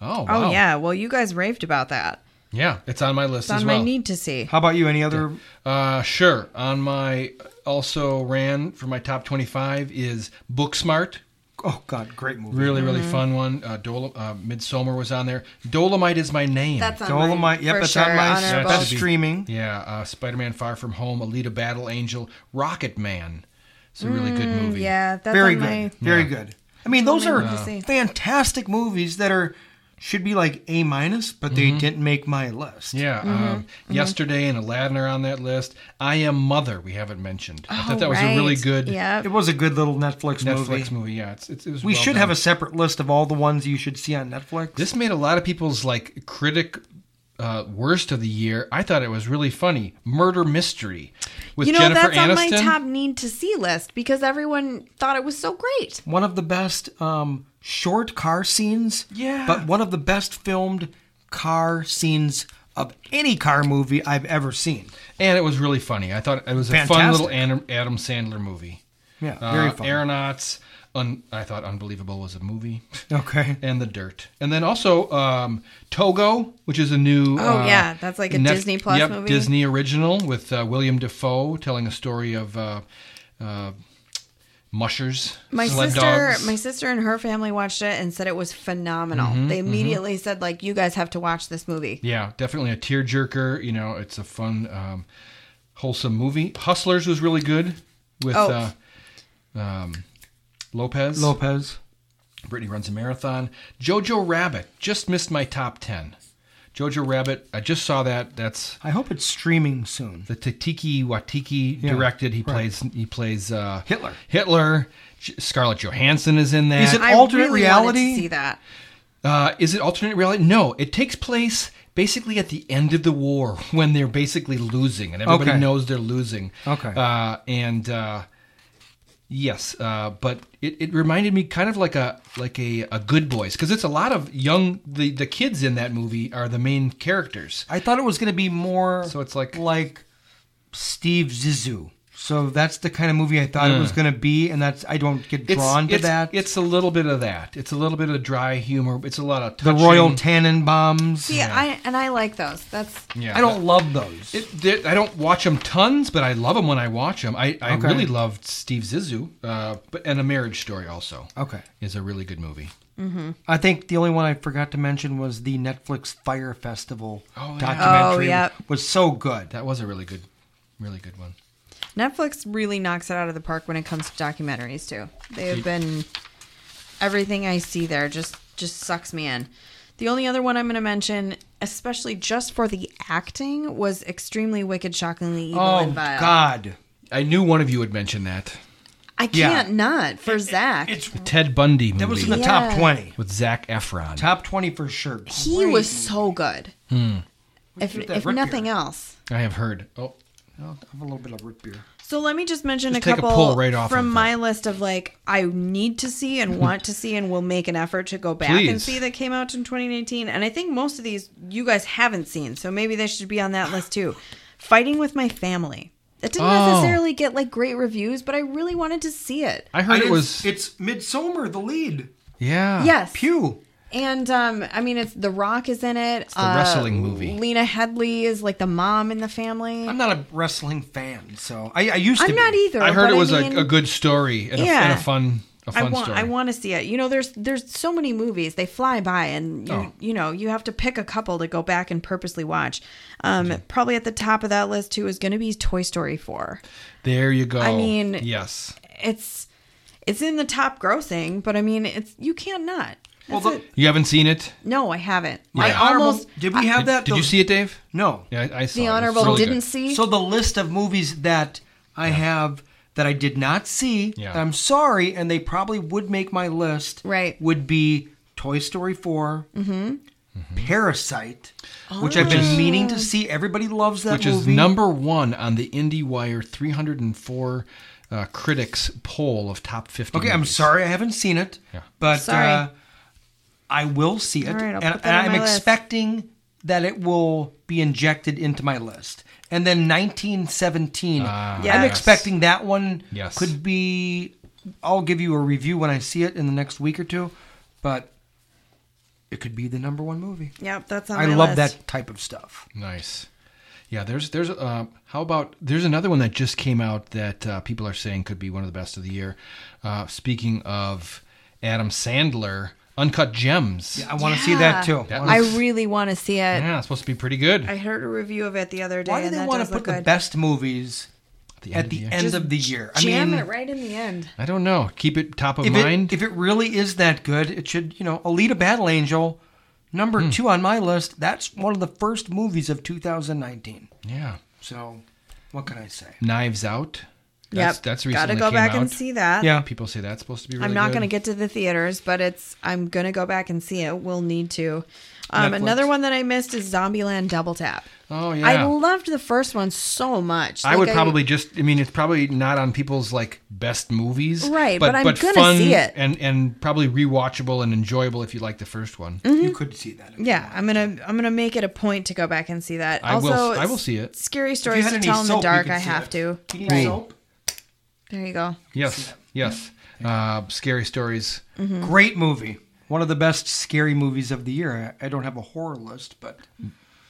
Oh, Oh wow. yeah, well you guys raved about that. Yeah, it's on my list It's on as my well. need to see. How about you? Any other? Uh, sure. On my also ran for my top 25 is Booksmart. Oh God, great movie. Really, really Mm-hmm. fun one. Uh, Dolo- uh, Midsummer was on there. Dolomite is my name. That's on Dolomite. my Yep, for that's sure, on my honorable. That best should be- streaming. yeah, uh, Spider-Man: Far From Home, Alita: Battle Angel, Rocket Man. It's a really good movie. Mm, Yeah, that's Very on good. my Very good. I mean, those Something are to see. fantastic movies that are should be like A minus, but they didn't make my list. Yeah, Mm-hmm, um, yesterday and Aladdin are on that list. I Am Mother, we haven't mentioned. I Oh, thought that was a really right. good Yeah. It was a good little Netflix, Netflix movie. movie. Yeah, it's, it's, it was. We well should done. have a separate list of all the ones you should see on Netflix. This made a lot of people's like critic uh, worst of the year. I thought it was really funny. Murder mystery with You know, Jennifer that's on my Aniston. top need to see list because everyone thought it was so great. one of the best um, short car scenes. Yeah. But one of the best filmed car scenes of any car movie I've ever seen. and it was really funny. I thought it was a fun Fantastic. little Adam, Adam Sandler movie. Yeah, Uh, very fun. Aeronauts. Un, I thought Unbelievable was a movie. Okay. and the dirt, and then also um, Togo, which is a new. Oh, uh, yeah, that's like a Nef- Disney Plus yep, movie. Disney original with uh, William Defoe telling a story of uh, uh, mushers, My sled sister, dogs. my sister and her family watched it and said it was phenomenal. Mm-hmm, they immediately said like you guys have to watch this movie. yeah, definitely a tearjerker. You know, it's a fun, um, wholesome movie. Hustlers was really good with Oh. uh, um, Lopez. Lopez. Brittany runs a marathon. Jojo Rabbit just missed my top ten. Jojo Rabbit, I just saw that. That's I hope it's streaming soon. the Tatiki Watiki Yeah, directed. He right. plays he plays uh, Hitler. Hitler. J- Scarlett Johansson is in that. Is it I alternate really wanted reality? to see that. uh, is it alternate reality? No, it takes place basically at the end of the war when they're basically losing, and everybody Okay. knows they're losing. Okay. uh, and uh, yes, uh, but it, it reminded me kind of like a like a, a Good Boys because it's a lot of young the the kids in that movie are the main characters. I thought it was going to be more So it's like- like Steve Zissou. So that's the kind of movie I thought it was going to be, and that's I don't get drawn to it's, that. It's a little bit of that. It's a little bit of dry humor. It's a lot of the touching. Royal Tannenbaums. See, I and I like those. That's yeah, I don't love those. It, there- I don't watch them tons, but I love them when I watch them. I, I Okay. really loved Steve Zissou, uh, but and A Marriage Story also okay. is a really good movie. I think the only one I forgot to mention was the Netflix Fire Festival Oh, yeah. documentary. Oh, yeah. Was so good. That was a really good, really good one. Netflix really knocks it out of the park when it comes to documentaries too. They have been everything I see there just just sucks me in. The only other one I'm going to mention, especially just for the acting, was extremely wicked, shockingly evil Oh and vile. God. I knew one of you would mention that I Yeah. can't not for Zach. the Ted Bundy movie That was in the Yeah. top twenty. with Zach Efron. Top twenty for sure. he Great. Hmm. was so good. If, did that if root nothing beer. else. I have heard. Oh, I'll have a little bit of root beer. So let me just mention Just a take a couple pull right off from of my list of like I need to see and want to see and will make an effort to go back and Please. see that came out in 2019. And I think most of these you guys haven't seen, so maybe they should be on that list too. Fighting with my family. It didn't Oh. necessarily get like great reviews, but I really wanted to see it. I heard I it didn't- was. It's Midsummer, the lead. yeah. yes. Pew. And um, I mean, it's The Rock is in it. It's the wrestling movie. Lena Headley is like the mom in the family. I'm not a wrestling fan, so I, I used to. I'm be. not either. I heard but it was mean- a, a good story and, a, Yeah. and a fun, a I fun want story. I want to see it. You know, there's there's so many movies they fly by, and you, Oh. you know you have to pick a couple to go back and purposely watch. Um, Probably at the top of that list too is going to be Toy Story four. There you go. I mean- yes. It's it's in the top grossing, but I mean it's you can't not. Well, That's the- it. You haven't seen it? No, I haven't. My I Yeah. Honorable- almost Did we have Did, that? Oh, did you The- see it, Dave? No. Yeah, I, I saw the it. It's honorable really good. didn't see. So the list of movies that I have that I did not see, Yeah. that I'm sorry, and they probably would make my list. Right. Would be Toy Story 4 mm-hmm. Parasite, which I've Oh. been meaning to see. Everybody loves that which movie. is number one on the IndieWire 304 uh, critics poll of top 50. Okay, I'm movies. sorry I haven't seen it, Yeah. but Sorry. uh, I will see it, All right, I'll and, put that and on I'm my list. expecting that it will be injected into my list. And then 1917, Ah, Yes. I'm expecting that one Yes. could be. I'll give you a review when I see it in the next week or two, but it could be the number one movie. Yep, that's on I my list. love that type of stuff. Nice. Yeah, there's there's uh, how about there's another one that just came out that uh, people are saying could be one of the best of the year. Uh, speaking of Adam Sandler, Uncut Gems. I want to see that Yeah. too. That I wanna- was- really want to see it. Yeah, it's supposed to be pretty good. I heard a review of it the other day. Mm-hmm. why do and they that want does to put look the good. best movies at the year. end Just of the year? Jam it right in the end. I don't know. Keep it top of if mind. It, if it really is that good, it should, you know, Alita Battle Angel, number Hmm. two on my list. That's one of the first movies of 2019. yeah. So, what can I say? Knives Out. That's, That's Gotta recently go came back and out. see that. Yeah. People say that's supposed to be. Really I'm not good. going to get to the theaters, but it's I'm going to go back and see it. We'll need to. Um, Netflix. another one that I missed is Zombieland Double Tap. Oh yeah. I loved the first one so much. I Like, would probably just. I mean, it's probably not on people's like best movies, Right, but I'm gonna fun see it. and and probably rewatchable and enjoyable if you like the first one. Mm-hmm. You could see that. if you Yeah, want. I'm gonna I'm gonna make it a point to go back and see that. I also, will- I will see it. Scary If you stories had to any tell in the soap, you dark. could I see have it. to. You need Right soap? there, you go. Yes, yes. Uh, scary stories. Mm-hmm. Great movie. One of the best scary movies of the year. I I don't have a horror list, but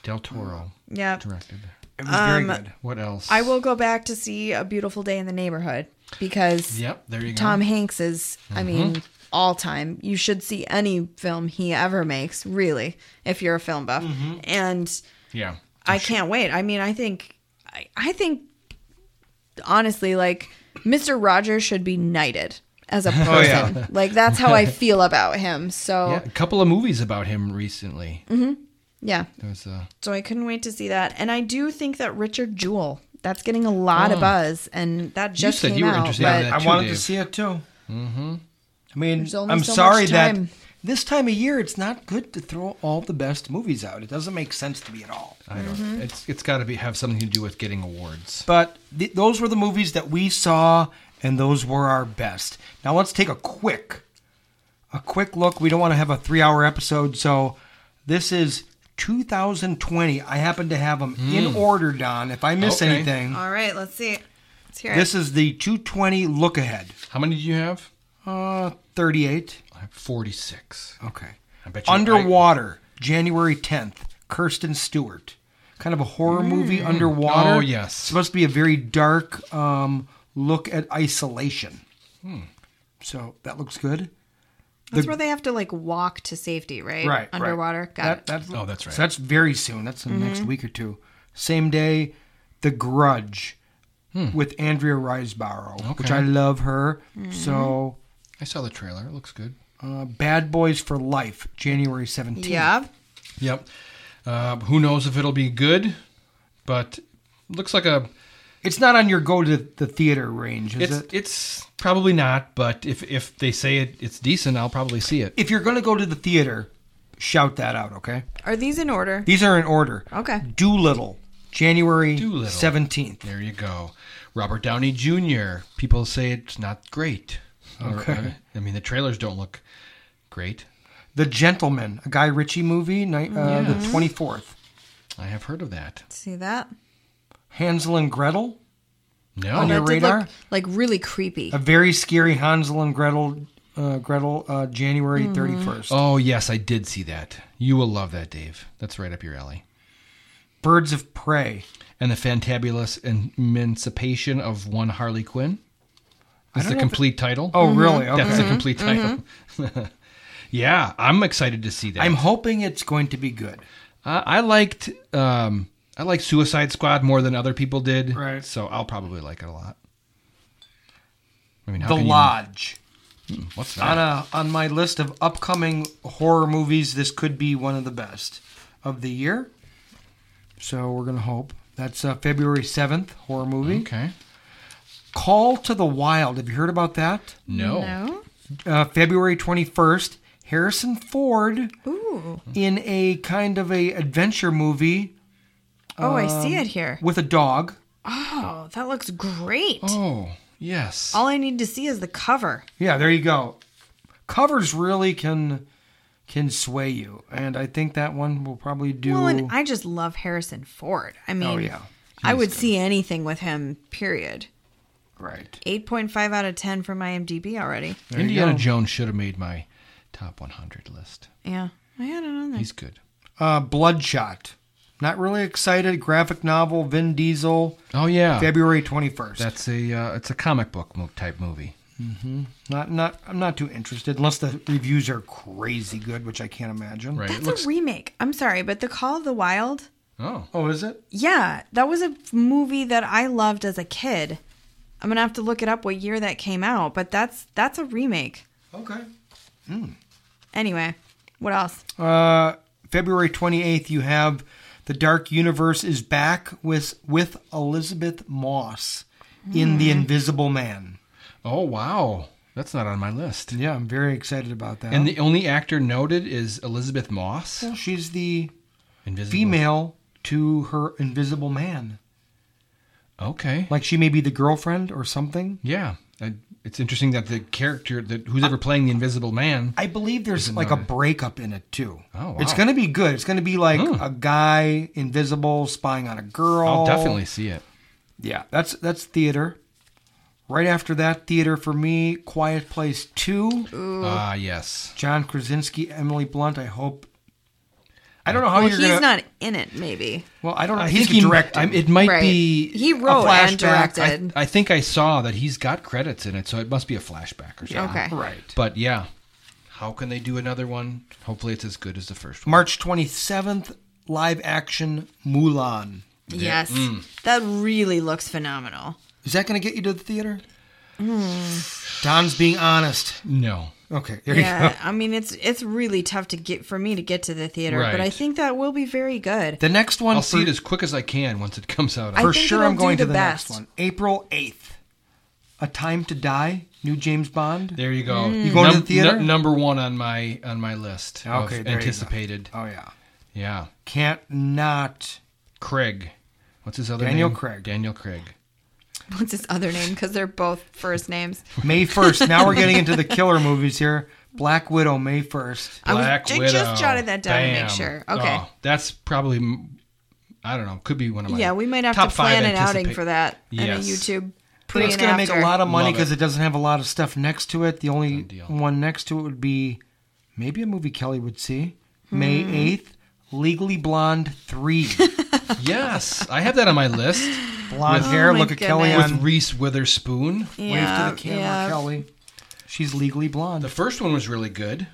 Del Toro Yeah, directed. it was Um, very good. What else? I will go back to see A Beautiful Day in the Neighborhood because Yep. There you go. Tom Hanks is, Mm-hmm. I mean, all time. You should see any film he ever makes, really, if you're a film buff. Mm-hmm. And Yeah. I can't wait. I mean, I think, I, I think, honestly, like Mr. Rogers should be knighted as a person. yeah. Like that's how I feel about him. So Yeah. yeah. A couple of movies about him recently. Mm-hmm. There was uh, so I couldn't wait to see that. And I do think that Richard Jewell. That's getting a lot of buzz, and that just said came you were out. interested in but- that I too, wanted to Dave. see it too. Mm-hmm. I mean, There's only I'm so sorry much that time. this time of year it's not good to throw all the best movies out. It doesn't make sense to me at all. I don't. Mm-hmm. It's it's got to be have something to do with getting awards. But th- those were the movies that we saw, and those were our best. Now let's take a quick, a quick look. We don't want to have a three-hour episode, so this is 2020. I happen to have them in order, Don. If I miss Okay. anything, All right, let's see. Let's hear this it. is the 220 look ahead. How many did you have? Uh, 38. I have forty six. Okay. I bet you Underwater, January 10th. Kirsten Stewart, kind of a horror movie underwater. Oh, yes. supposed to be a very dark um, look at isolation. Hmm. So that looks good. That's the- where they have to like walk to safety, right? Underwater. Got That- it. Mm-hmm. that's- Oh, that's right. So that's very soon. That's in the next week or two. Same day, The Grudge with Andrea Riseborough, which Hmm. Okay. I love her. Mm-hmm. So I saw the trailer. It looks good. uh, Bad Boys for Life, January 17th. Yeah. Yep. Uh, who knows if it'll be good, but looks like a. It's not on your go to the theater range, is It's it? it's probably not, but if if they say it, it's decent, I'll probably see it. If you're going to go to the theater, shout that out, okay? Are these in order? These are in order. Okay. Doolittle, January Doolittle. 17th. There you go. Robert Downey Jr. People say it's not great. Or- Okay. I mean, the trailers don't look great. The Gentleman, a Guy Ritchie movie, ni- uh, the 24th. I have heard of that. See that? Hansel and Gretel, No. On that your did radar? look like really creepy. a very scary Hansel and Gretel, uh, Gretel uh, January 31st. Oh yes, I did see that. You will love that, Dave. That's right up your alley. Birds of Prey. And the Fantabulous Emancipation of One Harley Quinn. That's don't the know if it- complete title. Oh, really? Okay. That's the complete title. yeah, I'm excited to see that. I'm hoping it's going to be good. Uh, I liked um, I liked Suicide Squad more than other people did. Right. So I'll probably like it a lot. I mean, how The can you- Lodge. What's that? On, a, on my list of upcoming horror movies, this could be one of the best of the year. So we're going to hope. That's uh, February 7th, horror movie. okay. Call to the Wild. Have you heard about that? No. No. Uh, February 21st, Harrison Ford Ooh. in a kind of a adventure movie Oh, I see Um, it here. with a dog. Oh, that looks great. Oh, yes. All I need to see is the cover. Yeah, there you go. Covers really can can sway you, and I think that one will probably do. Well, and I just love Harrison Ford. I mean, oh yeah, I would see anything with him, period. right. 8.5 out of 10 from IMDb already. There you Indiana go. Jones should have made my top 100 list. Yeah. I had it on there. He's good. Uh, Bloodshot. Not really excited. Graphic novel. Vin Diesel. Oh yeah, February twenty first. that's a uh, it's a comic book mo- type movie. Not not. I'm not too interested unless the reviews are crazy good, which I can't imagine. Right. That's it looks. a remake. I'm sorry, but The Call of the Wild? oh, Oh, is it? Yeah, that was a movie that I loved as a kid. I'm going to have to look it up what year that came out, but that's that's a remake. Okay. Anyway, what else? Uh, February twenty eighth. You have the Dark Universe is back with with Elizabeth Moss in The Invisible Man. oh wow, that's not on my list. Yeah, I'm very excited about that. And the only actor noted is Elizabeth Moss, Well, she's the Invisible. female to her Invisible Man. Okay. Like she may be the girlfriend or something. Yeah, I- it's interesting that the character that who's ever playing the Invisible Man. I believe there's like a breakup in it too. Oh, wow. It's going to be good. It's going to be like Hmm. a guy invisible spying on a girl. I'll definitely see it. Yeah, that's that's theater. Right after that, theater for me, Quiet Place Two, Ah, yes. John Krasinski, Emily Blunt. I hope. I don't know how Well, Oh, you're he's gonna. not in it, maybe. well, I don't know. I he's think he- directing. I'm- it might Right. be. He a wrote and flashback. I- directed. I, think I saw that he's got credits in it, so it must be a flashback or something. Okay. right. But yeah, how can they do another one? Hopefully, it's as good as the first one. March 27th, live action Mulan. Yes. That really looks phenomenal. Is that going to get you to the theater? Hmm. Don's being honest. no, Okay, there you Yeah, go. I mean it's it's really tough to get for me to get to the theater, but I Right. think that will be very good. The next one I'll for, see it as quick as I can once it comes out. I for think sure. it'll I'm going do to the the best. next one. April 8th, A Time to Die, new James Bond. there you go. Hmm. You going to the theater? number one on my on my list. of Okay, there you go. anticipated. Oh yeah, Yeah, can't not. Craig. What's his other Daniel name? Craig. Daniel Craig. What's his other name? Because they're both first names. May 1st. now we're getting into the killer movies here. Black Widow, May 1st. Black I was, I Widow. just jotted that down to make Bam. sure. Okay. Oh, that's probably. m- I don't know. Could be one of my. yeah, we might have top to plan five an outing anticipa- for that and a Yes. YouTube pre It's and going to make after. a lot of money Love it. because it. doesn't have a lot of stuff next to it. The only Done deal. one next to it would be maybe a movie Kelly would see. May Hmm. 8th, Legally Blonde 3. Yes, I have that on my list Blonde With- hair, Oh my look at Kelly goodness. with on Reese Witherspoon. yeah, wave to the camera, yeah. Kelly. She's Legally Blonde. The first one was really good.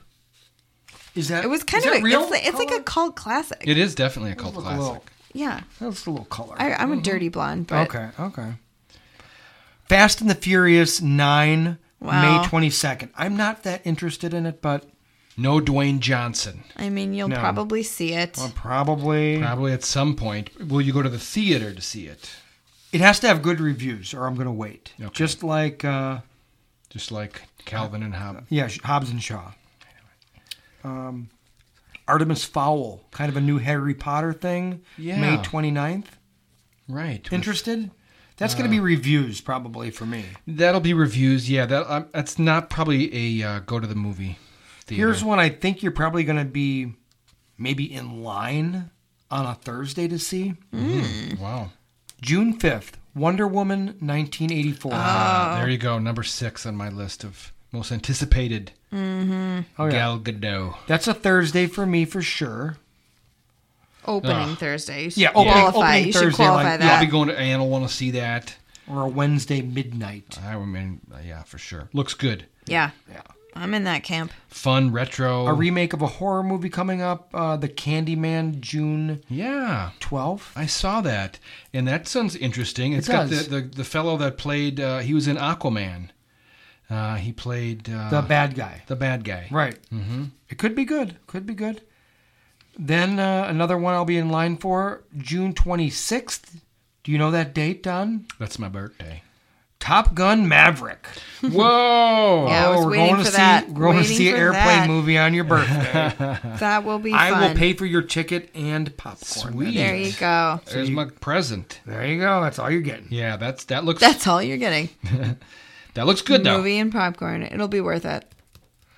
is that It was kind is of that a, real? it's, like, it's like a color? cult classic. It is definitely a cult Look a little- classic. yeah, That's a little color. I, I'm a dirty blonde, but okay, okay. Fast and the Furious 9, Wow. May 22nd. I'm not that interested in it, but No Dwayne Johnson. I mean you'll No. probably see it. well, Hmm. probably. Probably at some point. Will you go to the theater to see it? It has to have good reviews, or I'm going to wait. Okay. Just like. Uh, Just like Calvin and Hobbes. Yeah, Sh- Hobbs and Shaw. Um, Artemis Fowl, kind of a new Harry Potter thing. Yeah. May 29th. Right. Interested? That's Uh. going to be reviews probably for me. That'll be reviews. Yeah, that um, that's not probably a uh, go to the movie. Theater. Here's one I think you're probably going to be maybe in line on a Thursday to see. Mm-hmm. Mm. wow. June 5th, Wonder Woman 1984. Ah, there you go. Number six on my list of most anticipated. Oh, yeah. Gal Gadot. That's a Thursday for me for sure. Opening Thursday. You should Yeah, opening- qualify. opening you should Thursday, like, qualify yeah, Yeah, I'll that. be going to. and I'll want to see that. Or a Wednesday midnight. I mean, uh, yeah, for sure. Looks good. yeah, Yeah. I'm in that camp. Fun retro. A remake of a horror movie coming up, uh, The Candyman, June yeah, 12th. I saw that, and that sounds interesting. It's got does. the, the the fellow that played. Uh, he was in Aquaman. Uh, he played uh, the bad guy. the bad guy. Right. Mm-hmm. It could be good. Could be good. Then uh, another one I'll be in line for June 26th. Do you know that date, Don? That's my birthday. Top Gun Maverick. Whoa. Yeah, I was Oh, we're waiting going to for see that. we're going to Waiting see an for airplane that. movie on your birthday. That will be I fun. will pay for your ticket and popcorn. Sweet. There you go. There's my present. There you go. That's all you're getting. Yeah, that's that looks That's all you're getting. that looks good though. Movie and popcorn. It'll be worth it.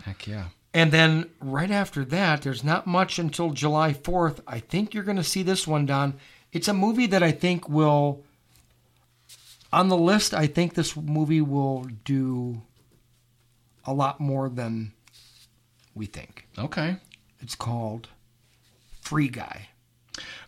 Heck yeah. And then right after that, there's not much until July 4th. I think you're going to see this one, Don. It's a movie that I think will, on the list, I think this movie will do a lot more than we think. Okay. It's called Free Guy.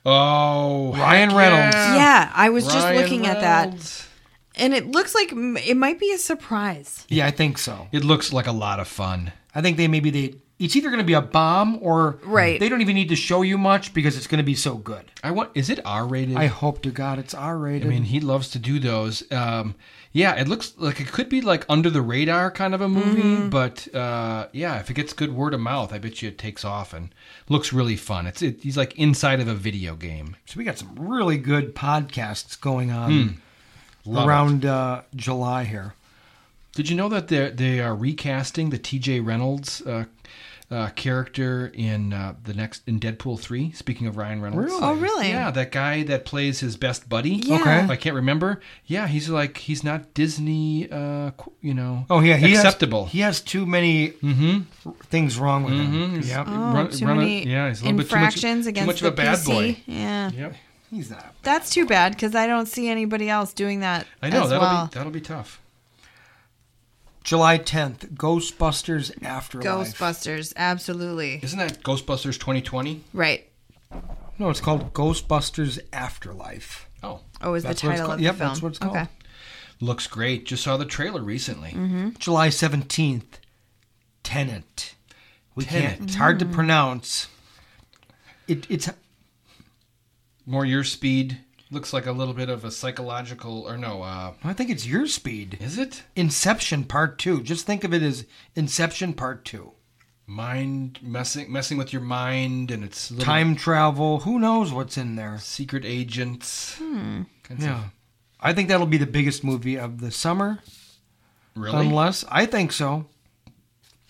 Oh, Ryan heck Reynolds. Yeah, yeah, I was just Ryan looking at that, Reynolds. and it looks like m- it might be a surprise. Yeah, I think so. It looks like a lot of fun. I think they maybe they. It's either going to be a bomb or Right. They don't even need to show you much because it's going to be so good. I want. Is it R rated? I I, hope to God it's R rated. mean, he loves to do those. Um, yeah, it looks like it could be like under the radar kind of a movie, Mm-hmm. but uh, yeah, if it gets good word of mouth, I bet you it takes off and looks really fun. It's it, he's like inside of a video game. So we got some really good podcasts going on Love around uh, July here. Did you know that they they are recasting the T.J. Reynolds uh, uh, character in uh, the next in Deadpool three? Speaking of Ryan Reynolds, Really? Oh, really? Yeah, that guy that plays his best buddy. Yeah. Okay. If I can't remember. Yeah, he's like he's not Disney. Uh, qu- you know. Oh yeah, he acceptable. Has, he has too many things wrong with him. Mm-hmm. Yep. Oh, too a- many yeah, he's a little infractions bit against too much, too much the of a bad PC. boy. Yeah, Yep. he's not. that's too bad because I don't see anybody else doing that. I know as that'll well. be that'll be tough. July tenth, Ghostbusters Afterlife. Ghostbusters, absolutely Isn't that Ghostbusters 2020? right. No, it's called Ghostbusters Afterlife. Oh, Oh, is the That's what it's title called. of the Yep, film? that's what it's called. Okay. looks great. Just saw the trailer recently. July seventeenth, Tenant. We Tenet. can't. It's hard to pronounce. It, it's More your speed. Looks like a little bit of a psychological or no? uh I think it's your speed. Is it Inception Part Two. Just think of it as Inception Part Two. mind messing messing with your mind and it's little Time travel. Who knows what's in there? secret agents? Hmm. Kinds of- Yeah. I think that'll be the biggest movie of the summer, really. unless I think so.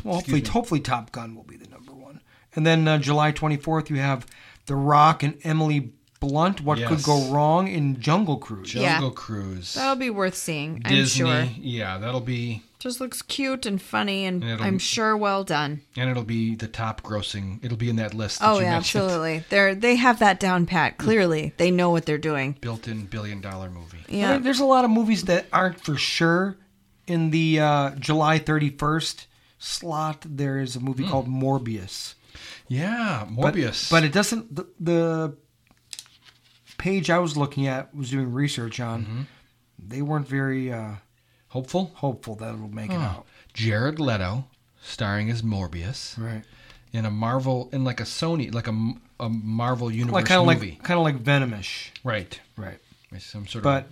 Well, hopefully, me. hopefully Top Gun will be the number one. And then uh, July 24th, you have The Rock and Emily Blunt. What could Yes. go wrong in Jungle Cruise? Yeah. Jungle Cruise. That'll be worth seeing, Disney. I'm sure. Yeah, that'll be Just looks cute and funny, and It'll- I'm sure well done. and it'll be the top grossing. It'll be in that list. That Oh you yeah, mentioned. absolutely. They're they have that down pat. Clearly, they know what they're doing. Built-in billion-dollar movie. I Yeah, mean, there's a lot of movies that aren't for sure in the uh, July 31st slot. There is a Hmm. movie called Morbius. Yeah, But- Morbius. But, it doesn't. The, the page I was looking at was doing research on. They weren't very uh, Mm-hmm. hopeful. hopeful that it'll make it Oh. out. Jared Leto, starring as Morbius, Right. in a Marvel, in like a Sony, like a, a Marvel universe Like kind of movie, like kind of like Venomish. right? Right. Some sort But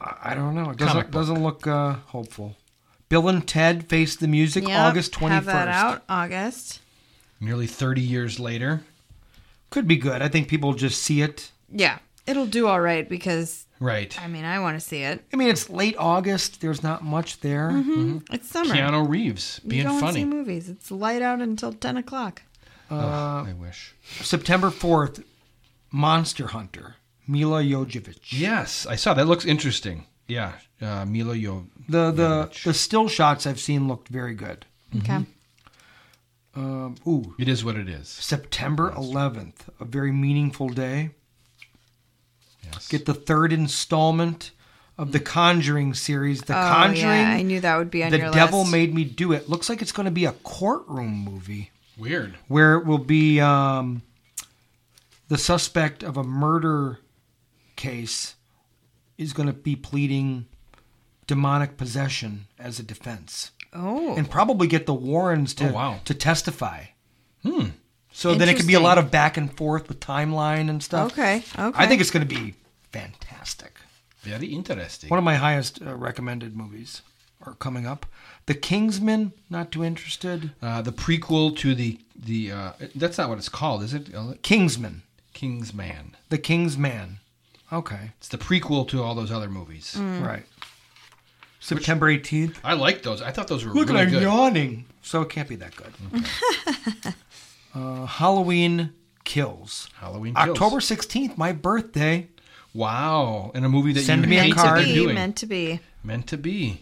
of I I don't know. Comic It doesn't book. doesn't look uh, hopeful. Bill and Ted Face the Music Yep, August 21st. Have that out August. nearly thirty years later, Could be good. I think people just see it. Yeah, it'll do all right because right? I mean I want to see it. I mean, it's late August. There's not much there. It's summer. Keanu Reeves you being go and see funny. movies. It's light out until ten o'clock. Oh, Uh, Ugh, I wish. September 4th, Monster Hunter, Mila Jovovich. Yes, I saw that. Looks interesting. Yeah, uh, Milo Yo. The the Jovovich. the still shots I've seen looked very good. Okay. Um, ooh, It is what it is. September 11th, a very meaningful day. Yes. Get the third installment of the Conjuring series. The Mm. oh Conjuring, yeah, I knew that would be on The your Devil list. Made Me Do It. Looks like it's going to be a courtroom movie Weird. where it will be um, the suspect of a murder case is going to be pleading demonic possession as a defense. oh, and probably get the Warrens to Oh, wow. to testify. Hmm. So then it could be a Interesting. lot of back and forth with timeline and stuff. Okay, I okay. think it's going to be fantastic. Very interesting. One of my highest uh, recommended movies are coming up. The Kingsman. Not too interested. Uh, the prequel to the the uh, that's not what it's called, is it? Uh, Kingsman. Kingsman. The Kingsman. Okay. Mm. It's the prequel to all those other movies. Right. September 18th. I like those. I thought those were Look, really I'm good. yawning. So it can't be that good. uh, Halloween Kills. Halloween Kills. October 16th, my birthday. Wow, in a movie that Send you me a hate card. That to they're be, doing. meant to be. Meant to be.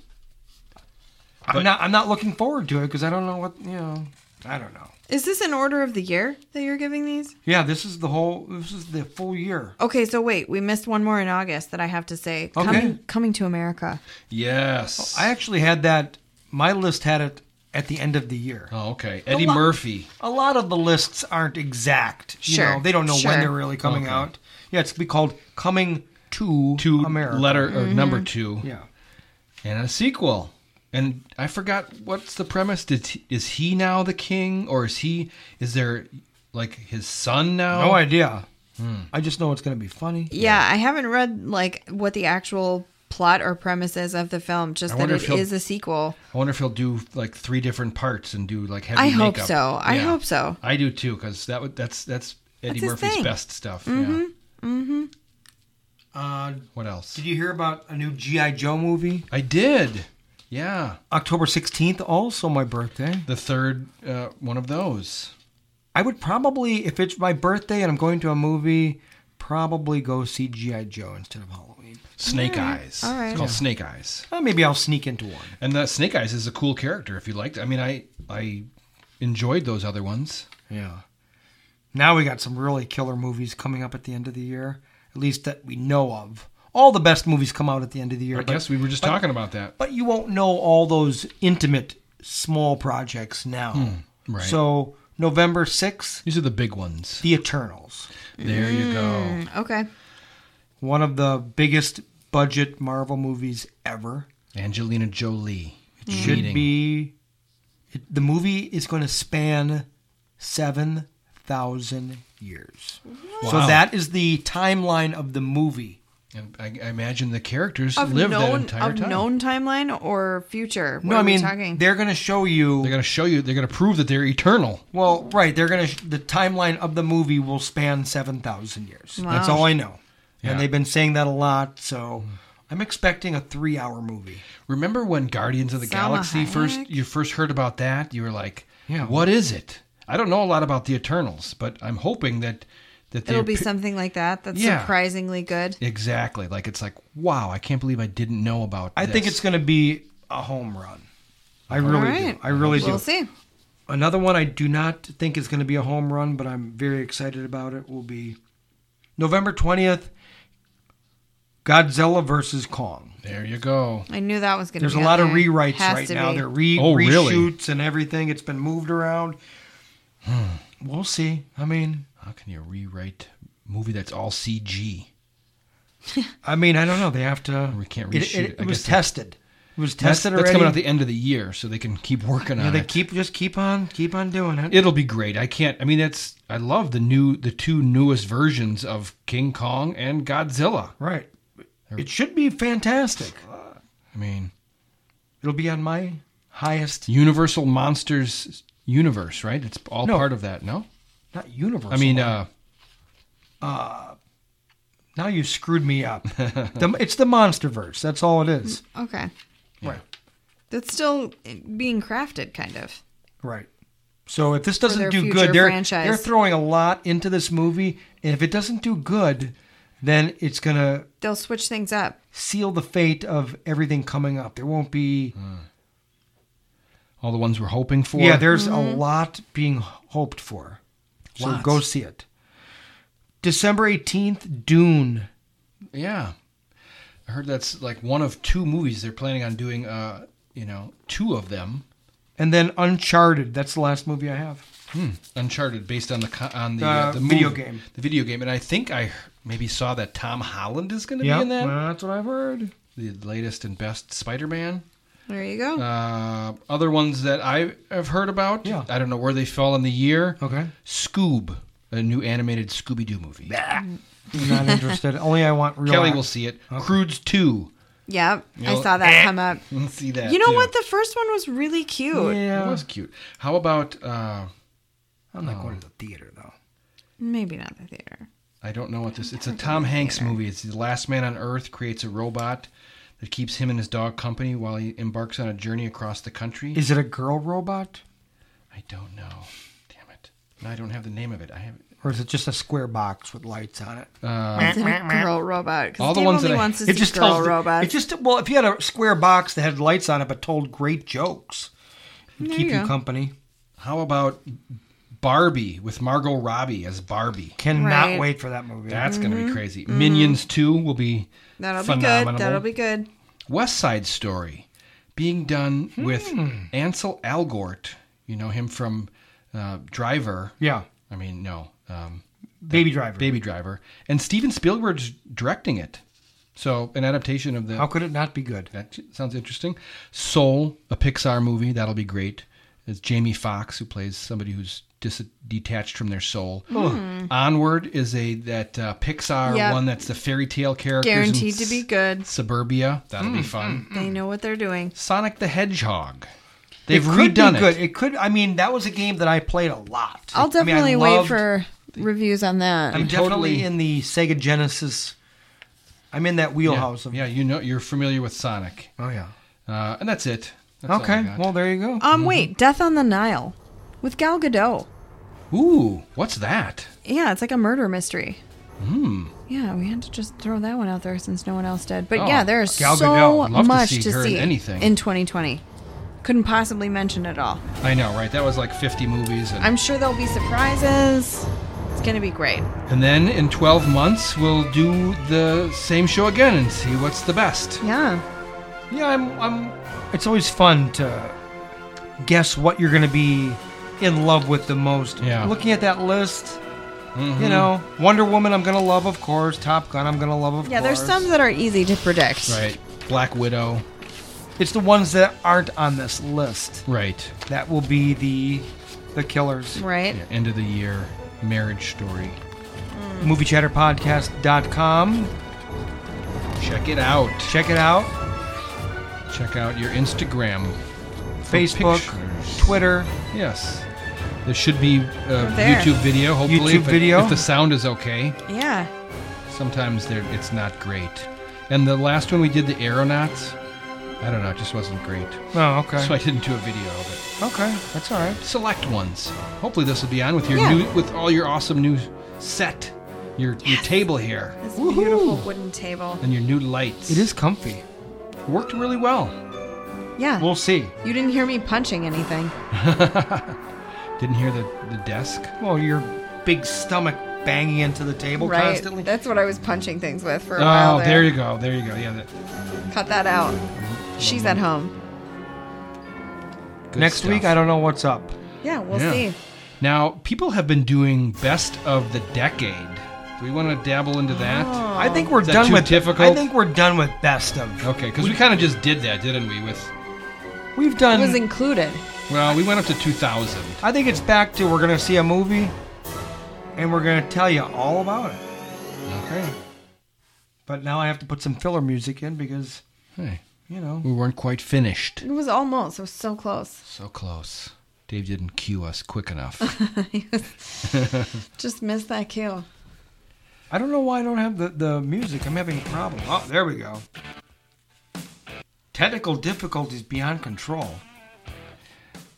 But- I'm not, I'm not looking forward to it because I don't know what, you know, I don't know. Is this an order of the year that you're giving these? Yeah, this is the whole, this is the full year. Okay, so wait, we missed one more in August that I have to say. Okay. Coming, coming to America. Yes. Oh, I actually had that, my list had it at the end of the year. oh, okay. Eddie lot- Murphy. A lot of the lists aren't exact. You Sure, know, they don't know sure. when they're really coming Okay. out. Yeah, it's be called Coming to, Two America. letter or number two, Mm-hmm. Yeah. and a sequel. And I forgot what's the premise. Did he, is he now the king, or is he? Is there like his son now? No idea. I just know it's going to be funny. Yeah, I haven't read like what the actual plot or premise is of the film, just I that wonder it if he'll- is a sequel. I wonder if he'll do like three different parts and do like heavy. I hope makeup. so. I Yeah. hope so. I do too, because that would that's that's Eddie That's his Murphy's thing. Mm-hmm. best stuff. Yeah. Uh, What else? did you hear about a new G.I. Joe movie? I did. Yeah, October 16th, also my birthday. the third uh, one of those. I would probably, if it's my birthday and I'm going to a movie, probably go see G.I. Joe instead of Halloween. Snake All right. Eyes. All right. It's called Snake Eyes. Uh, maybe I'll sneak into one. And that Snake Eyes is a cool character if you liked. I mean, I I enjoyed those other ones. Yeah. Now we got some really killer movies coming up at the end of the year, at least that we know of. All the best movies come out at the end of the year. I but- guess we were just but- talking about that. but you won't know all those intimate small projects now. right. So November 6th, These are the big ones. The Eternals, There you Mm. go. Okay. one of the biggest budget Marvel movies ever. Angelina Jolie. It Mm. should be it, the movie is going to span 7,000 years. So Wow. that is the timeline of the movie. And I, I imagine the characters Of lived that known entire of time. known timeline or future. What no, are I we mean talking? they're going to show you They're going to show you. They're going to prove that they're eternal. Well, right. They're gonna. Sh- the timeline of the movie will span seven thousand years. Wow. That's all I know. Yeah. Mm. And they've been saying that a lot. So I'm expecting a three-hour movie. Remember when Guardians of the Salma Galaxy Hayek? first you first heard about that? You were like, Yeah. what is it?" I don't know a lot about the Eternals, but I'm hoping that that they It'll be appear- something like that. That's Yeah. surprisingly good. Exactly. Like it's like, wow, I can't believe I didn't know about. I think this. it's gonna be a home run. I really right. do. I really We'll do. see. Another one I do not think is gonna be a home run, but I'm very excited about it. Will be November twentieth. Godzilla versus Kong. there. You go. I knew that was going to There's be a out lot of there. rewrites Has right to now. be. They're re- Oh, really? reshoots and everything. It's been moved around. We'll see. I mean, How can you rewrite a movie that's all CG? I mean, I don't know. They have to. We can't It, reshoot it, it. it I was guess that- tested. It was That's, tested that's already. coming out the end of the year, so they can keep working yeah, on they it. keep just keep on keep on doing it. It'll be great. I can't. I mean, that's. I love the new, the two newest versions of King Kong and Godzilla. Right. It should be fantastic. I mean, It'll be on my highest, Universal Monsters universe, right? It's all No. part of that. No, not universal. I mean, uh, now you screwed me up. the, it's the MonsterVerse. That's all it is. Okay. Right. That's still being crafted, kind of. Right. So if this their doesn't do future good, they're franchise. they're throwing a lot into this movie, and if it doesn't do good, then it's gonna They'll switch things up. seal the fate of everything coming up. There won't be Mm-hmm. all the ones we're hoping for. yeah. There's Mm-hmm. a lot being hoped for, so Lots. go see it. December eighteenth, Dune. Yeah, I heard that's like one of two movies they're planning on doing. Uh, you know, two of them. And then Uncharted. That's the last movie I have. Hmm. Uncharted, based on the co- on the, The uh, the video movie- game. the video game, and I think I h- maybe saw that Tom Holland is going to Yeah, Uh-huh. be in that, well, that's what I've heard. the latest and best Spider-Man. There you go. Uh, other ones that I have heard about, Yeah. I don't know where they fell in the year. Okay, Scoob, a new animated Scooby-Doo movie. I'm not interested. Only I want real. Kelly act- will see it. Crudes two, yep. I You'll- saw that come up. Let's see that. You know too. what? The first one was really cute. It Yeah, was cute. How about uh, I'm not going to the theater though. Maybe not the theater. I don't know what this. It's a Tom Hanks movie. It's the Last Man on Earth creates a robot that keeps him and his dog company while he embarks on a journey across the country. Is it a girl robot I don't know. Damn it. No, I don't have the name of it. I have or is it just a square box with lights on it? It's a girl robot. 'Cause All the Dave ones only that I- wants is it just girl tells. the- robots. It just well, if you had a square box that had lights on it but told great jokes, it'd There keep you you go. company. How about Barbie with Margot Robbie as Barbie? Cannot Right. wait for that movie. That's going to be crazy. Minions 2 will be Mm-hmm. That'll be phenomenal. good. That'll be good. West Side Story being done with Hmm. Ansel Elgort. You know him from uh, Driver. yeah, I mean, no, um, Baby Driver. Baby Driver. And Steven Spielberg's directing it. So, an adaptation of the. How could it not be good? That sounds interesting. Soul, a Pixar movie, that'll be great. It's Jamie Foxx who plays somebody who's dis- detached from their soul. Hmm. Onward is a that uh, Pixar Yep. one that's the fairy tale characters. in Guaranteed to be good. Suburbia, that'll Hmm. be fun. They know what they're doing. Sonic the Hedgehog. They've could redone be good. It could. I mean, that was a game that I played a lot. I'll I mean, I definitely wait loved- for reviews on that. I'm They totally- definitely in the Sega Genesis. I'm in that wheelhouse of. Yeah, you know you're familiar with Sonic, Oh yeah. uh, and that's it. That's all I Okay. got. Well, there you go. Mm-hmm. um, wait, Death on the Nile with Gal Gadot. Ooh, what's that? Yeah, it's like a murder mystery. Hmm. Yeah, we had to just throw that one out there since no one else did. But Oh, yeah, there's Gal so Gadot. Love to much see to her in see anything. in 2020. Couldn't possibly mention it all. I know, right? That was like 50 movies, and I'm sure there'll be surprises. It's gonna be great. And then in 12 months, we'll do the same show again and see what's the best. Yeah. Yeah, I'm. I'm. It's always fun to guess what you're going to be in love with the most. Yeah. Mm-hmm. Looking at that list, you know, Wonder Woman, I'm going to love, of course. Top Gun, I'm going to love, of Yeah, course. there's some that are easy to predict. Right. Black Widow. It's the ones that aren't on this list Right. that will be the the killers. Right. Yeah, end of the year. Marriage story. MovieChatterPodcast.com. Check it out. Check it out. Check out your Instagram. for Facebook, pictures. Twitter. Yes. There should be a there. YouTube video, hopefully. YouTube if it- video. If the sound is okay. Yeah. Sometimes there it's not great. And the last one we did, the Aeronauts, I don't know, it just wasn't great. Oh, okay. So I didn't do a video of it. Okay, that's all right. select ones. Hopefully, this will be on with your Yeah. new, with all your awesome new set, your your table here, This beautiful wooden table. and your new lights. It is comfy. worked really well. Yeah. We'll see. you didn't hear me punching anything. Didn't hear the the desk. Well, your big stomach banging into the table right. constantly. That's what I was punching things with for a while. Oh, there you go, there you go. Yeah, that, Cut that out. She's at home. good Next stuff. week, I don't know what's up. Yeah, we'll Yeah. see. Now, people have been doing best of the decade. Do we want to dabble into that? I think we're Is that done too with. difficult? I think we're done with best of. Okay, because we kind of just did that, didn't we? With We've It done. was included. well, we went up to two thousand. I think it's back to we're gonna see a movie, and we're gonna tell you all about it. Okay. But now I have to put some filler music in because Hey, you know. we weren't quite finished. It was almost. It was so close. So close. Dave didn't cue us quick enough. Just missed that cue. I don't know why I don't have the the music. I'm having a problem. Oh, there we go. Technical difficulties beyond control.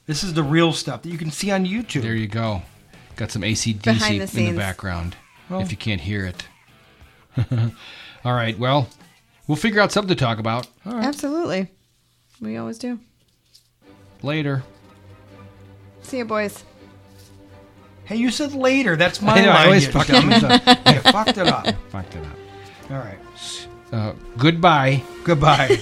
This is the real stuff that you can see on YouTube. There you go. Got some ACDC Behind the in scenes. the background Well- if you can't hear it. All right, well, we'll figure out something to talk about Absolutely. We always do. later. See you, boys. Hey, you said later. That's my know, I line. always you fuck dumb things up. son. you fucked it up. Fucked it up. All right. Uh, goodbye. Goodbye.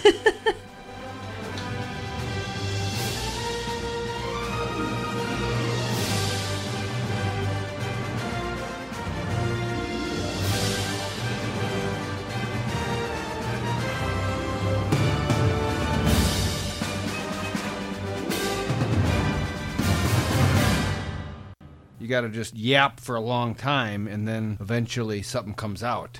You got to just yap for a long time, and then eventually something comes out.